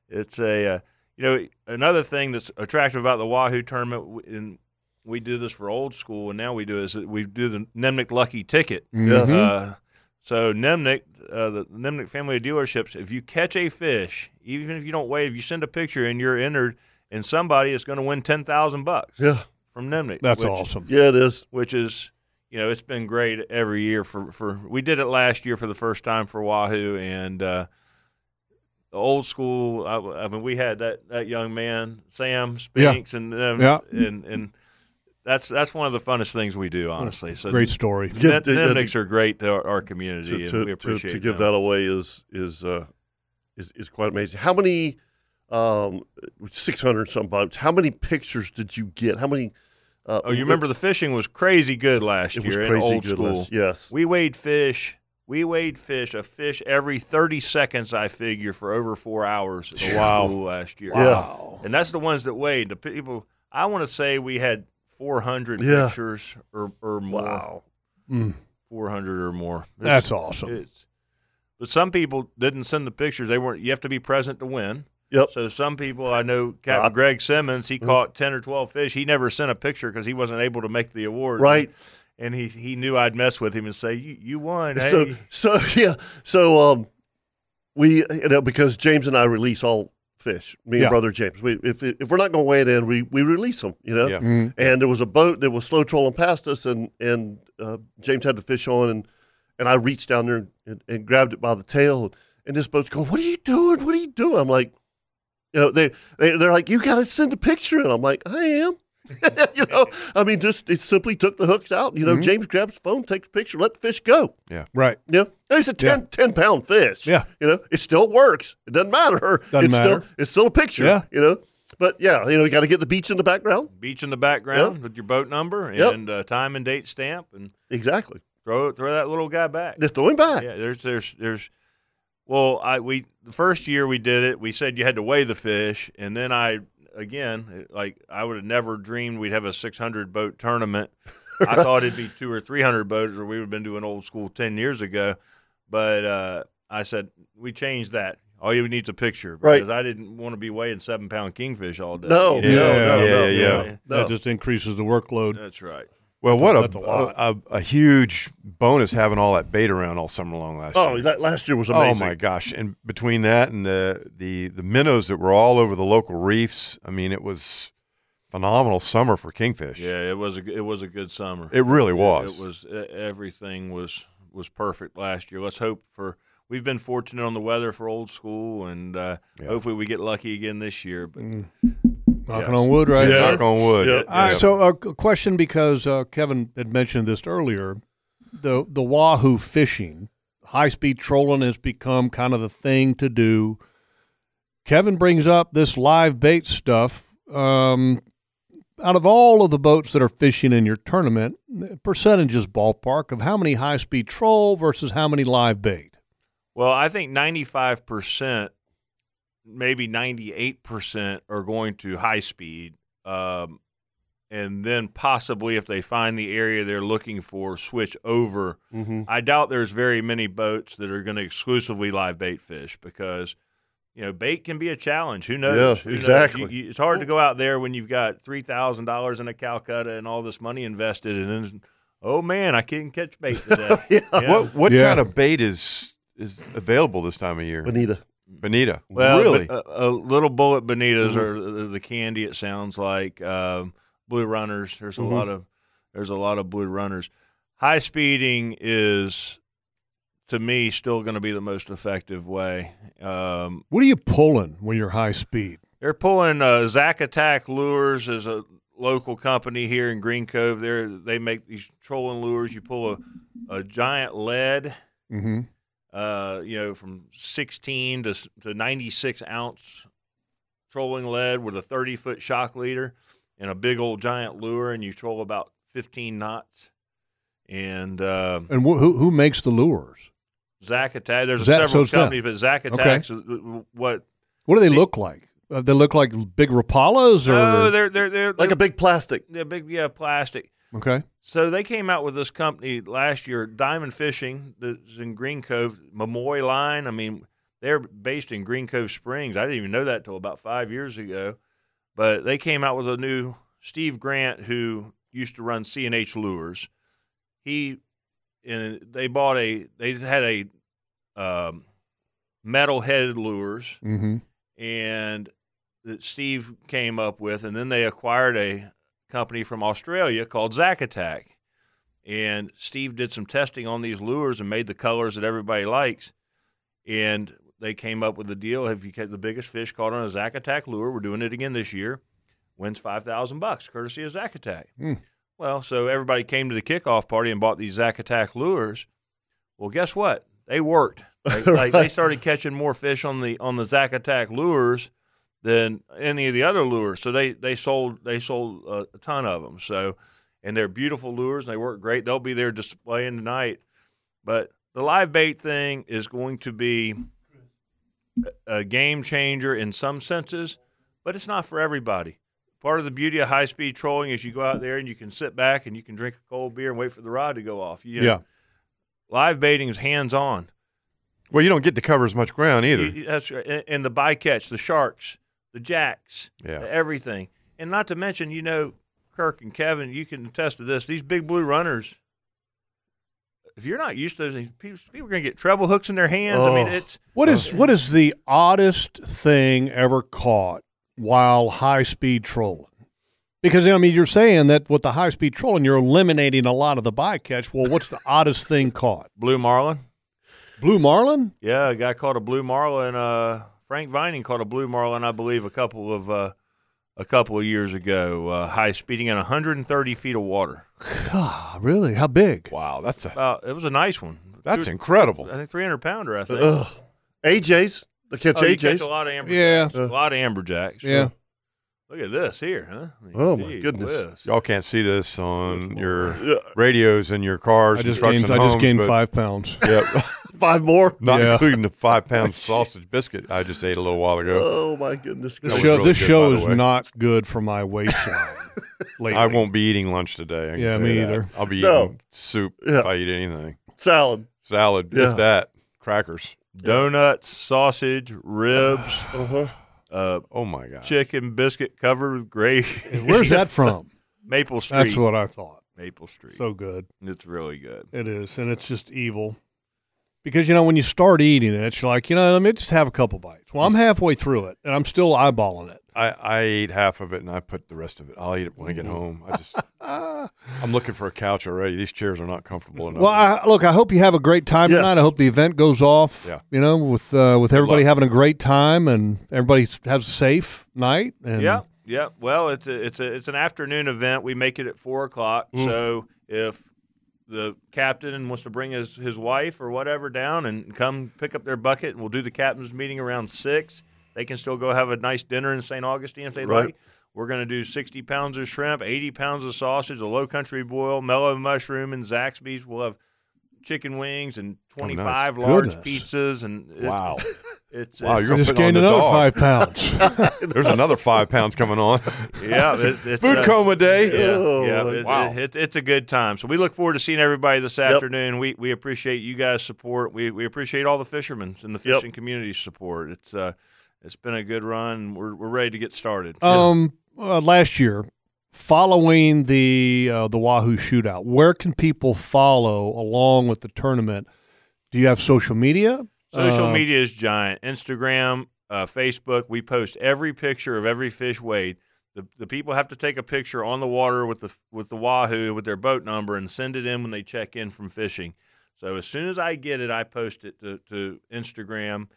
it's a. Uh, you know, another thing that's attractive about the Wahoo tournament, w- and we do this for old school, and now we do is that we do the Nemnick Lucky Ticket. Mm-hmm. Uh, so Nemnick, uh, the Nemnick family of dealerships, if you catch a fish, even if you don't wave, you send a picture and you're entered, and somebody is going to win ten thousand bucks Yeah. from Nemnick. That's which, awesome. Yeah, it is. Which is, you know, it's been great every year for for. We did it last year for the first time for Wahoo and. Uh, the old school. I, I mean, we had that, that young man Sam Yeah. Spinks, and them, Yeah. and and that's that's one of the funnest things we do, honestly. So Great story. Give, Give- uh, are great to our, our community, to, and we to, to, appreciate to give them. that away is is uh, is is quite amazing. How many um, six hundred something boats? How many pictures did you get? How many? Uh, Oh, you remember the fishing was crazy good last It was year in crazy old good school. last- yes. we weighed fish. We weighed fish, a fish every thirty seconds, I figure, for over four hours. at old Wow. school last year. Wow. and that's the ones that weighed the people. I want to say we had four hundred Yeah. pictures or or more, Wow. Mm, four hundred or more. that's It's- awesome. It's, but some people didn't send the pictures. They weren't. You have to be present to win. Yep. Mm-hmm. So some people I know, Captain Right. Greg Simmons, he caught ten or twelve fish. He never sent a picture because he wasn't able to make the award. Right. and he he knew I'd mess with him and say, "You you won." Hey. So so yeah. So um, we you know because James and I release all fish. Me and Yeah. brother James. We if if we're not going to weigh it in, we we release them. You know. Yeah. Mhm. And there was a boat that was slow trolling past us, and and uh, James had the fish on, and and I reached down there and, and grabbed it by the tail, and this boat's going, "What are you doing? What are you doing?" I'm like. You know, they, they, they're like, you got to send a picture. And I'm like, I am. you know, I mean, just it simply took the hooks out. You know, James grabs the phone, takes a picture, let the fish go. Right. Yeah. It's a 10, 10 pound fish. Yeah. You know, it still works. It doesn't matter. Doesn't it's matter. Still, it's still a picture. Yeah. You know, but yeah, you know, you got to get the beach in the background. Beach in the background with your boat number Yep. and uh, time and date stamp, and Exactly. throw throw that little guy back. Just throw him back. Yeah, there's there's there's well, I we the first year we did it, we said you had to weigh the fish, and then I again it- like I would have never dreamed we'd have a 600 boat tournament. I thought it'd be two or 300 boats, or we would have been doing old school 10 years ago. But uh, I said we changed that. All you need is a picture Right. because I didn't want to be weighing seven pound kingfish all day. Oh, No, no, You know? no, Yeah, no, yeah, no, yeah. no. That just increases the workload. that's right. Well, what that's a a a, lot. a, a huge bonus having all that bait around all summer long last year. Oh, that last year was amazing. Oh my gosh! And between that and the the the minnows that were all over the local reefs, I mean, it was phenomenal summer for kingfish. Yeah, it was a g- it was a good summer. it really was. It was e- everything was was perfect last year. Let's hope for we've been fortunate on the weather for old school, and uh, hopefully we get lucky again this year. But Knocking Yes. on wood, right? Yeah. Knock on wood. Yeah. Mm. All right. So a q- question because uh, Kevin had mentioned this earlier, the the wahoo fishing, high speed trolling has become kind of the thing to do. Kevin brings up this live bait stuff. Um, out of all of the boats that are fishing in your tournament, percentages ballpark of how many high speed troll versus how many live bait. well, I think ninety five percent, maybe ninety eight percent, are going to high speed, um, and then possibly if they find the area they're looking for, switch over. Mm-hmm. I doubt there's very many boats that are going to exclusively live bait fish because you know bait can be a challenge. Who knows? Yeah, Who knows? exactly. You- you- it's hard to go out there when you've got three thousand dollars in a Calcutta and all this money invested, and then oh man, I can't catch bait today. Yeah. What what Yeah. kind of bait is is available this time of year? Bonita. Bonita. Well, really? Mm-hmm. but, uh, uh, little bullet bonitas are the- the candy. It sounds like um, blue runners. There's a Mm-hmm. Mhm. lot of there's a lot of blue runners. High speeding is to me still going to be the most effective way. Um, What are you pulling when you're high speed? they're pulling uh, Zack Attack Lures is a local company here in Green Cove. They they make these trolling lures. You pull a, a giant lead Mm-hmm. uh, you know, from 16 to, s- to 96 ounce trolling lead with a 30 foot shock leader and a big old giant lure, and you troll about 15 knots. And uh, And wh- who who makes the lures? Zack Attack, there's Zac- so several it's them. companies, but Zack Attacks, uh, what? What do they look like? Uh, they look like big Rapalas or No, they're, they're, they're, Like a big plastic. they're big, yeah, plastic. okay. So they came out with this company last year, Diamond Fishing, that's in Green Cove, Mamoy Line. I mean, they're based in Green Cove Springs. I didn't even know that till about five years ago. But they came out with a new Steve Grant, who used to run C and H Lures. He and they bought a they had a um, metal head lures Mm-hmm. and that Steve came up with, and then they acquired a company from Australia called Zack Attack. And Steve did some testing on these lures and made the colors that everybody likes. And they came up with the deal: if you catch the biggest fish caught on a Zack Attack lure, we're doing it again this year. Wins five thousand bucks, courtesy of Zack Attack. Hmm. Well, so everybody came to the kickoff party and bought these Zack Attack lures. Well, guess what? They worked. Like, like they started catching more fish on the on the Zack Attack lures than any of the other lures. So they they sold they sold a, a ton of them. So and they're beautiful lures and they work great. They'll be there displaying tonight. But the live bait thing is going to be a- a game changer in some senses, but it's not for everybody. Part of the beauty of high speed trolling is you go out there and you can sit back and you can drink a cold beer and wait for the rod to go off. You know, Yeah. Live baiting is hands on. well, you don't get to cover as much ground either. You- you- That's right. And, and the bycatch, the sharks, the jacks, Yeah. everything. And not to mention, you know, Kirk and Kevin, you can attest to this. These big blue runners if you're not used to those, things, people, people are going to get treble hooks in their hands. I mean, Ugh. it's What is what is the oddest thing ever caught while high speed trolling? Because I mean, you're saying that with the high speed trolling, you're eliminating a lot of the bycatch. Well, what's the oddest thing caught? blue marlin. Blue marlin? Yeah, a guy caught a blue marlin. Uh, Frank Vining caught a blue marlin, I believe, a couple of uh, a couple of years ago. Uh, high speeding in 130 feet of water. God, Ah, really? How big? Wow, that's a, Uh, it was a nice one. that's Two- incredible. I think 300 pounder. I think. Ugh. AJ's. They catch Uh, Oh, you catch AJ's. a lot of amber. Yeah. a lot of amberjacks. Yeah. Look at this here, huh? I mean, Oh, my gee goodness. whiz. Y'all can't see this on your Yeah, radios and your cars. I and just trucks gained, and I just homes, gained but- five pounds. Yep. five more. Not Yeah. including the five pound sausage biscuit I just ate a little while ago. Oh my goodness. That This was show, really this good, by show the is way. not good for my waistline. lately. I won't be eating lunch today. I can Yeah, tell me you that. either. I'll be eating No. soup Yeah. if I eat anything. Salad. Salad, Yeah. if that, crackers. Donuts, sausage, ribs, Uh-huh. uh, Oh my god. chicken biscuit covered with gravy. Where's that from? Maple Street. That's what I thought. Maple Street. So good. it's really good. It is, and it's just evil. Because you know, when you start eating it, you're like, you know, let me just have a couple bites. Well, I'm halfway through it, and I'm still eyeballing it. I, I ate half of it and I put the rest of it. I'll eat it when I get home. I just I'm looking for a couch already. These chairs are not comfortable enough. Well, I, look, I hope you have a great time Yes. tonight. I hope the event goes off. Yeah. You know, with uh, with everybody luck. having a great time and everybody s- has a safe night. And Yeah, yeah. Well, it's a, it's a, it's an afternoon event. We make it at four o'clock. Mm. So if the captain wants to bring his, his wife or whatever down and come pick up their bucket, and we'll do the captain's meeting around six. They can still go have a nice dinner in St. Augustine if they Right. like. We're going to do 60 pounds of shrimp, 80 pounds of sausage, a low country boil, mellow mushroom, and Zaxby's. We'll have chicken wings and 25 large Oh, Goodness. pizzas. And it's, wow. it's, Wow, it's- you're I putting just on gained the another dog. five pounds. There's another five pounds coming on. yeah, it's, it's Food uh, coma day. Yeah, Oh, yeah. my It, it- God. it- it's a good time. So we look forward to seeing everybody this Yep. afternoon. We we appreciate you guys' support. We we appreciate all the fishermen's and the Yep. fishing community's support. It's uh it's been a good run. We're we're ready to get started. um, uh, last year, following the uh, the Wahoo shootout, where can people follow along with the tournament? Do you have social media? Social Uh, media is giant. Instagram, uh, Facebook. We post every picture of every fish weighed. The, the people have to take a picture on the water with the with the wahoo with their boat number and send it in when they check in from fishing. So as soon as I get it, I post it to, to Instagram,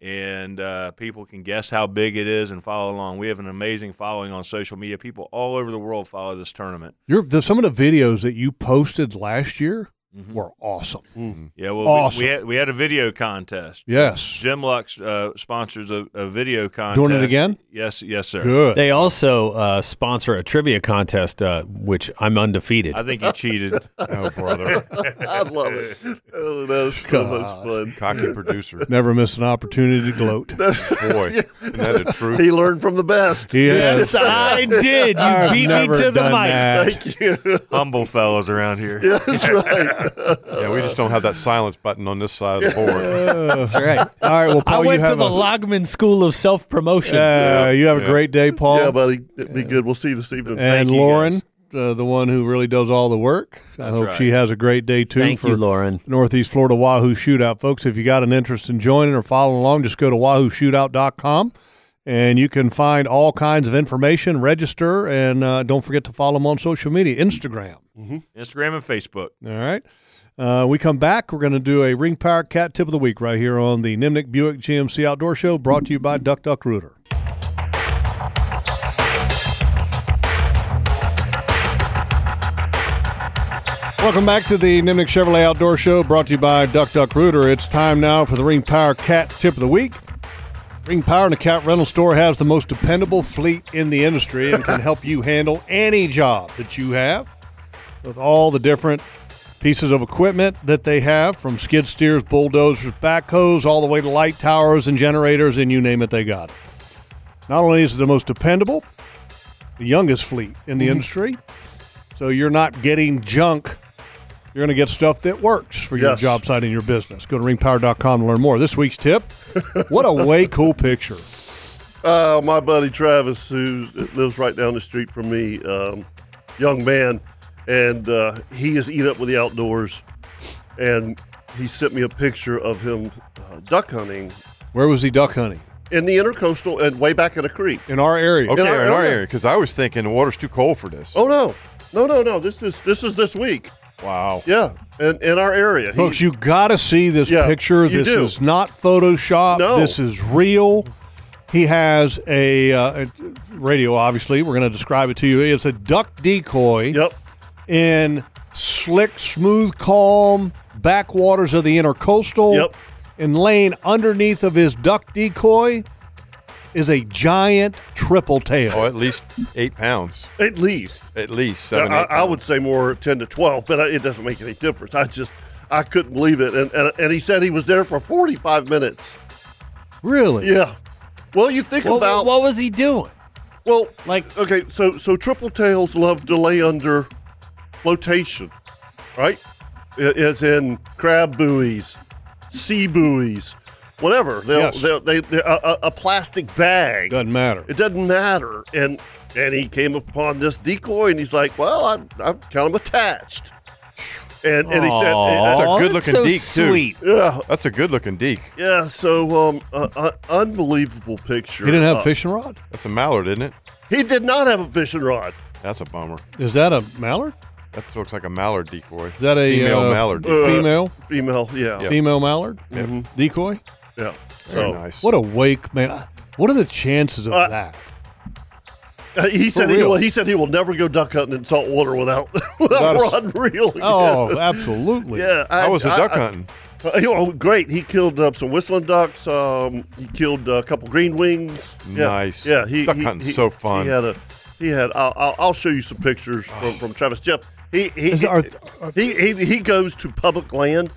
and uh, people can guess how big it is and follow along. We have an amazing following on social media. People all over the world follow this tournament. Your the, some of the videos that you posted last year were awesome. Yeah, well, Awesome. we, we had we had a video contest. Yes, Jim Lux uh, sponsors a, a video contest. Doing it again? Yes, yes, sir. good. They also uh, sponsor a trivia contest, uh, which I'm undefeated. I think you cheated. Oh brother. I love it. Oh, that was so much fun. Cocky producer. Never miss an opportunity to gloat. Boy. Isn't that the truth? He learned from the best. Yes, I did. You I've beat me never to the done mic. that. Thank you. Humble fellows around here. Yeah. Yeah, we just don't have that silence button on this side of the board. That's right. All right, well, I Paul, went you to have the a, Logman School of Self Promotion. uh, you have a great day, Paul, Yeah, buddy. It'd be good. We'll see you this evening. and Thank you, Lauren, guys. uh, the one who really does all the work. I hope right. she has a great day too. Thank for you, Lauren. Northeast Florida Wahoo Shootout. Folks, if you got an interest in joining or following along, just go to wahooshootout.com and you can find all kinds of information, register, and uh, don't forget to follow them on social media Instagram. Mm-hmm. Instagram and Facebook. All right. Uh, we come back. We're going to do a Ring Power Cat Tip of the Week right here on the Nimnik Buick GMC Outdoor Show brought to you by Duck Duck Rooter. Welcome back to the Nimnik Chevrolet Outdoor Show brought to you by Duck Duck Rooter. It's time now for the Ring Power Cat Tip of the Week. Ring Power and the Cat Rental Store has the most dependable fleet in the industry and can help you handle any job that you have with all the different pieces of equipment that they have from skid steers, bulldozers, backhoes, all the way to light towers and generators, and you name it, they got it. Not only is it the most dependable, the youngest fleet in the Mm-hmm. industry, so you're not getting junk. You're going to get stuff that works for your Yes. job site and your business. Go to ringpower.com to learn more. This week's tip what a way cool picture. Uh, my buddy Travis, who lives right down the street from me, um, young man, and uh, he is eat up with the outdoors. and he sent me a picture of him uh, duck hunting Where was he duck hunting? in the intercoastal and way back in a creek. In our area. Okay, In our in our area. area, because I was thinking the water's too cold for this. Oh no, no, no, no! This is this is this week. Wow. Yeah, and in our area, He- Folks, you got to see this Yeah, picture. you This do. is not Photoshop. No. This is real. He has a uh, a- radio, obviously. We're going to describe it to you. It's a duck decoy Yep. in slick, smooth, calm backwaters of the intercoastal. Yep. And laying underneath of his duck decoy is a giant triple tail. Oh, at least eight pounds. At least At least I, seven. I- eight I would say more ten to twelve, but I, it doesn't make any difference. I just I couldn't believe it, and and, and he said he was there for forty five minutes. Really? Yeah. Well, you think What, about what was he doing? well, Like, okay, so so triple tails love to lay under flotation, right? I- As in crab buoys, sea buoys, whatever. They'll, Yes. they'll, they they a, a- a plastic bag. Doesn't matter. It doesn't matter. And and he came upon this decoy, and he's like, "Well, I, I'm kind of attached." And and he said, Aw, a good that's looking so deke, too. sweet. "Yeah, pounds. That's a good looking deke. yeah." So um, uh, uh, unbelievable picture. He didn't have Uh, a fishing rod? That's a mallard, isn't it? He did not have a fishing rod. That's a bummer. Is that a mallard? That looks like a mallard decoy. Is that a female uh, mallard? Uh, Female? Female, yeah, yeah. Mm-hmm. female mallard decoy. Very So nice. What a wake, man! I- What are the chances of Uh, that? Uh, he said he real. will, he said he will never go duck hunting in salt water without without Without a s- rod and reel. Oh, absolutely! yeah, I was a duck hunting. Uh, he- oh, great! He killed uh, some whistling ducks. Um, he killed a couple green wings. Yeah, Nice. Yeah, he, Duck he- hunting's he- so fun. He had a he had. I'll, I'll, I'll show you some pictures from, from Travis Jeff. He he, Is- he, are- he he he goes to public land,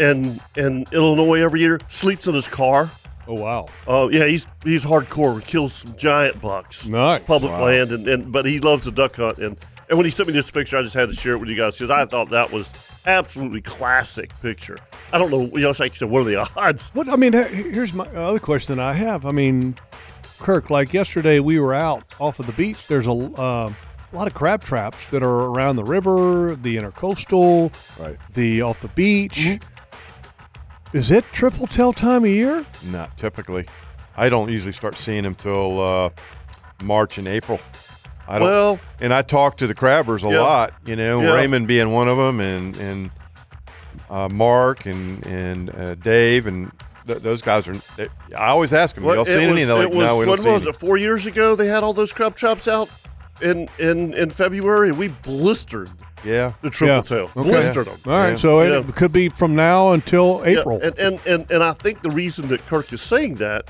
and in Illinois every year sleeps in his car. Oh wow! Oh yeah, he's he's hardcore. Kills some giant bucks. Nice. Public Wow. land, and, and but he loves the duck hunt. And and when he sent me this picture, I just had to share it with you guys because I thought that was absolutely classic picture. I don't know, you know, it's like you said, what are the odds? What I mean, he- here's my other question I have. I mean, Kirk, like yesterday we were out off of the beach. There's a uh, lot of crab traps that are around the river, the intercoastal, Right. the off the beach. Mm-hmm. Is it triple tail time of year? Not typically. I don't usually start seeing them till uh, March and April. I don't, Well- and I talk to the crabbers a Yeah. lot. You know, Yeah. Raymond being one of them, and and uh, Mark and and uh, Dave and th- those guys are. They, I always ask them, Well, "Y'all it seen was- any?" And they're like, it was- "No, we when don't see was any." it? Four years ago, they had all those crab traps out in in in February. We blistered Yeah, the triple tails, Okay. blistered them. All right, Yeah. so Yeah. it could be from now until Yeah, April. and, and, and, and I think the reason that Kirk is saying that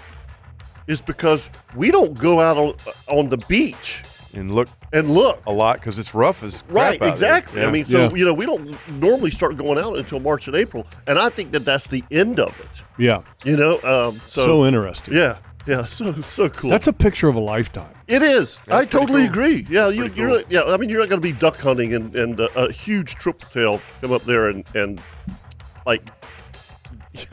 is because we don't go out on, on the beach and look and look. a lot because it's rough as crap Right, out there. exactly. Yeah. I mean, so Yeah. you know, we don't normally start going out until March and April, and I think that that's the end of it. yeah, You know, um, so, so, interesting. yeah, yeah, so so cool. That's a picture of a lifetime. it is. I pretty totally cool. agree. Yeah, you, Pretty you're. cool. not- Yeah, I mean, you're not going to be duck hunting and and uh, a huge triple tail come up there and and like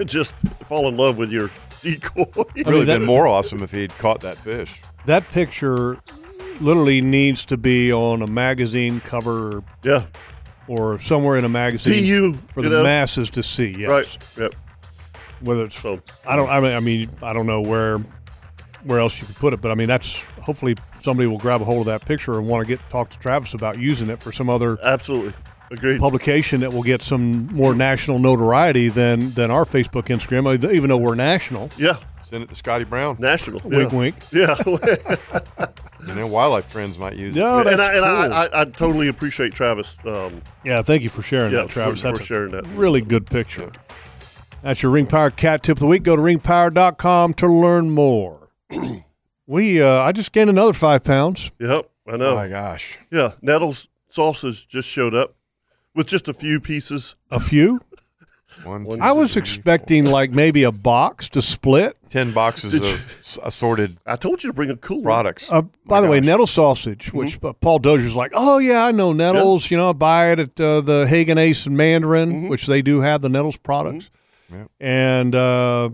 just fall in love with your decoy. I mean, really that- been more awesome if he'd caught that fish. That picture literally needs to be on a magazine cover yeah, or somewhere in a magazine DU, for you the know? masses to see. Yes, right. Yep. whether it's So- I don't. I mean, I mean, I don't know where where else you could put it, but I mean, that's hopefully somebody will grab a hold of that picture and want to get talk to Travis about using it for some other Absolutely agreed. publication that will get some more national notoriety than than our Facebook, Instagram, even though we're national. Yeah, Send it to Scotty Brown. national. Wink, yeah. wink. Yeah. You know, wildlife friends might use it. No, and that's I, and cool. I, I, I totally appreciate Travis. Um, Yeah, thank you for sharing yeah, that, Travis. for, That's for a sharing that. really good picture. That's your Ring Power Cat Tip of the Week. Go to ringpower.com to learn more. we, uh, I just gained another five pounds. Yep, I know. Oh my gosh. Yeah, Nettles sausage just showed up with just a few pieces. A few. One, One- two, I was three, expecting like maybe a box to split. ten boxes Did of you- s- assorted I told you to bring a cooler. products. Uh, by the way, gosh. Mm-hmm. nettle sausage, which uh, Paul Dozier's like, oh yeah, I know nettles. You know, I buy it at uh, the Hagen Ace and Mandarin, which they do have the nettles products. Mm-hmm. Yeah. And uh,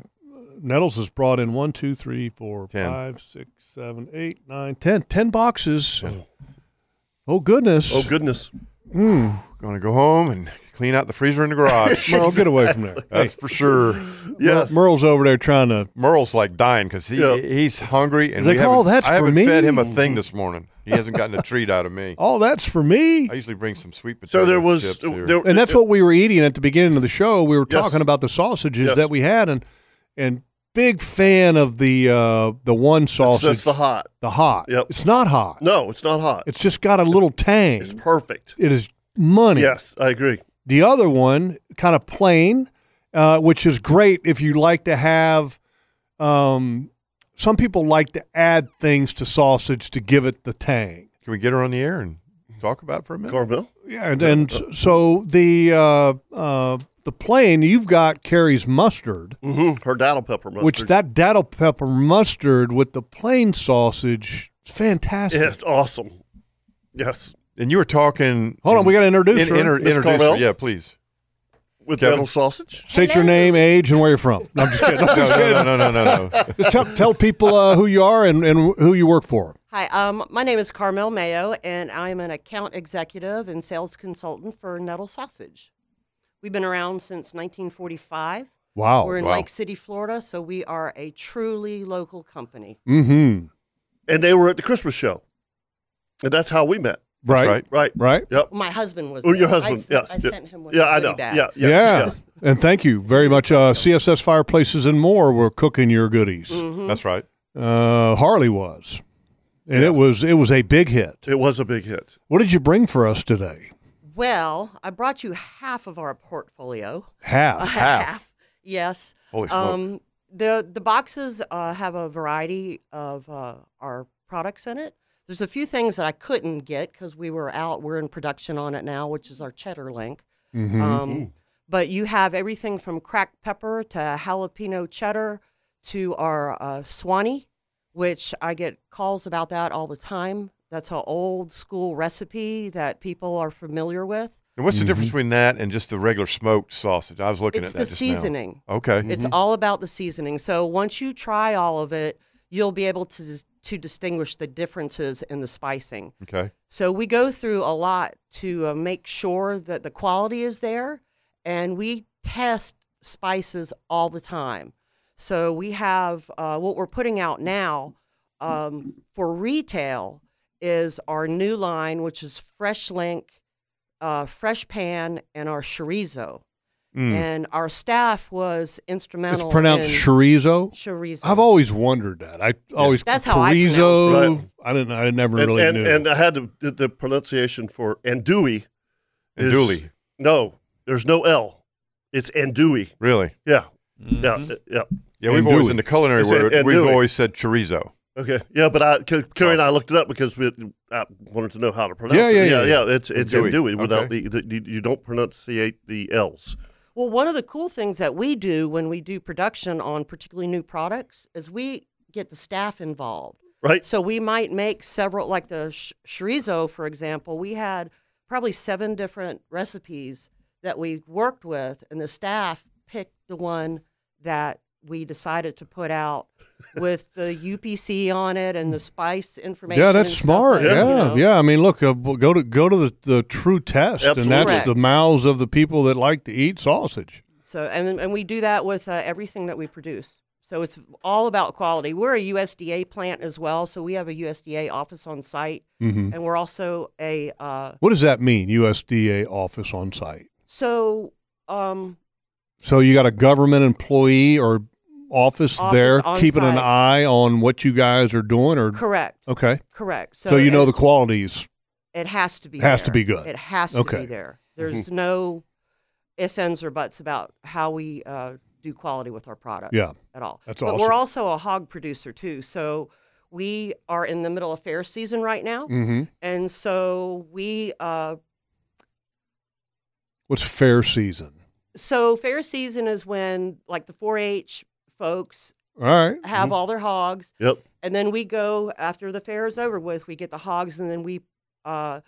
nettles has brought in one, two, three, four, Ten. five, six, seven, eight, nine, ten, ten boxes. Oh goodness! Hmm. Oh goodness! Going to go home and Clean out the freezer in the Ah, garage. Merle, get away from there. That's for sure. Yes. Merle's over there trying to. Merle's like dying because he Yeah. he's hungry and He's we like, "Oh, haven't- that's I for haven't me." fed him a thing this morning. He hasn't gotten a treat out of me. Oh, that's for me. I usually bring some sweet potato. So there was chips here. there, and that's what we were eating at the beginning of the show. We were Yes. talking about the sausages Yes. that we had, and and big fan of the uh, the one that's, sausage, that's the hot. the hot. Yep. It's not hot. No, it's not hot. It's just got a little tang. It's perfect. It is money. Yes, I agree. The other one, kind of plain, uh, which is great if you like to have. Um, some people like to add things to sausage to give it the tang. Can we get her on the air and talk about it for a minute? Carmel. Yeah, and, and s- so the uh, uh, the plain you've got carries mustard, Mm-hmm. Her dattle pepper mustard. which that dattle pepper mustard with the plain sausage, is fantastic. yeah, it's awesome. Yes, And you were talking. Hold on, we got to introduce in, her. inter- Miss introduce Carmel? her. Yeah, please. with Kevin? dattle sausage. State your name, age, and where you're from. No, I'm just kidding. Mm-hmm. No, no, no, no, no, no. no. Just tell, tell people uh, who you are and, and who you work for. Hi, um, my name is Carmel Mayo, and I'm an account executive and sales consultant for Nettle Sausage. We've been around since 1945. Wow. We're in wow. Lake City, Florida, so we are a truly local company. Mm-hmm. And they were at the Christmas show, and that's how we met. Right. right. Right. Right. Right. Yep. My husband was. Oh, your there. I husband. s- yes. I yeah. sent him. One Yeah, I know. goodie bag. Yeah. Yes. yeah. Yes. And thank you very much. Uh, CSS Fireplaces and More were cooking your goodies. Mm-hmm. That's right. Uh, Harley was. And it was it was a big hit. It was a big hit. What did you bring for us today? Well, I brought you half of our portfolio. Half. Half. Yes. Holy smoke. Um, the the boxes uh, have a variety of uh, our products in it. There's a few things that I couldn't get because we were out. We're in production on it now, which is our cheddar link. Mm-hmm. Um, but you have everything from cracked pepper to jalapeno cheddar to our uh, Swanee, which I get calls about that all the time. That's an old school recipe that people are familiar with. and what's the difference between that and just the regular smoked sausage? I was looking It's at the that just seasoning. Now. Okay. It's all about the seasoning. So once you try all of it, you'll be able to dis- to distinguish the differences in the spicing. okay. So we go through a lot to uh, make sure that the quality is there, and we test spices all the time. So we have uh, what we're putting out now um, for retail is our new line, which is Fresh Link, uh, Fresh Pan, and our chorizo. And our staff was Mm. It's instrumental. pronounced in chorizo. chorizo. I've always wondered that. I always That's how I chorizo. pronounce I didn't. I never And, really and, knew. and I had to, the, the pronunciation for andouille. is- Andouille. No, there's no L. It's andouille. Really? Yeah. Mm-hmm. Yeah. uh, Yeah. Yeah, we've And always Dewey. in the culinary It's a- world. and We've Dewey. always said chorizo. Okay. Yeah, but I, K- Carrie and I looked it up because we I wanted to know how to pronounce Yeah, it. yeah, yeah, yeah, yeah. It's it's Andouille. andouille without Okay. the, the, you don't pronunciate the L's. Well, one of the cool things that we do when we do production on particularly new products is we get the staff involved. Right. So we might make several, like the sh- chorizo, for example. We had probably seven different recipes that we worked with, and the staff picked the one that we decided to put out with the UPC on it and the spice information. yeah, and that's stuff smart. like Yeah, that, you yeah. know? I mean, look, uh, well, go to go to the, the true test, Absolutely. and that's Correct. the mouths of the people that like to eat sausage. So, and and we do that with uh, everything that we produce. So it's all about quality. We're a USDA plant as well, so we have a USDA office on site, Mm-hmm. and we're also a uh, What does that mean? USDA office on site. so um, So you got a government employee or office, Office there on keeping an site. eye on what you guys are doing, or correct, okay. correct. So, you know it, the qualities. it has to be has to there. be good. It has to Okay. Mm-hmm. be there. There's no ifs ands or buts about how we uh, do quality with our product. Yeah. at all. That's but awesome. we're also a hog producer too, so we are in the middle of fair season right now. Mm-hmm. And so we, uh, What's fair season? so fair season is when like the 4-H folks All right. Mm-hmm. have all their hogs, Yep. and then we go after the fair is over with. We get the hogs, and then we uh,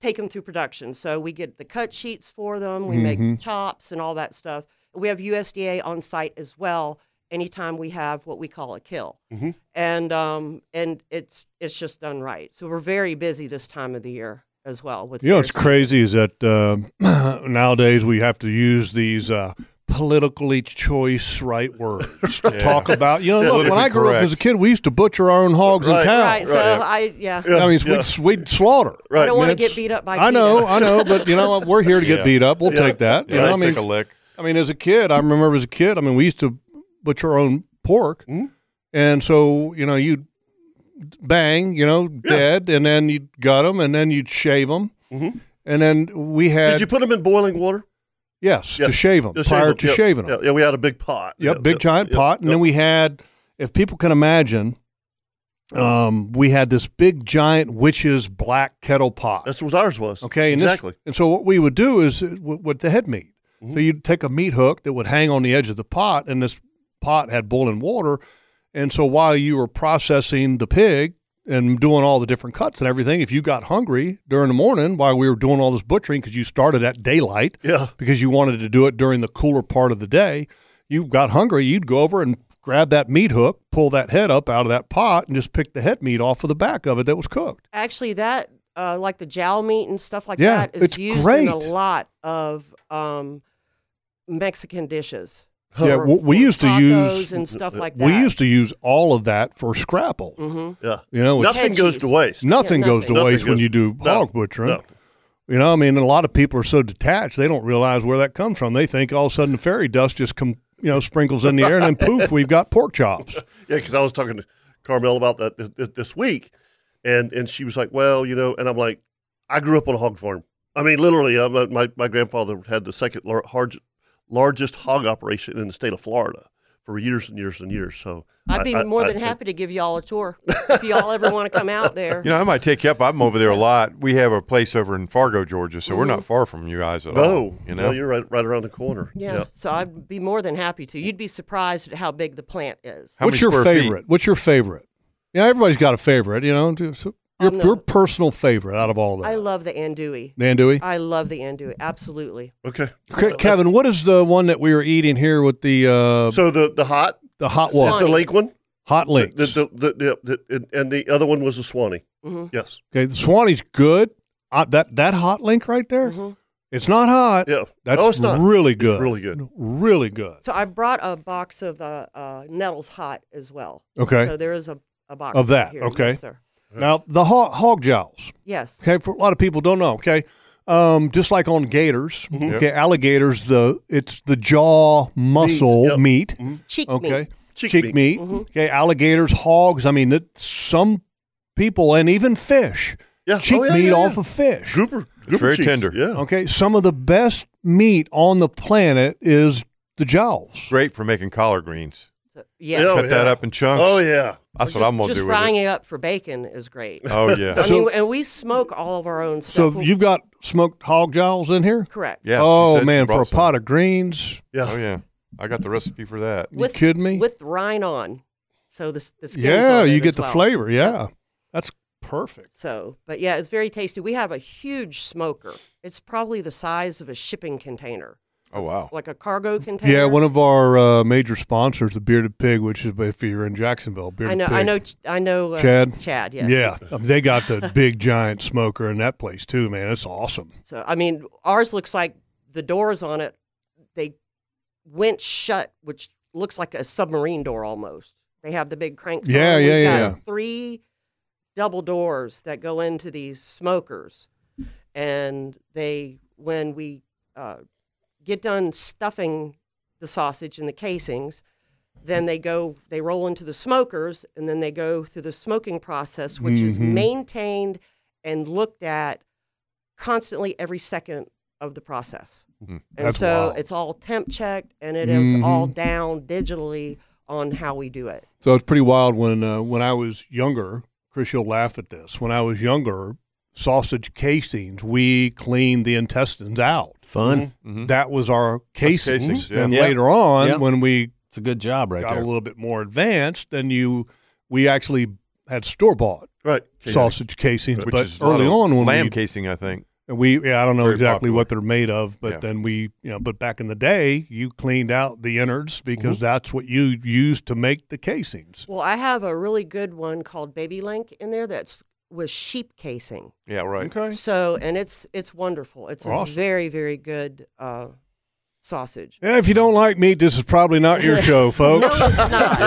take them through production. So we get the cut sheets for them. We Mm-hmm. make chops and all that stuff. We have USDA on site as well. Anytime we have what we call a kill, Mm-hmm. and um, and it's it's just done right. So we're very busy this time of the year. as well. With You know what's their- crazy is that um nowadays we have to use these uh, politically choice right words to Yeah. talk about. You know, Yeah, look, when I grew correct. up as a kid, we used to butcher our own hogs Right, and cows. Right. So I yeah. I mean, Yeah. we'd, we'd slaughter. I don't want to mean, get it's- beat up by. I know, peanuts. I know, but you know, what? we're here to get Yeah. beat up. We'll Yeah. take that. You Yeah, know, I I'd mean, take a lick. I mean, as a kid, I remember as a kid. I mean, we used to butcher our own pork, Hmm? and so you know, you'd bang, you know, dead, and then you'd gut them, and then you'd shave them, Mm-hmm. and then we had Did you put them in boiling water? yes Yeah. to shave them Just shave prior 'em, to yeah, shaving them. Yeah, yeah, we had a big pot. Yep, Yeah, big yeah, giant yeah, pot, and yeah. then we had, if people can imagine, um, we had this big giant witch's black kettle pot. That's what ours was. Okay, and this- exactly. and so what we would do is w- with the head meat. So you'd take a meat hook that would hang on the edge of the pot, and this pot had boiling water, and so while you were processing the pig and doing all the different cuts and everything, if you got hungry during the morning while we were doing all this butchering because you started at daylight, Yeah. because you wanted to do it during the cooler part of the day, you got hungry, you'd go over and grab that meat hook, pull that head up out of that pot, and just pick the head meat off of the back of it that was cooked. Actually, that uh, like the jowl meat and stuff like Yeah, that is it's used in great. a lot of um, Mexican dishes. For- Yeah, w- we for used to tacos use- and stuff like that. We used to use all of that for scrapple. Mm-hmm. Yeah. You know, it's- Nothing goes to Veggies. waste. nothing Yeah, goes to nothing. waste when Nothing you do No, hog butchering. no. You know, I mean, a lot of people are so detached they don't realize where that comes from. They think all of a sudden the fairy dust just come, you know, sprinkles in the air, and then poof, we've got pork chops. Yeah, because I was talking to Carmel about that th- th- this week, and and she was like, "Well, you know," and I'm like, "I grew up on a hog farm. I mean, literally, I'm, uh, my my grandfather had the second lar- hard, largest hog operation in the state of Florida for years and years and years. So I'd be I- I- more I- than happy to give y'all a tour if y'all ever want to come out there. You know, I might take you up. I'm over there a lot. We have a place over in Fargo, Georgia, so we're not far from you guys at all. No, you no, know, you're right, right around the corner. yeah, so I'd be more than happy to. You'd be surprised at how big the plant is. How What's many your square feet? favorite? What's your favorite? Yeah, everybody's got a favorite. You know, just- your, I'm the- your personal favorite out of all of I that. love the andouille. Nandui, I love the andouille. Absolutely. Okay. Ke- Kevin, what is the one that we were eating here with the uh, So the the hot the hot is one, the link one. hot The, links? the, the, the, the, and- and the other one was the Swanee. Mm-hmm. Yes. okay, the Swanee's good. Uh, that that hot link right there, Mm-hmm. it's not hot. Yeah. that's No, it's not. really It's good. really good. Really good. So I brought a box of uh, uh, nettles hot as well. Okay. So there is a, a box Of that, Here. okay. Yes, sir. Now the hog, hog jowls. Yes. Okay, for a lot of people don't know. Okay, um, just like on gators, Mm-hmm. okay, alligators, the it's the jaw muscle yep. Mm-hmm. meat. Cheek Okay, meat. Mm-hmm. Cheek cheek, meat. meat. Okay, alligators, hogs. I mean, that some people and even fish. Yeah. cheek Oh, yeah, meat yeah, off yeah. of fish. Grouper. grouper very cheeks. tender. Yeah. Okay, some of the best meat on the planet is the jowls. great for making collard greens. So- yes. Yeah. Oh, Cut that up in chunks. Oh yeah. That's Or what just- I'm gonna Just do with frying it. it. up for bacon is great. Oh yeah, So, I So- mean, and we smoke all of our own stuff. So you've got smoked hog jowls in here. correct. yeah. she said oh she man, for a brought some. pot of greens. Yeah. Oh yeah, I got the recipe for that. You kidding me? With rind on, so the s- the skin's yeah, on it you as get the well. flavor. Yeah, that's perfect. So, but yeah, it's very tasty. We have a huge smoker. It's probably the size of a shipping container, Oh wow. like a cargo container. Yeah, one of our uh, major sponsors, the Bearded Pig, which is if you're in Jacksonville, Bearded I know, Pig. I know, I know. Uh, Chad? Chad, yes. Yeah, I mean, they got the big giant smoker in that place too, man. It's awesome. So I mean, ours looks like the doors on it they went shut, which looks like a submarine door almost. They have the big cranks. on Yeah, it. We've yeah, yeah. got Three double doors that go into these smokers, and they when we uh, get done stuffing the sausage and the casings. Then they go, they roll into the smokers, and then they go through the smoking process, which is Mm-hmm. maintained and looked at constantly every second of the process. Mm-hmm. And That's so wild. it's all temp checked and it is all down digitally on how we do it. So it's pretty wild when uh, when I was younger. Chris, you'll laugh at this. When I was younger, sausage casings, we cleaned the intestines out. Fun. That was our casings. Mm-hmm. casings, yeah. And Yeah. later on, Yeah. when we It's a good job right got there. a little bit more advanced, then you we actually had store bought Right. sausage casings. Which but is a lot early of on, when lamb we, casing, I think. and we yeah, I don't know Very exactly popular. what they're made of, but Yeah. then we you know, but back in the day, you cleaned out the innards because Mm-hmm. that's what you used to make the casings. Well, I have a really good one called Baby Link in there that's with sheep casing. Yeah, right. Okay. So, and it's it's wonderful. It's Awesome. a very very good uh, sausage. Yeah, if you don't like meat, this is probably not your show, folks. No, it's not.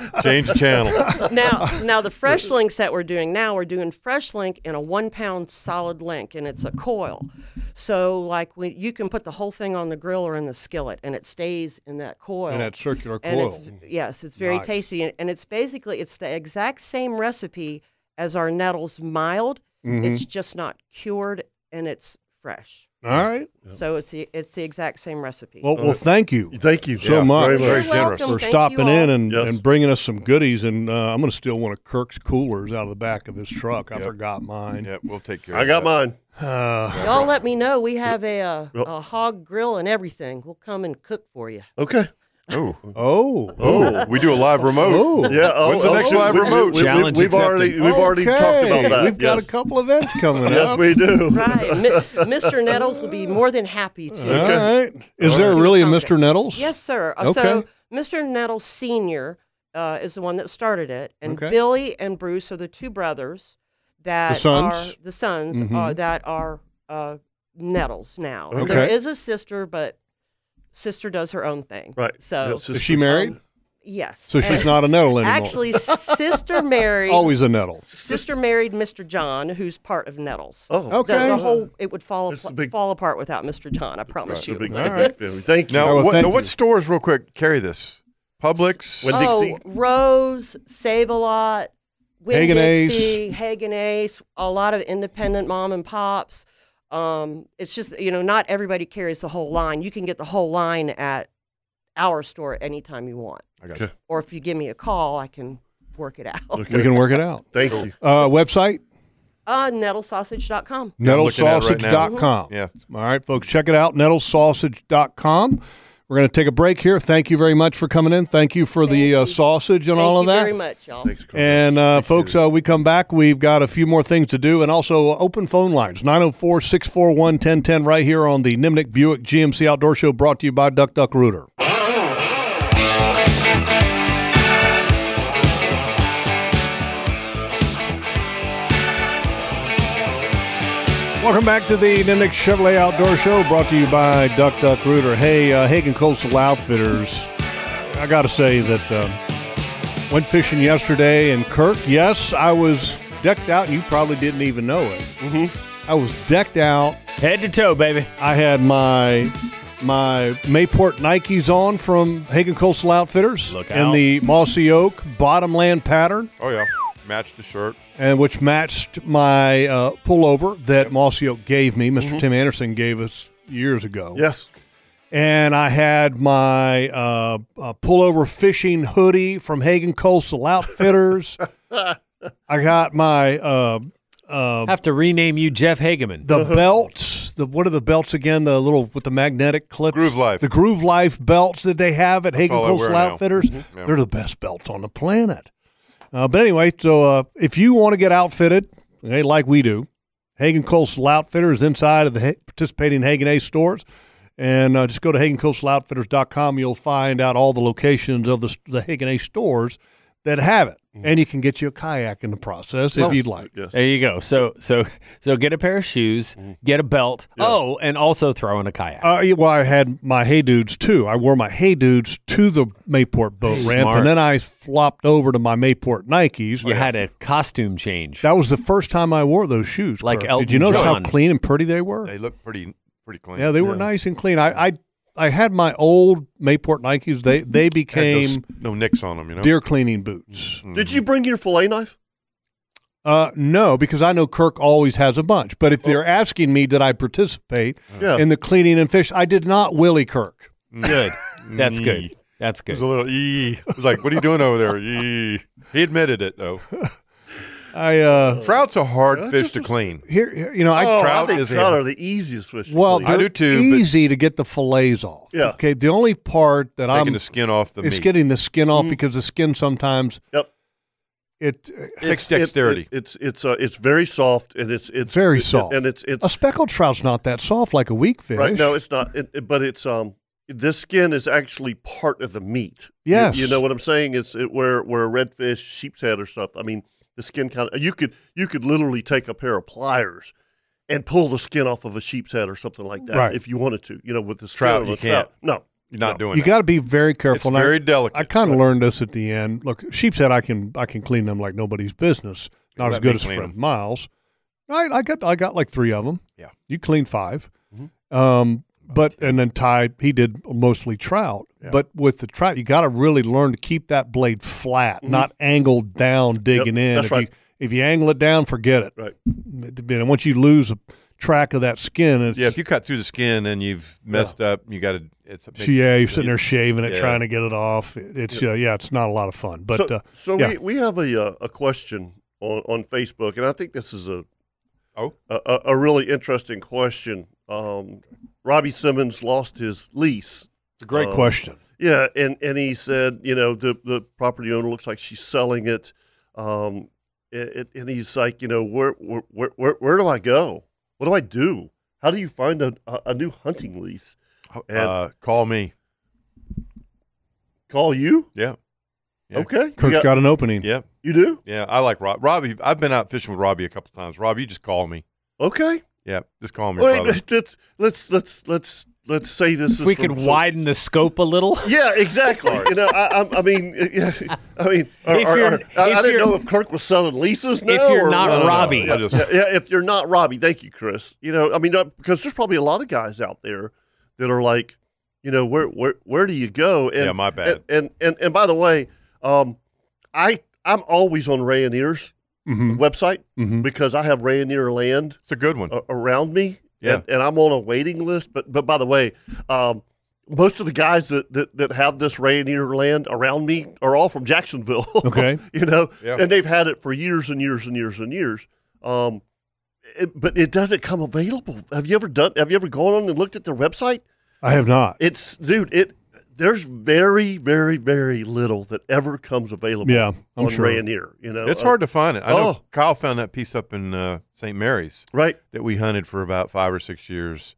Yeah. Change the channel. now, now the fresh links that we're doing now, we're doing fresh link in a one pound solid link, and it's a coil. So, like, when you can put the whole thing on the grill or in the skillet, and it stays in that coil. In that circular And it's- coil. yes, it's very Nice. tasty, and, and it's basically it's the exact same recipe as our nettles mild. Mhm. It's just not cured, and it's fresh. All right. So it's the it's the exact same recipe. Well, well, thank you. Thank you so Yeah, much. very, very You're generous. welcome. for Thank stopping you all. in and, Yes. and bringing us some goodies. And uh, I'm going to steal one of Kirk's coolers out of the back of his truck. I forgot mine. Yep, we'll take care I got mine. Uh, Y'all let me know. We have a, uh Yep. a hog grill and everything. We'll come and cook for you. Okay. Oh, oh, oh, we do a live remote. Oh. Yeah. Oh, When's the oh, next we- live we- remote? we- we- Challenge we've already accepted. we've already talked Okay. about that. We've got yes. a couple events coming Yes, up. we do. Right. Mi- Mr. Nettles will be more than happy to. All right. Is there really a Mr. Nettles? Yes, sir. Uh, So Okay. Mr. Nettles Sr. Uh, is the one that started it, and Okay. Billy and Bruce are the two brothers that The sons? Mm-hmm. are the sons uh, that are uh, Nettles now. And There Okay. is a sister, but sister does her own thing. Right. So Yes, Is she married? yes. so she's And not a nettle anymore. Actually, sister married. always a nettle. Sister married Mr. John, who's part of Nettles. Oh, The, Okay. the whole it would fall It's a apl- big- fall apart without Mr. John. I promise you. a big, All a big right. family. Thank you. Now, Oh, well, what, thank now what you. stores real quick carry this? Publix. When- Oh, Dixie. Rose, Save a Lot, Hagen Hagen Ace. Ace, Hagen Ace, a lot of independent mom and pops. Um, it's just you know not everybody carries the whole line. You can get the whole line at our store anytime you want, I got you. or if you give me a call, I can work it out. Okay. We can work it out. Thank you. Uh, website? Uh, nettlesausage.com. looking at it right now. Nettlesausage.com. Yeah. All right, folks, check it out. Nettlesausage.com. We're going to take a break here. Thank you very much for coming in. Thank you for the uh, sausage and Thank all of you that. very much, y'all. Thanks, Carl. And uh, folks, uh, we come back. We've got a few more things to do and also open phone lines 904 641 1010 right here on the Nimnik Buick GMC Outdoor Show brought to you by Duck Duck Rooter. Welcome back to the Nimnik Chevrolet Outdoor Show brought to you by Duck Duck Rooter. Hey, uh, Hagen Coastal Outfitters, I got to say that. Um, Went fishing yesterday in Kirk. Yes, I was decked out, and you probably didn't even know it. Mm-hmm. I was decked out. Head to toe, baby. I had my my Mayport Nikes on from Hagen Coastal Outfitters, Look and out. the mossy oak bottomland pattern, Oh yeah, match the shirt. and which matched my uh, pullover that mossy oak gave me. Mm-hmm. mister Tim Anderson gave us years ago Yes. and I had my uh, uh, pullover fishing hoodie from Hagen Coastal Outfitters. I got my uh, uh, Have to rename you Jeff Hageman. the Uh-huh. belts. The what are the belts again? The little with the magnetic clips. Groove Life. The Groove Life belts that they have at Hagen all I wear Coastal now. Outfitters. Mm-hmm. Yeah. They're the best belts on the planet. Uh, but anyway, so uh, if you want to get outfitted, okay, like we do, Hagen Coastal Outfitters inside of the ha- participating Hagen A stores. And uh, just go to HagenCoastalOutfitters.com. You'll find out all the locations of the, the Hagen A stores that have it. And you can get you a kayak in the process if you'd like. Yes. There you go. So so so get a pair of shoes, get a belt. Oh, and also throw in a kayak. Uh, yeah, well, I had my Hey Dudes too. I wore my Hey Dudes to the Mayport boat ramp, Smart. and then I flopped over to my Mayport Nikes. you had a costume change. That was the first time I wore those shoes. Like Kirk. Elton Did you notice John. how clean and pretty they were? They look pretty pretty clean. yeah, they were nice and clean. I, I I had my old Mayport Nikes. They they Had no s- became no, Mm-hmm. nicks on them. You know. deer cleaning boots. Did you bring your fillet knife? Uh, no, because I know Kirk always has a bunch. But if they're asking me, did I participate Yeah. in the cleaning and fish? I did not, Willie Kirk. Good. That's good. That's It was a good. little ee. It was like, what are you doing over there? Ee. He admitted it though. I uh, Trout's a hard That's fish just to a- clean. here, here- you know, I oh, trout I think is a- trout are e- the easiest fish. to Well, clean. I they're do too, but- Easy to get the fillets off. Yeah. Okay. The only part that Taking I'm the skin off the it's meat. Mm. getting the skin off because the skin sometimes Yep. it Takes it- dexterity. it- it's it's uh, it's very soft and it's it's Very it- it- soft. and it's it's a speckled trout's not that soft like a weak fish. right. No, it's not. It, it- but it's um. This skin is actually part of the meat. You- Yes. You, know what I'm saying? It's it, where where a redfish, sheep's head, or stuff. I mean, the skin kind of you could you could literally take a pair of pliers and pull the skin off of a sheep's head or something like that Right. if you wanted to. You know, with the skin Trout, on you the trout. can't. No, You're not no. doing You that. got to be very careful. It's And I- very delicate. I kind of learned this at the end. Look, sheep's head, I can I can clean them like nobody's business. Not Let as good me as clean friend 'em. Miles. Right? I got I got like three of them. Yeah. Mm-hmm. you cleaned 5 Um, but and then Ty he did mostly trout. But with the trout, you got to really learn to keep that blade flat, Mm-hmm. not angled down, digging in. that's if right. you if you angle it down, forget it. Right. And once you lose track of that skin, it's Yeah, if you cut through the skin and you've messed up, you got to. So, yeah, you're sitting there shaving it, Yeah. trying to get it off. It's yeah, uh, yeah it's not a lot of fun. But so, uh, so yeah. we, we have a uh, a question on, on Facebook, and I think this is a Oh. a, a- a really interesting question. Um, Robbie Simmons lost his lease. it's a great um, question. Yeah, and, and he said, you know, the, the property owner looks like she's selling it, um, it, it- and he's like, you know, where where, where where where do I go? What do I do? How do you find a, a, a new hunting lease? Uh, call me. Call you? Yeah. Yeah. Okay, you, Kurt's got- got an opening. Yeah. you do? Yeah. I like Rob. Robbie. I've been out fishing with Robbie a couple times. Rob, you just call me. Okay. Yeah. Just call me. brother. Wait, let's let's let's let's let's say this If is we from could some- widen the scope a little. Yeah, exactly. you know, I, I, I mean, yeah, I mean, or, If or- you're- or- I, if I didn't you're- know if Kirk was selling leases. Now, you're or- not no, no, no. Robbie. Yeah, I just- yeah, yeah, if you're not Robbie, thank you, Chris. You know, I mean, uh, because there's probably a lot of guys out there that are like, you know, where where where do you go? And, Yeah, my bad. And and and, and by the way, um, I I'm always on Rayoneers Mm-hmm. Mhm. website Mhm. because I have Rayoneer land Mm-hmm. It's a good one. a- around me. Yeah. And, and I'm on a waiting list. But but by the way, um, most of the guys that, that, that have this Rainier land around me are all from Jacksonville. Okay. you know, Yeah. and they've had it for years and years and years and years. Um, it- but it doesn't come available. Have you ever done? Have you ever gone on and looked at their website? I have not. It's dude. It there's very very very little that ever comes available. Yeah, I'm on sure. Rainier. You know, It's Uh, hard to find it. I know oh. Kyle found that piece up in uh, St. Mary's right? that we hunted for about five or six years,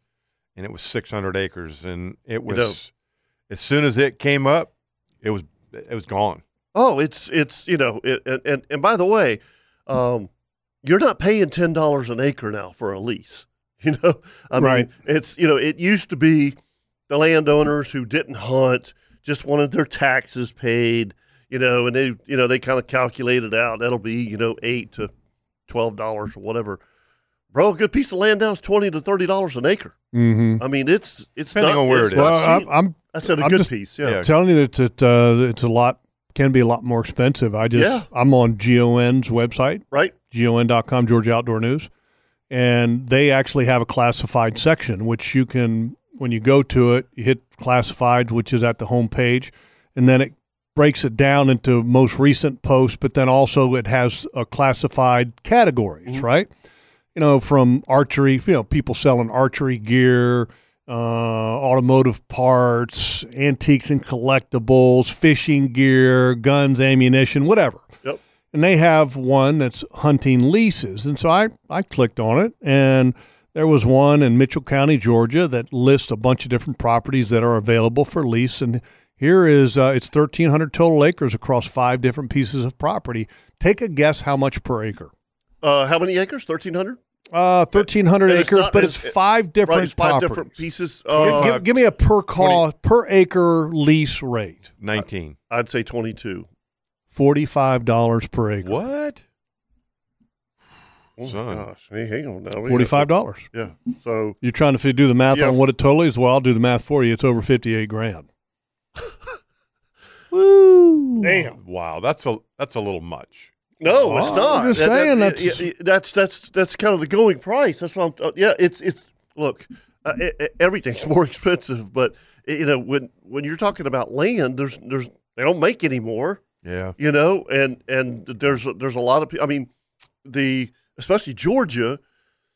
and it was 600 acres, and it was as soon as it came up, it was it was gone. Oh, it's it's you know, it, and, and and by the way, um, you're not paying ten dollars an acre now for a lease. You know, I Right. mean, it's you know, it used to be the landowners who didn't hunt just wanted their taxes paid. You know, and they you know they kind of calculated out that'll be you know eight to twelve dollars or whatever. Bro, a good piece of land now is twenty to thirty dollars an acre. Mm-hmm. I mean, it's it's Depending not, on where it's it is. not Well, cheap. I'm, I'm I said a I'm good just- piece. Yeah. telling you that it, uh, it's a lot can be a lot more expensive. I just Yeah. I'm on GON's website, right. GON.com, Georgia Outdoor News, and they actually have a classified section which you can when you go to it, you hit classifieds, which is at the home page, and then it breaks it down into most recent posts, but then also it has a classified categories, Mm-hmm. right? You know, from archery, you know, people selling archery gear, uh, automotive parts, antiques and collectibles, fishing gear, guns, ammunition, whatever. Yep. And they have one that's hunting leases. And so I, I clicked on it and there was one in Mitchell County, Georgia that lists a bunch of different properties that are available for lease. And here is uh, it's 1,300 total acres across five different pieces of property. Take a guess how much per acre? Uh, how many acres? Thirteen hundred. Uh, 1,300 And it's acres, not- but it's- it's five different right, it's five properties. different pieces. Give- Uh, give, give me a per cost per acre lease rate. 19. I'd say twenty-two. Forty-five dollars per acre. What? Oh my Son. gosh! Hey, hang on now. We got- Forty-five dollars. Yeah. So You're trying to fi- do the math Yeah. on what it totally is. Well, I'll do the math for you. It's over fifty-eight grand. damn. Wow, that's a that's a little much. No, it's I'm not. just saying that's- yeah, yeah, that's that's that's kind of the going price. That's what I'm. Uh, yeah, it's it's look, uh, e- e- everything's more expensive, but eh, you know when when you're talking about land, there's there's they don't make any more. Yeah. you know, and and there's there's a lot of people. I mean, the especially Georgia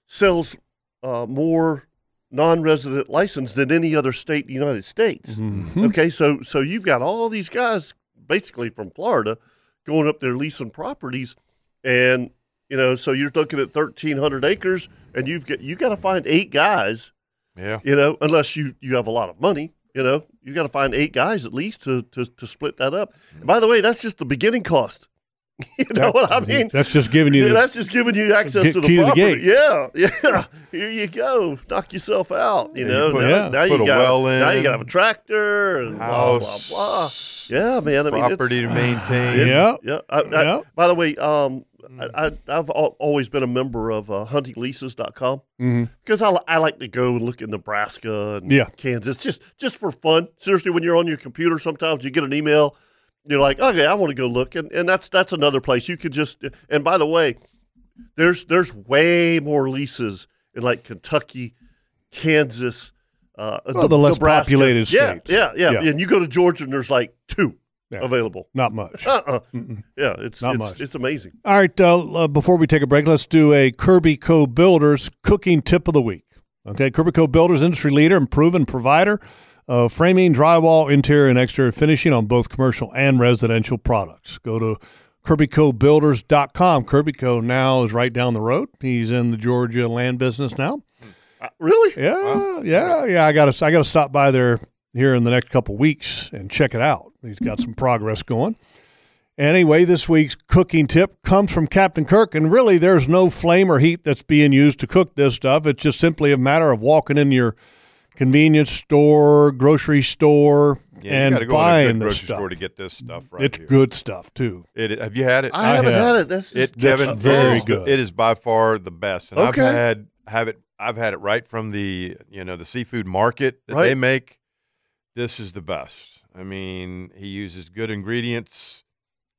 sells uh, more non-resident license than any other state in the United States. Mm-hmm. Okay, so so you've got all these guys basically from Florida going up there leasing properties, and you know, so you're looking at thirteen hundred acres, and you've got you got to find eight guys Yeah. you know, unless you you have a lot of money, you know, Mm-hmm. you got to find eight guys at least to to to split that up. By the way, that's just the beginning cost. You know what I mean? That's just giving you Yeah, the- that's just giving you access Get- to the key to the property. gate. yeah, yeah. Here you go. Knock yourself out. You Yeah, you know. put- now, yeah. now Put you a got. well in. Now you got to have a tractor and blah blah House. blah. Yeah, man. I mean, it's- property to maintain. Hmm. It's- Yep. Yeah. I, I- Yep. By the way, um, I, I, I've al- always been a member of uh, huntingleases.com Mhm. because I, li- I like to go and look in Nebraska and Yeah. Kansas just just for fun. Seriously, when you're on your computer, sometimes you get an email. You're like, okay, I want to go look, and, and that's that's another place you could just. And by the way, there's there's way more leases in like Kentucky, Kansas, uh, Well, the less Nebraska. populated Yeah, states. yeah, yeah, Yeah. And you go to Georgia, and there's like two Yeah. available. Not much. Uh-uh. Mm-mm. Yeah, it's Not it's, much. it's amazing. All right. Uh, uh, before we take a break, let's do a Kirby Co. Builders cooking tip of the week. Okay, Kirby Co. Builders industry leader and proven provider of framing, drywall, interior, and exterior finishing on both commercial and residential products. Go to KirbyCoBuilders.com. Kirby Co. now is right down the road. He's in the Georgia land business now. Really? Yeah, yeah, yeah. I gotta, I gotta stop by there here in the next couple weeks and check it out. He's got some progress going. Anyway, this week's cooking tip comes from Captain Kirk, and really, there's no flame or heat that's being used to cook this stuff. It's just simply a matter of walking in your convenience store, grocery store, Yeah, and you got to go buying to a good this grocery stuff. store to get this stuff right it's here. good stuff too. It, have you had it? I, haven't have. had it. That's it just- Kevin that's- very oh. good. It is by far the best. And Okay. I've had have it I've had it right from the you know the seafood market that they Right. make. This is the best. I mean, he uses good ingredients.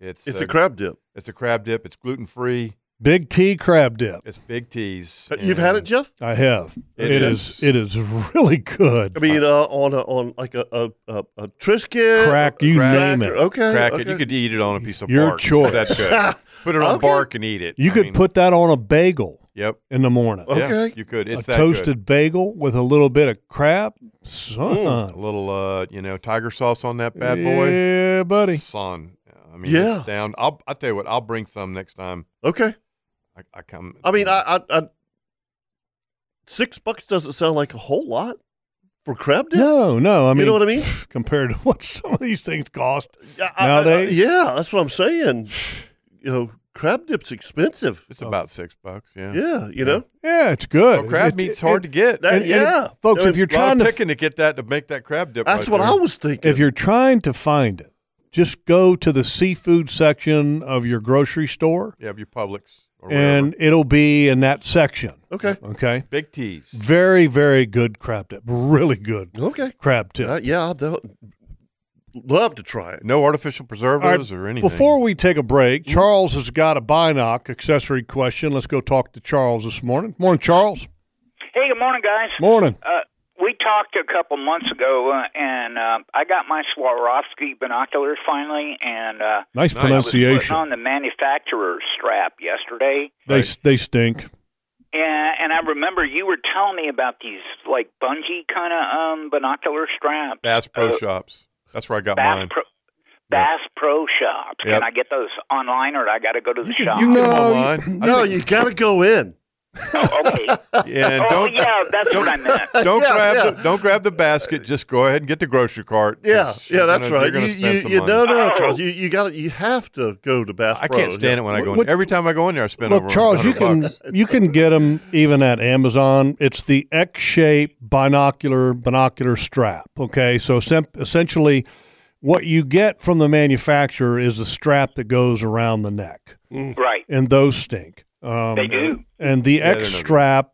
It's It's a crab dip. it's a crab dip. It's gluten free. Big T crab dip. It's big teas. Uh, You've had it, Jeff? I have. It it is- is. It is really good. I mean, uh, on a, on like a a, a, a Triscuit, Crack, you name it. Okay, Crack it. okay. You could eat it on a piece of Your bark. choice. That's good. Put it on Okay. bark and eat it. You I could mean, put that on a bagel Yep. in the morning. Oh, Yeah, Okay. you could. It's a that good. toasted bagel with a little bit of crab. Son. Mm. A little, uh, you know, tiger sauce on that bad boy. Yeah, buddy. Son, I mean, Yeah. it's down. I'll, I'll tell you what. I'll bring some next time Okay. I, I come. I mean, I, I, I six bucks doesn't sound like a whole lot for crab dip. No, no. I mean, know what I mean? Compared to what some of these things cost. Yeah, I- I- Nowadays? yeah, that's what I'm saying. You know, crab dip's expensive. it's about six bucks. Yeah. Yeah, you know. Yeah, it's good. Well, Oh, crab It- meat's it- hard to get. That- and- and it- yeah. folks, if Uh, you're A lot of trying to picking to get that to make that crab dip. That's right what there. I was thinking. if you're trying to find it, just go to the seafood section of your grocery store, Yeah, your Publix or and whatever. it'll be in that section. okay. Okay. Big T's. Very, very good crab dip. Really good Okay. crab dip. Uh, yeah, I'd do- love to try it. Mm. No artificial All right, preservatives or anything. Before we take a break, Charles has got a binoc accessory question. Let's go talk to Charles this morning. Morning, Charles. Hey, good morning, guys. Morning. Uh, we talked a couple months ago, uh, and uh, I got my Swarovski binoculars finally, and uh, Nice, Nice. I was putting pronunciation. on the manufacturer's strap yesterday, they they stink. and, and I remember you were telling me about these like bungee kind of um, binocular straps. Bass Pro Uh, Shops. That's where I got Bass mine. Pro. Bass Pro Shop. Yep. Can I get those online, or do I got to go to the you can, shop? you can get 'em No, online. No, you got to go in. Oh, okay. and oh, don't yeah, that's what I meant. don't Yeah, grab yeah. The, don't grab the basket. Just go ahead and get the grocery cart. Yeah, 'cause yeah, you're that's gonna- you're right. You, gonna spend you, some you money. no, no, Oh. Charles, you, you got to you have to go to Bass I Pro. can't stand it when I go in. What- Every time I go in there, I spend Look, over Charles, you 100 can bucks. you can get them even at Amazon. It's the X-shaped binocular binocular strap. Okay, so sem- essentially, what you get from the manufacturer is the strap that goes around the neck, Right. and those stink. Um, They do. and the they're no X strap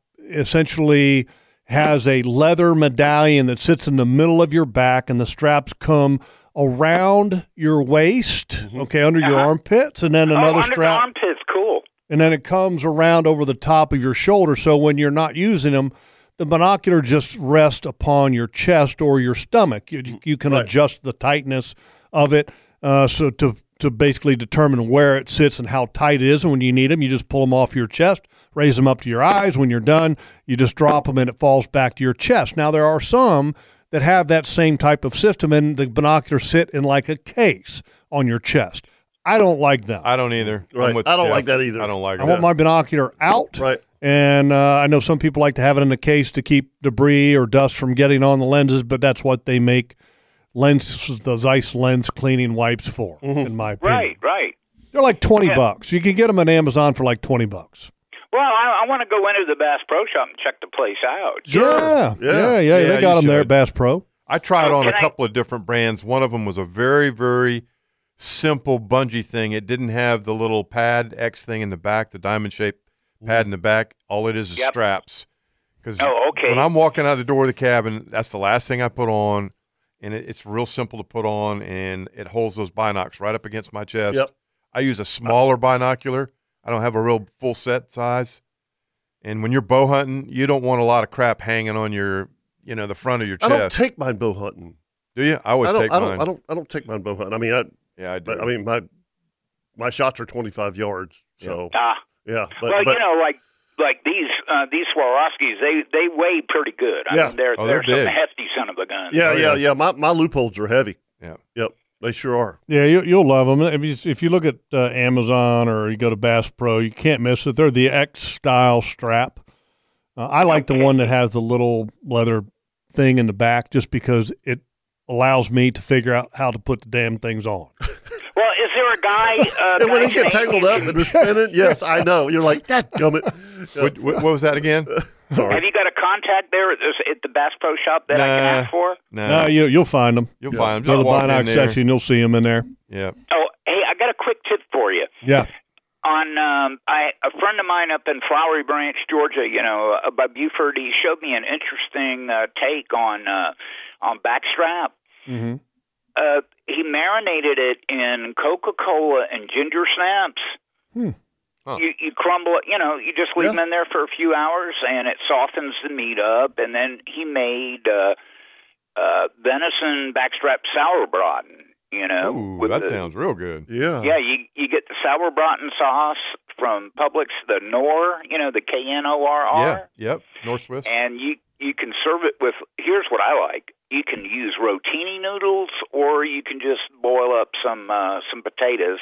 essentially has a leather medallion that sits in the middle of your back, and the straps come around your waist, Mm-hmm. okay, under your armpits, and then Uh-huh. oh, another under strap, the armpits. Cool. and then it comes around over the top of your shoulder. So when you're not using them, the binocular just rests upon your chest or your stomach. You, you- you can adjust the tightness of it, uh, so to to basically determine where it sits and how tight it is. And when you need them, you just pull them off your chest, raise them up to your eyes. When you're done, you just drop them and it falls back to your chest. Now there are some that have that same type of system, and the binoculars sit in like a case on your chest. I don't like them. I don't either. I'm Right. with I don't Jeff. like that either. I don't like I it. want my binocular out. Right. And uh, I know some people like to have it in a case to keep debris or dust from getting on the lenses, but that's what they Mm-hmm. make lens the Zeiss lens cleaning wipes for, in my opinion. Right. Right. They're like 20 Yeah. bucks. You can get them on Amazon for like 20 bucks. Well, I, I want to go into the Bass Pro Shop and check the place out. Yeah. Yeah. Yeah. Yeah, they got you them there should. at Bass Pro. I tried Oh, on can a I- couple of different brands. One of them was a very, very simple bungee thing. It didn't have the little pad X thing in the back, the diamond shaped pad in the back. All it is is Yep. straps. Because Oh, okay. when I'm walking out the door of the cabin, that's the last thing I put on, and it, it's real simple to put on, and it holds those binocs right up against my chest. Yep. I use a smaller binocular. I don't have a real full set size. And when you're bow hunting, you don't want a lot of crap hanging on your, you know, the front of your I chest. don't take mine bow hunting. Do you? I always I don't, take I don't, mine. I don't. I don't take mine bow hunting. I mean, I, yeah, I do. I mean, my my shots are twenty five yards. So Ah, yeah, but, well, but you know, like like these uh, these Swarovskis, they they weigh pretty good. I Yeah. mean, they're Oh, they're they're, big. some hefty son of a gun. yeah, Oh, yeah, yeah. yeah. My my loopholes are heavy. Yeah. Yep. They sure are. Yeah, you, you'll love them. If you, if you look at uh, Amazon or you go to Bass Pro, you can't miss it. They're the X style strap. Uh, I like the one that has the little leather thing in the back just because it allows me to figure out how to put the damn things on. Well, is there a guy? Uh, And when guy they get named- tangled up and they're spinning, yes, I know. You're like, gummit. what, what, what was that again? Sorry. Have you got a contact there at, this, at the Bass Pro Shop that I can Nah. ask for? No, Uh, you, you'll find them. you'll find them. Go to the Just walk in Binox there. section, you'll see them in there. Yeah. Oh, hey, I got a quick tip for you. Yeah. on um I a friend of mine up in Flowery Branch, Georgia, you know, uh, by Buford, he showed me an interesting uh, take on uh on backstrap. Mhm. Uh he marinated it in Coca-Cola and ginger snaps. Hmm. Huh. You you crumble it, you know, you just leave them in there for a few hours and it softens the meat up and then he made uh uh venison backstrap sauerbraten, you know, Ooh, with that the- sounds real good. Yeah. yeah, you you get the sauerbraten sauce from Publix, the Nor, you know, the K N O R Yeah. R, Yep. North Swiss. and you you can serve it with. Here's what I like: you can use rotini noodles, or you can just boil up some uh, some potatoes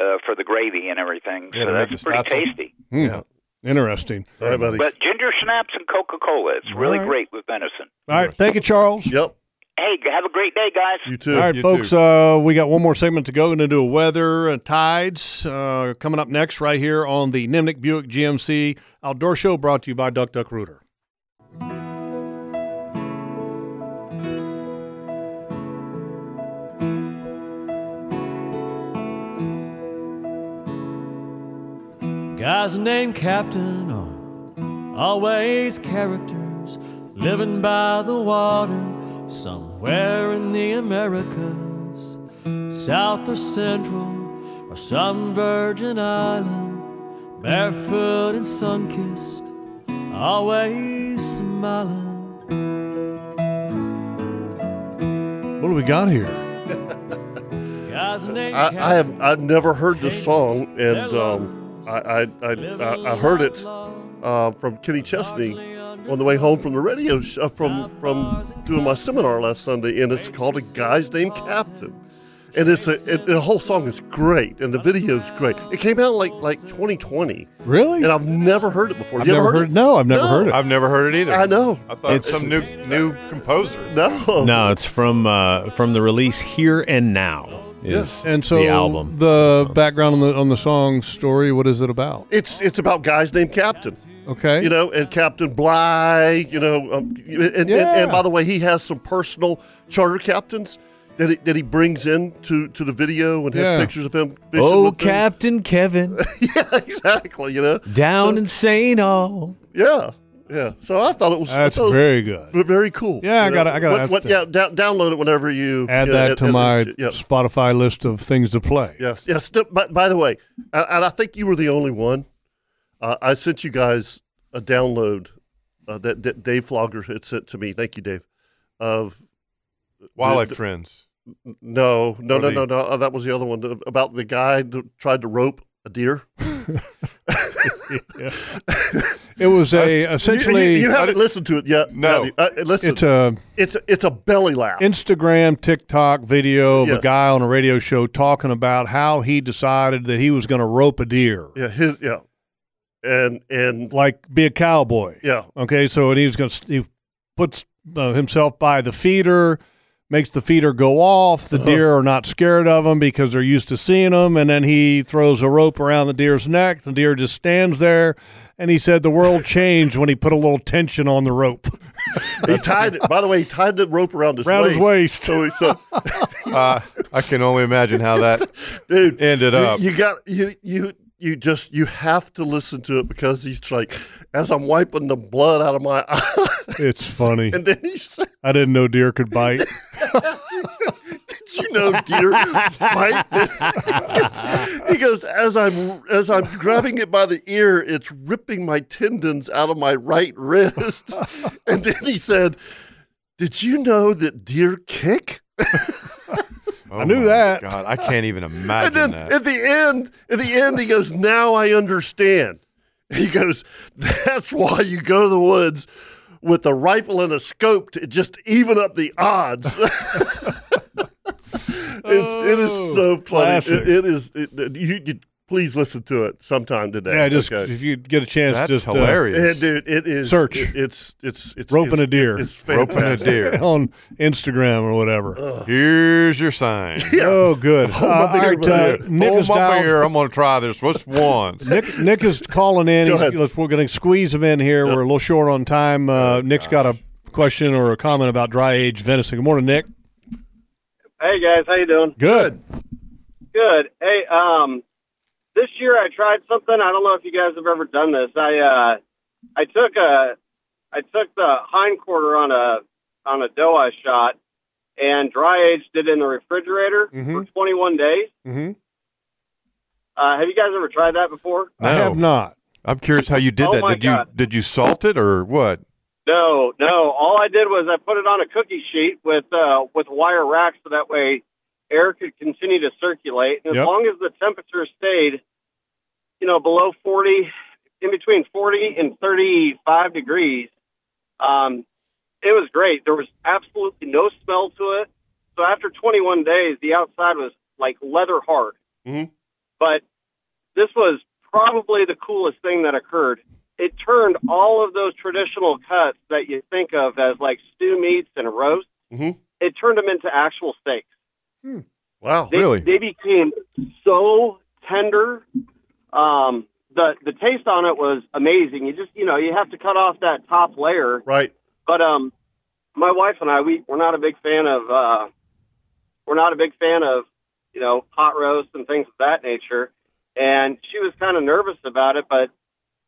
uh, for the gravy and everything. Yeah, to so make that's the pretty schnitzel. tasty. Hmm. Interesting. All right, buddy. But ginger snaps and Coca Cola, it's really All great with venison. All right. Thank you, Charles. Yep. Hey, have a great day, guys. You too. All right, You folks. Uh, we got one more segment to go. Going to do a weather uh, tides uh, coming up next, right here on the Nimnik Buick GMC Outdoor Show, brought to you by Duck Duck Rooter. Guys named Captain are always characters living by the water somewhere in the Americas, south or central or some virgin island, barefoot and sun kissed, always smiling. What do we got here? Guys named I, I Captain have I've never heard this song, and um, I, I, I I I heard it uh, from Kenny Chesney on the way home from the radio sh- uh, from from doing my seminar last Sunday, and it's called a guy's named Captain, and it's a it, the whole song is great, and the video's great. It came out like like 2020, Really? and I've never heard it before. I've you never ever heard, heard. No, I've never No. heard it. I've never heard it either. I know. I thought it's It's- some new new composer. No, No, it's from uh, from the release Here and Now is and so the album. the So- background on the on the song story. What is it about? It's it's about guys named Captain. Okay. you know, and Captain Bly, you know, um, and, and, Yeah. and by the way, he has some personal charter captains that he, that he brings in to, to the video and has Yeah. pictures of him fishing. Oh, with them. Captain Kevin, yeah, exactly. You know, down So- in St. All. yeah, yeah. So I thought it was I That's thought it was very good. v- very cool. Yeah, I you know. gotta- I gotta What- have what- to- yeah, da- download it whenever you Add yeah, that and- to and- my yeah. Spotify list of things to play. Yes, yes. th- By, by the way, uh, and I think you were the only one. Uh, I sent you guys a download uh, that, that Dave Flogger had sent to me. Thank you, Dave. Of Wildlife The- the- Friends. no, no, no, Or the- no, no. uh, that was the other one uh, about the guy that tried to rope a deer. It was a essentially. Uh, you, you, you haven't listened to it yet. No. have you? uh, listen, it's a it's a, it's a belly laugh. Instagram, TikTok video of a Yes. guy on a radio show talking about how he decided that he was going to rope a deer, yeah, his yeah, and and like be a cowboy. yeah, Okay, so and he was going to he puts uh, himself by the feeder, makes the feeder go off. Uh-huh. The deer are not scared of him because they're used to seeing him. And then he throws a rope around the deer's neck. The deer just stands there. And he said the world changed when he put a little tension on the rope. He tied it. By the way, he tied the rope around his Around waist. his waist. So, he- so Uh, I can only imagine how that dude, ended you- up. You, got you you you just you have to listen to it because he's like, as I'm wiping the blood out of my eye, It's funny. and then he said, I didn't know deer could bite. "Did you know deer bite?" he goes, "As I'm as I'm grabbing it by the ear, it's ripping my tendons out of my right wrist." and then he said, "Did you know that deer kick?" Oh knew my that. God, I can't even imagine And then that. at the end, at the end, he goes, "Now I understand." He goes, "That's why you go to the woods with a rifle and a scope to just even up the odds." it's, it is so funny. Oh, classic. It- it is. It, you, you- please listen to it sometime today. Yeah, just Okay. if you get a chance, That's just uh, Yeah, hilarious. dude, it is. Search. it- it's it's it's Roping it's- a deer. It's Roping a fantastic. deer. on Instagram or whatever. Here's your sign. Oh, good. Uh, my all beer, right, my uh, beer. Nick Hold is my dialed. beer. I'm going to try this. What's one? Nick, Nick is calling in. Go He's, ahead. let's, we're going to squeeze him in here. We're a little short on time. Oh, Uh, Nick's got a question or a comment about dry aged venison. Good morning, Nick. Hey guys, how you doing? Good. Good. Hey, um, this year I tried something. I don't know if you guys have ever done this. I uh, I took a, I took the hindquarter on a on a doe I shot, and dry aged it in the refrigerator for 21 days. Mm-hmm. Mhm. Uh, have you guys ever tried that before? I have not. I'm curious how you did Oh that. my Did you God. did you salt it or what? No, no. All I did was I put it on a cookie sheet with uh, with wire rack, so that way air could continue to circulate. And Yep. as long as the temperature stayed, you know, below forty, in between forty and thirty-five degrees, um, it was great. There was absolutely no smell to it. So after twenty-one days, the outside was like leather hard. Mhm. But this was probably the coolest thing that occurred it turned all of those traditional cuts that you think of as like stew meats and roast. Mhm. It turned them into actual steaks. Wow. They, Oh, Really? they became so tender. Um, the the taste on it was amazing. You just you know you have to cut off that top layer, Right. but um, my wife and I we we're not a big fan of uh, we're not a big fan of you know hot roasts and things of that nature, and she was kind of nervous about it. But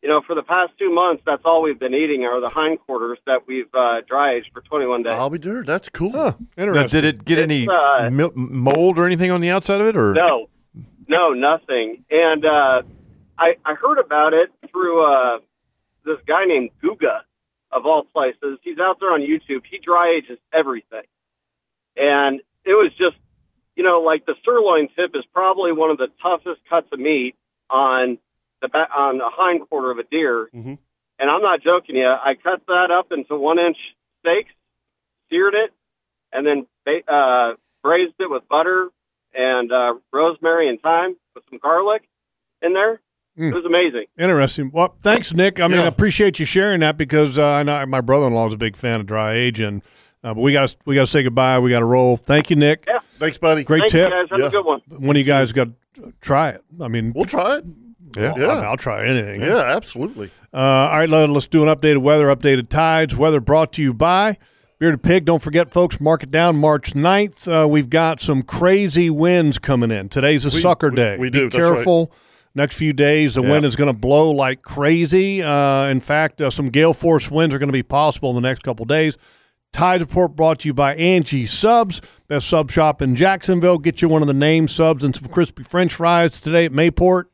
you know, for the past two months, that's all we've been eating are the hindquarters that we've uh, dry aged for 21 days. I'll be there. That's cool. Now, Interesting. did it get any It's, uh, mil- mold or anything on the outside of it? Or No, no, nothing. And uh, I, I heard about it through uh, this guy named Guga, of all places. He's out there on YouTube. He dry ages everything, and it was just, you know, like the sirloin tip is probably one of the toughest cuts of meat on the ba- on the hind quarter of a deer. Mm-hmm. Mhm. And I'm not joking you. I cut that up into one inch steaks, seared it, and then ba- uh, braised it with butter and uh, rosemary and thyme with some garlic in there. It was amazing. Interesting. Well, thanks, Nick. I mean, Yeah. I appreciate you sharing that because uh, I know my brother in law is a big fan of dry aging. Uh, but we got we got to say goodbye. We got to roll. Thank you, Nick. Yeah. Thanks, buddy. Great Thank tip. you guys. Have Yeah. a good one. One of you guys got to try it. I mean, We'll try it. Yeah. I'll, I'll try anything. Yeah, absolutely. Uh, all right, let, us do an updated weather, updated tides. Weather brought to you by Bearded Pig. Don't forget, folks, mark it down March 9th. Uh, we've got some crazy winds coming in. Today's a sucker we- day. we Be do, that's right. careful. Next few days, the wind is going to blow like crazy. Uh, in fact, uh, some gale force winds are going to be possible in the next couple days. Tide Report brought to you by Angie Subs, best sub shop in Jacksonville. Get you one of the name subs and some crispy French fries today at Mayport.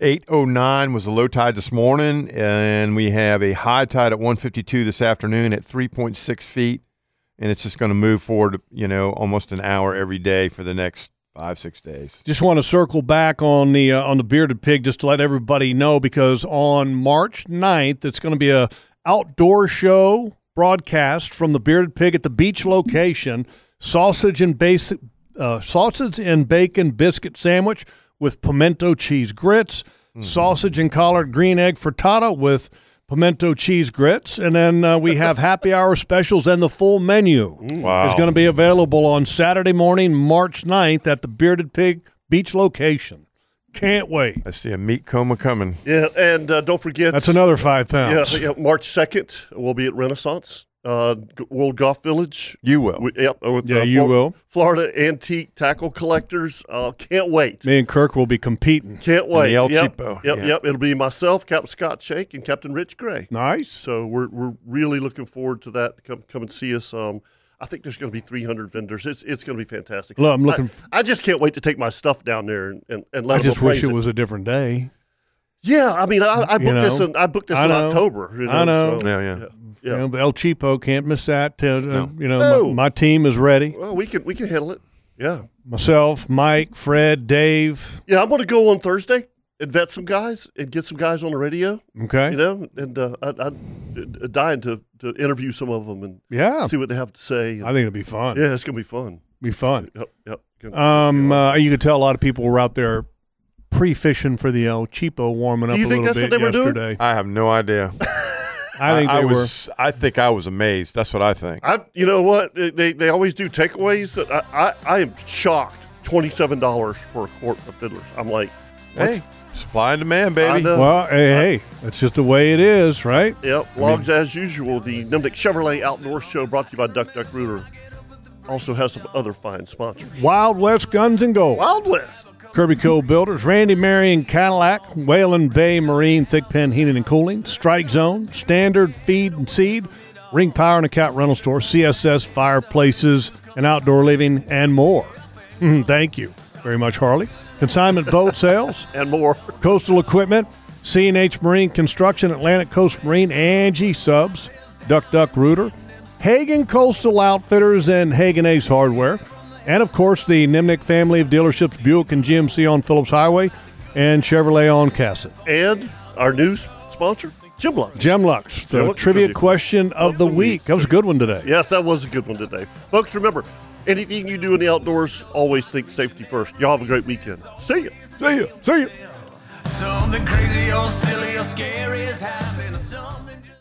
809 was the low tide this morning, and we have a high tide at 152 this afternoon at 3.6 feet, and it's just going to move forward, you know, almost an hour every day for the next five six days. Just want to circle back on the uh, on the bearded pig just to let everybody know because on March 9th it's going to be a outdoor show broadcast from the bearded pig at the beach location sausage and basic uh, sausage and bacon biscuit sandwich with pimento cheese grits sausage and collard green egg frittata with pimento cheese grits, and then uh, we have happy hour specials and the full menu. Wow. is going to be available on Saturday morning, March 9th at the Bearded Pig Beach location. Can't wait. I see a meat coma coming. Yeah, and uh, don't forget That's another five pounds. Yeah, yeah, March second, we'll be at Renaissance uh, G- World Golf Village. You will. We, yep. uh, With, Yeah, uh, you will. Florida antique tackle collectors. Uh, can't wait. Me and Kirk will be competing. Can't the wait. El yep, Cheapo, Yep. yeah. Yep. It'll be myself, Captain Scott Shake, and Captain Rich Gray. Nice. So we're we're really looking forward to that. Come come and see us. Um, I think there's going to be 300 vendors. It's it's going to be fantastic. Look, I'm looking- I, I just can't wait to take my stuff down there and and, and let I them just wish appraise it was a different day. Yeah, I mean, I, I booked You this. know? In, I booked this I in know. October. You know, I know. so- yeah. Yeah. You know, but El Cheapo can't miss that. Uh, uh, You know, No. my, my team is ready. Well, we can we can handle it. Yeah. Myself, Mike, Fred, Dave. Yeah, I'm going to go on Thursday and vet some guys and get some guys on the radio. Okay. You know, and uh, I, I'm uh, dying to, to interview some of them and Yeah. see what they have to say. I think it'll be fun. Yeah, it's going to be fun. Be fun. Yep, yep. Um, uh, you could tell a lot of people were out there pre-fishing for the El Cheapo, warming up Do you a think little that's what bit they were doing? yesterday. I have no idea. I think I, they was. I think I was amazed. That's what I think. I, you know what? They, they, they always do takeaways. I, I, I am shocked. Twenty-seven dollars for a quart of fiddlers. I'm like, Hey, supply and demand, baby. I know. Well, hey, hey, that's just the way it is, right? Yep, logs as usual. The Nimnik Chevrolet Outdoor Show brought to you by Duck Duck Rooter also has some other fine sponsors. Wild West Guns and Gold, Wild West. Kirby Co. Builders, Randy Marion Cadillac, Whalen Bay Marine, Thick Pen Heating and Cooling, Strike Zone, Standard Feed and Seed, Ring Power and Account Rental Store, CSS Fireplaces and Outdoor Living, and more. Mhm, thank you very much, Harley. Consignment Boat Sales, and more. Coastal Equipment, CNH Marine Construction, Atlantic Coast Marine, Angie Subs, Duck Duck Rooter, Hagen Coastal Outfitters, and Hagen Ace Hardware. And of course, the Nimnick family of dealerships Buick and GMC on Phillips Highway and Chevrolet on Cassett. And our new s- sponsor, Jim Lux. Gem Lux, the Gem Lux trivia trivia. question of the week. That was a good one today. Yes, that was a good one today. Folks, remember, anything you do in the outdoors, always think safety first. Y'all have a great weekend. See ya. See ya. See ya. Something crazy or silly or scary is happening. Something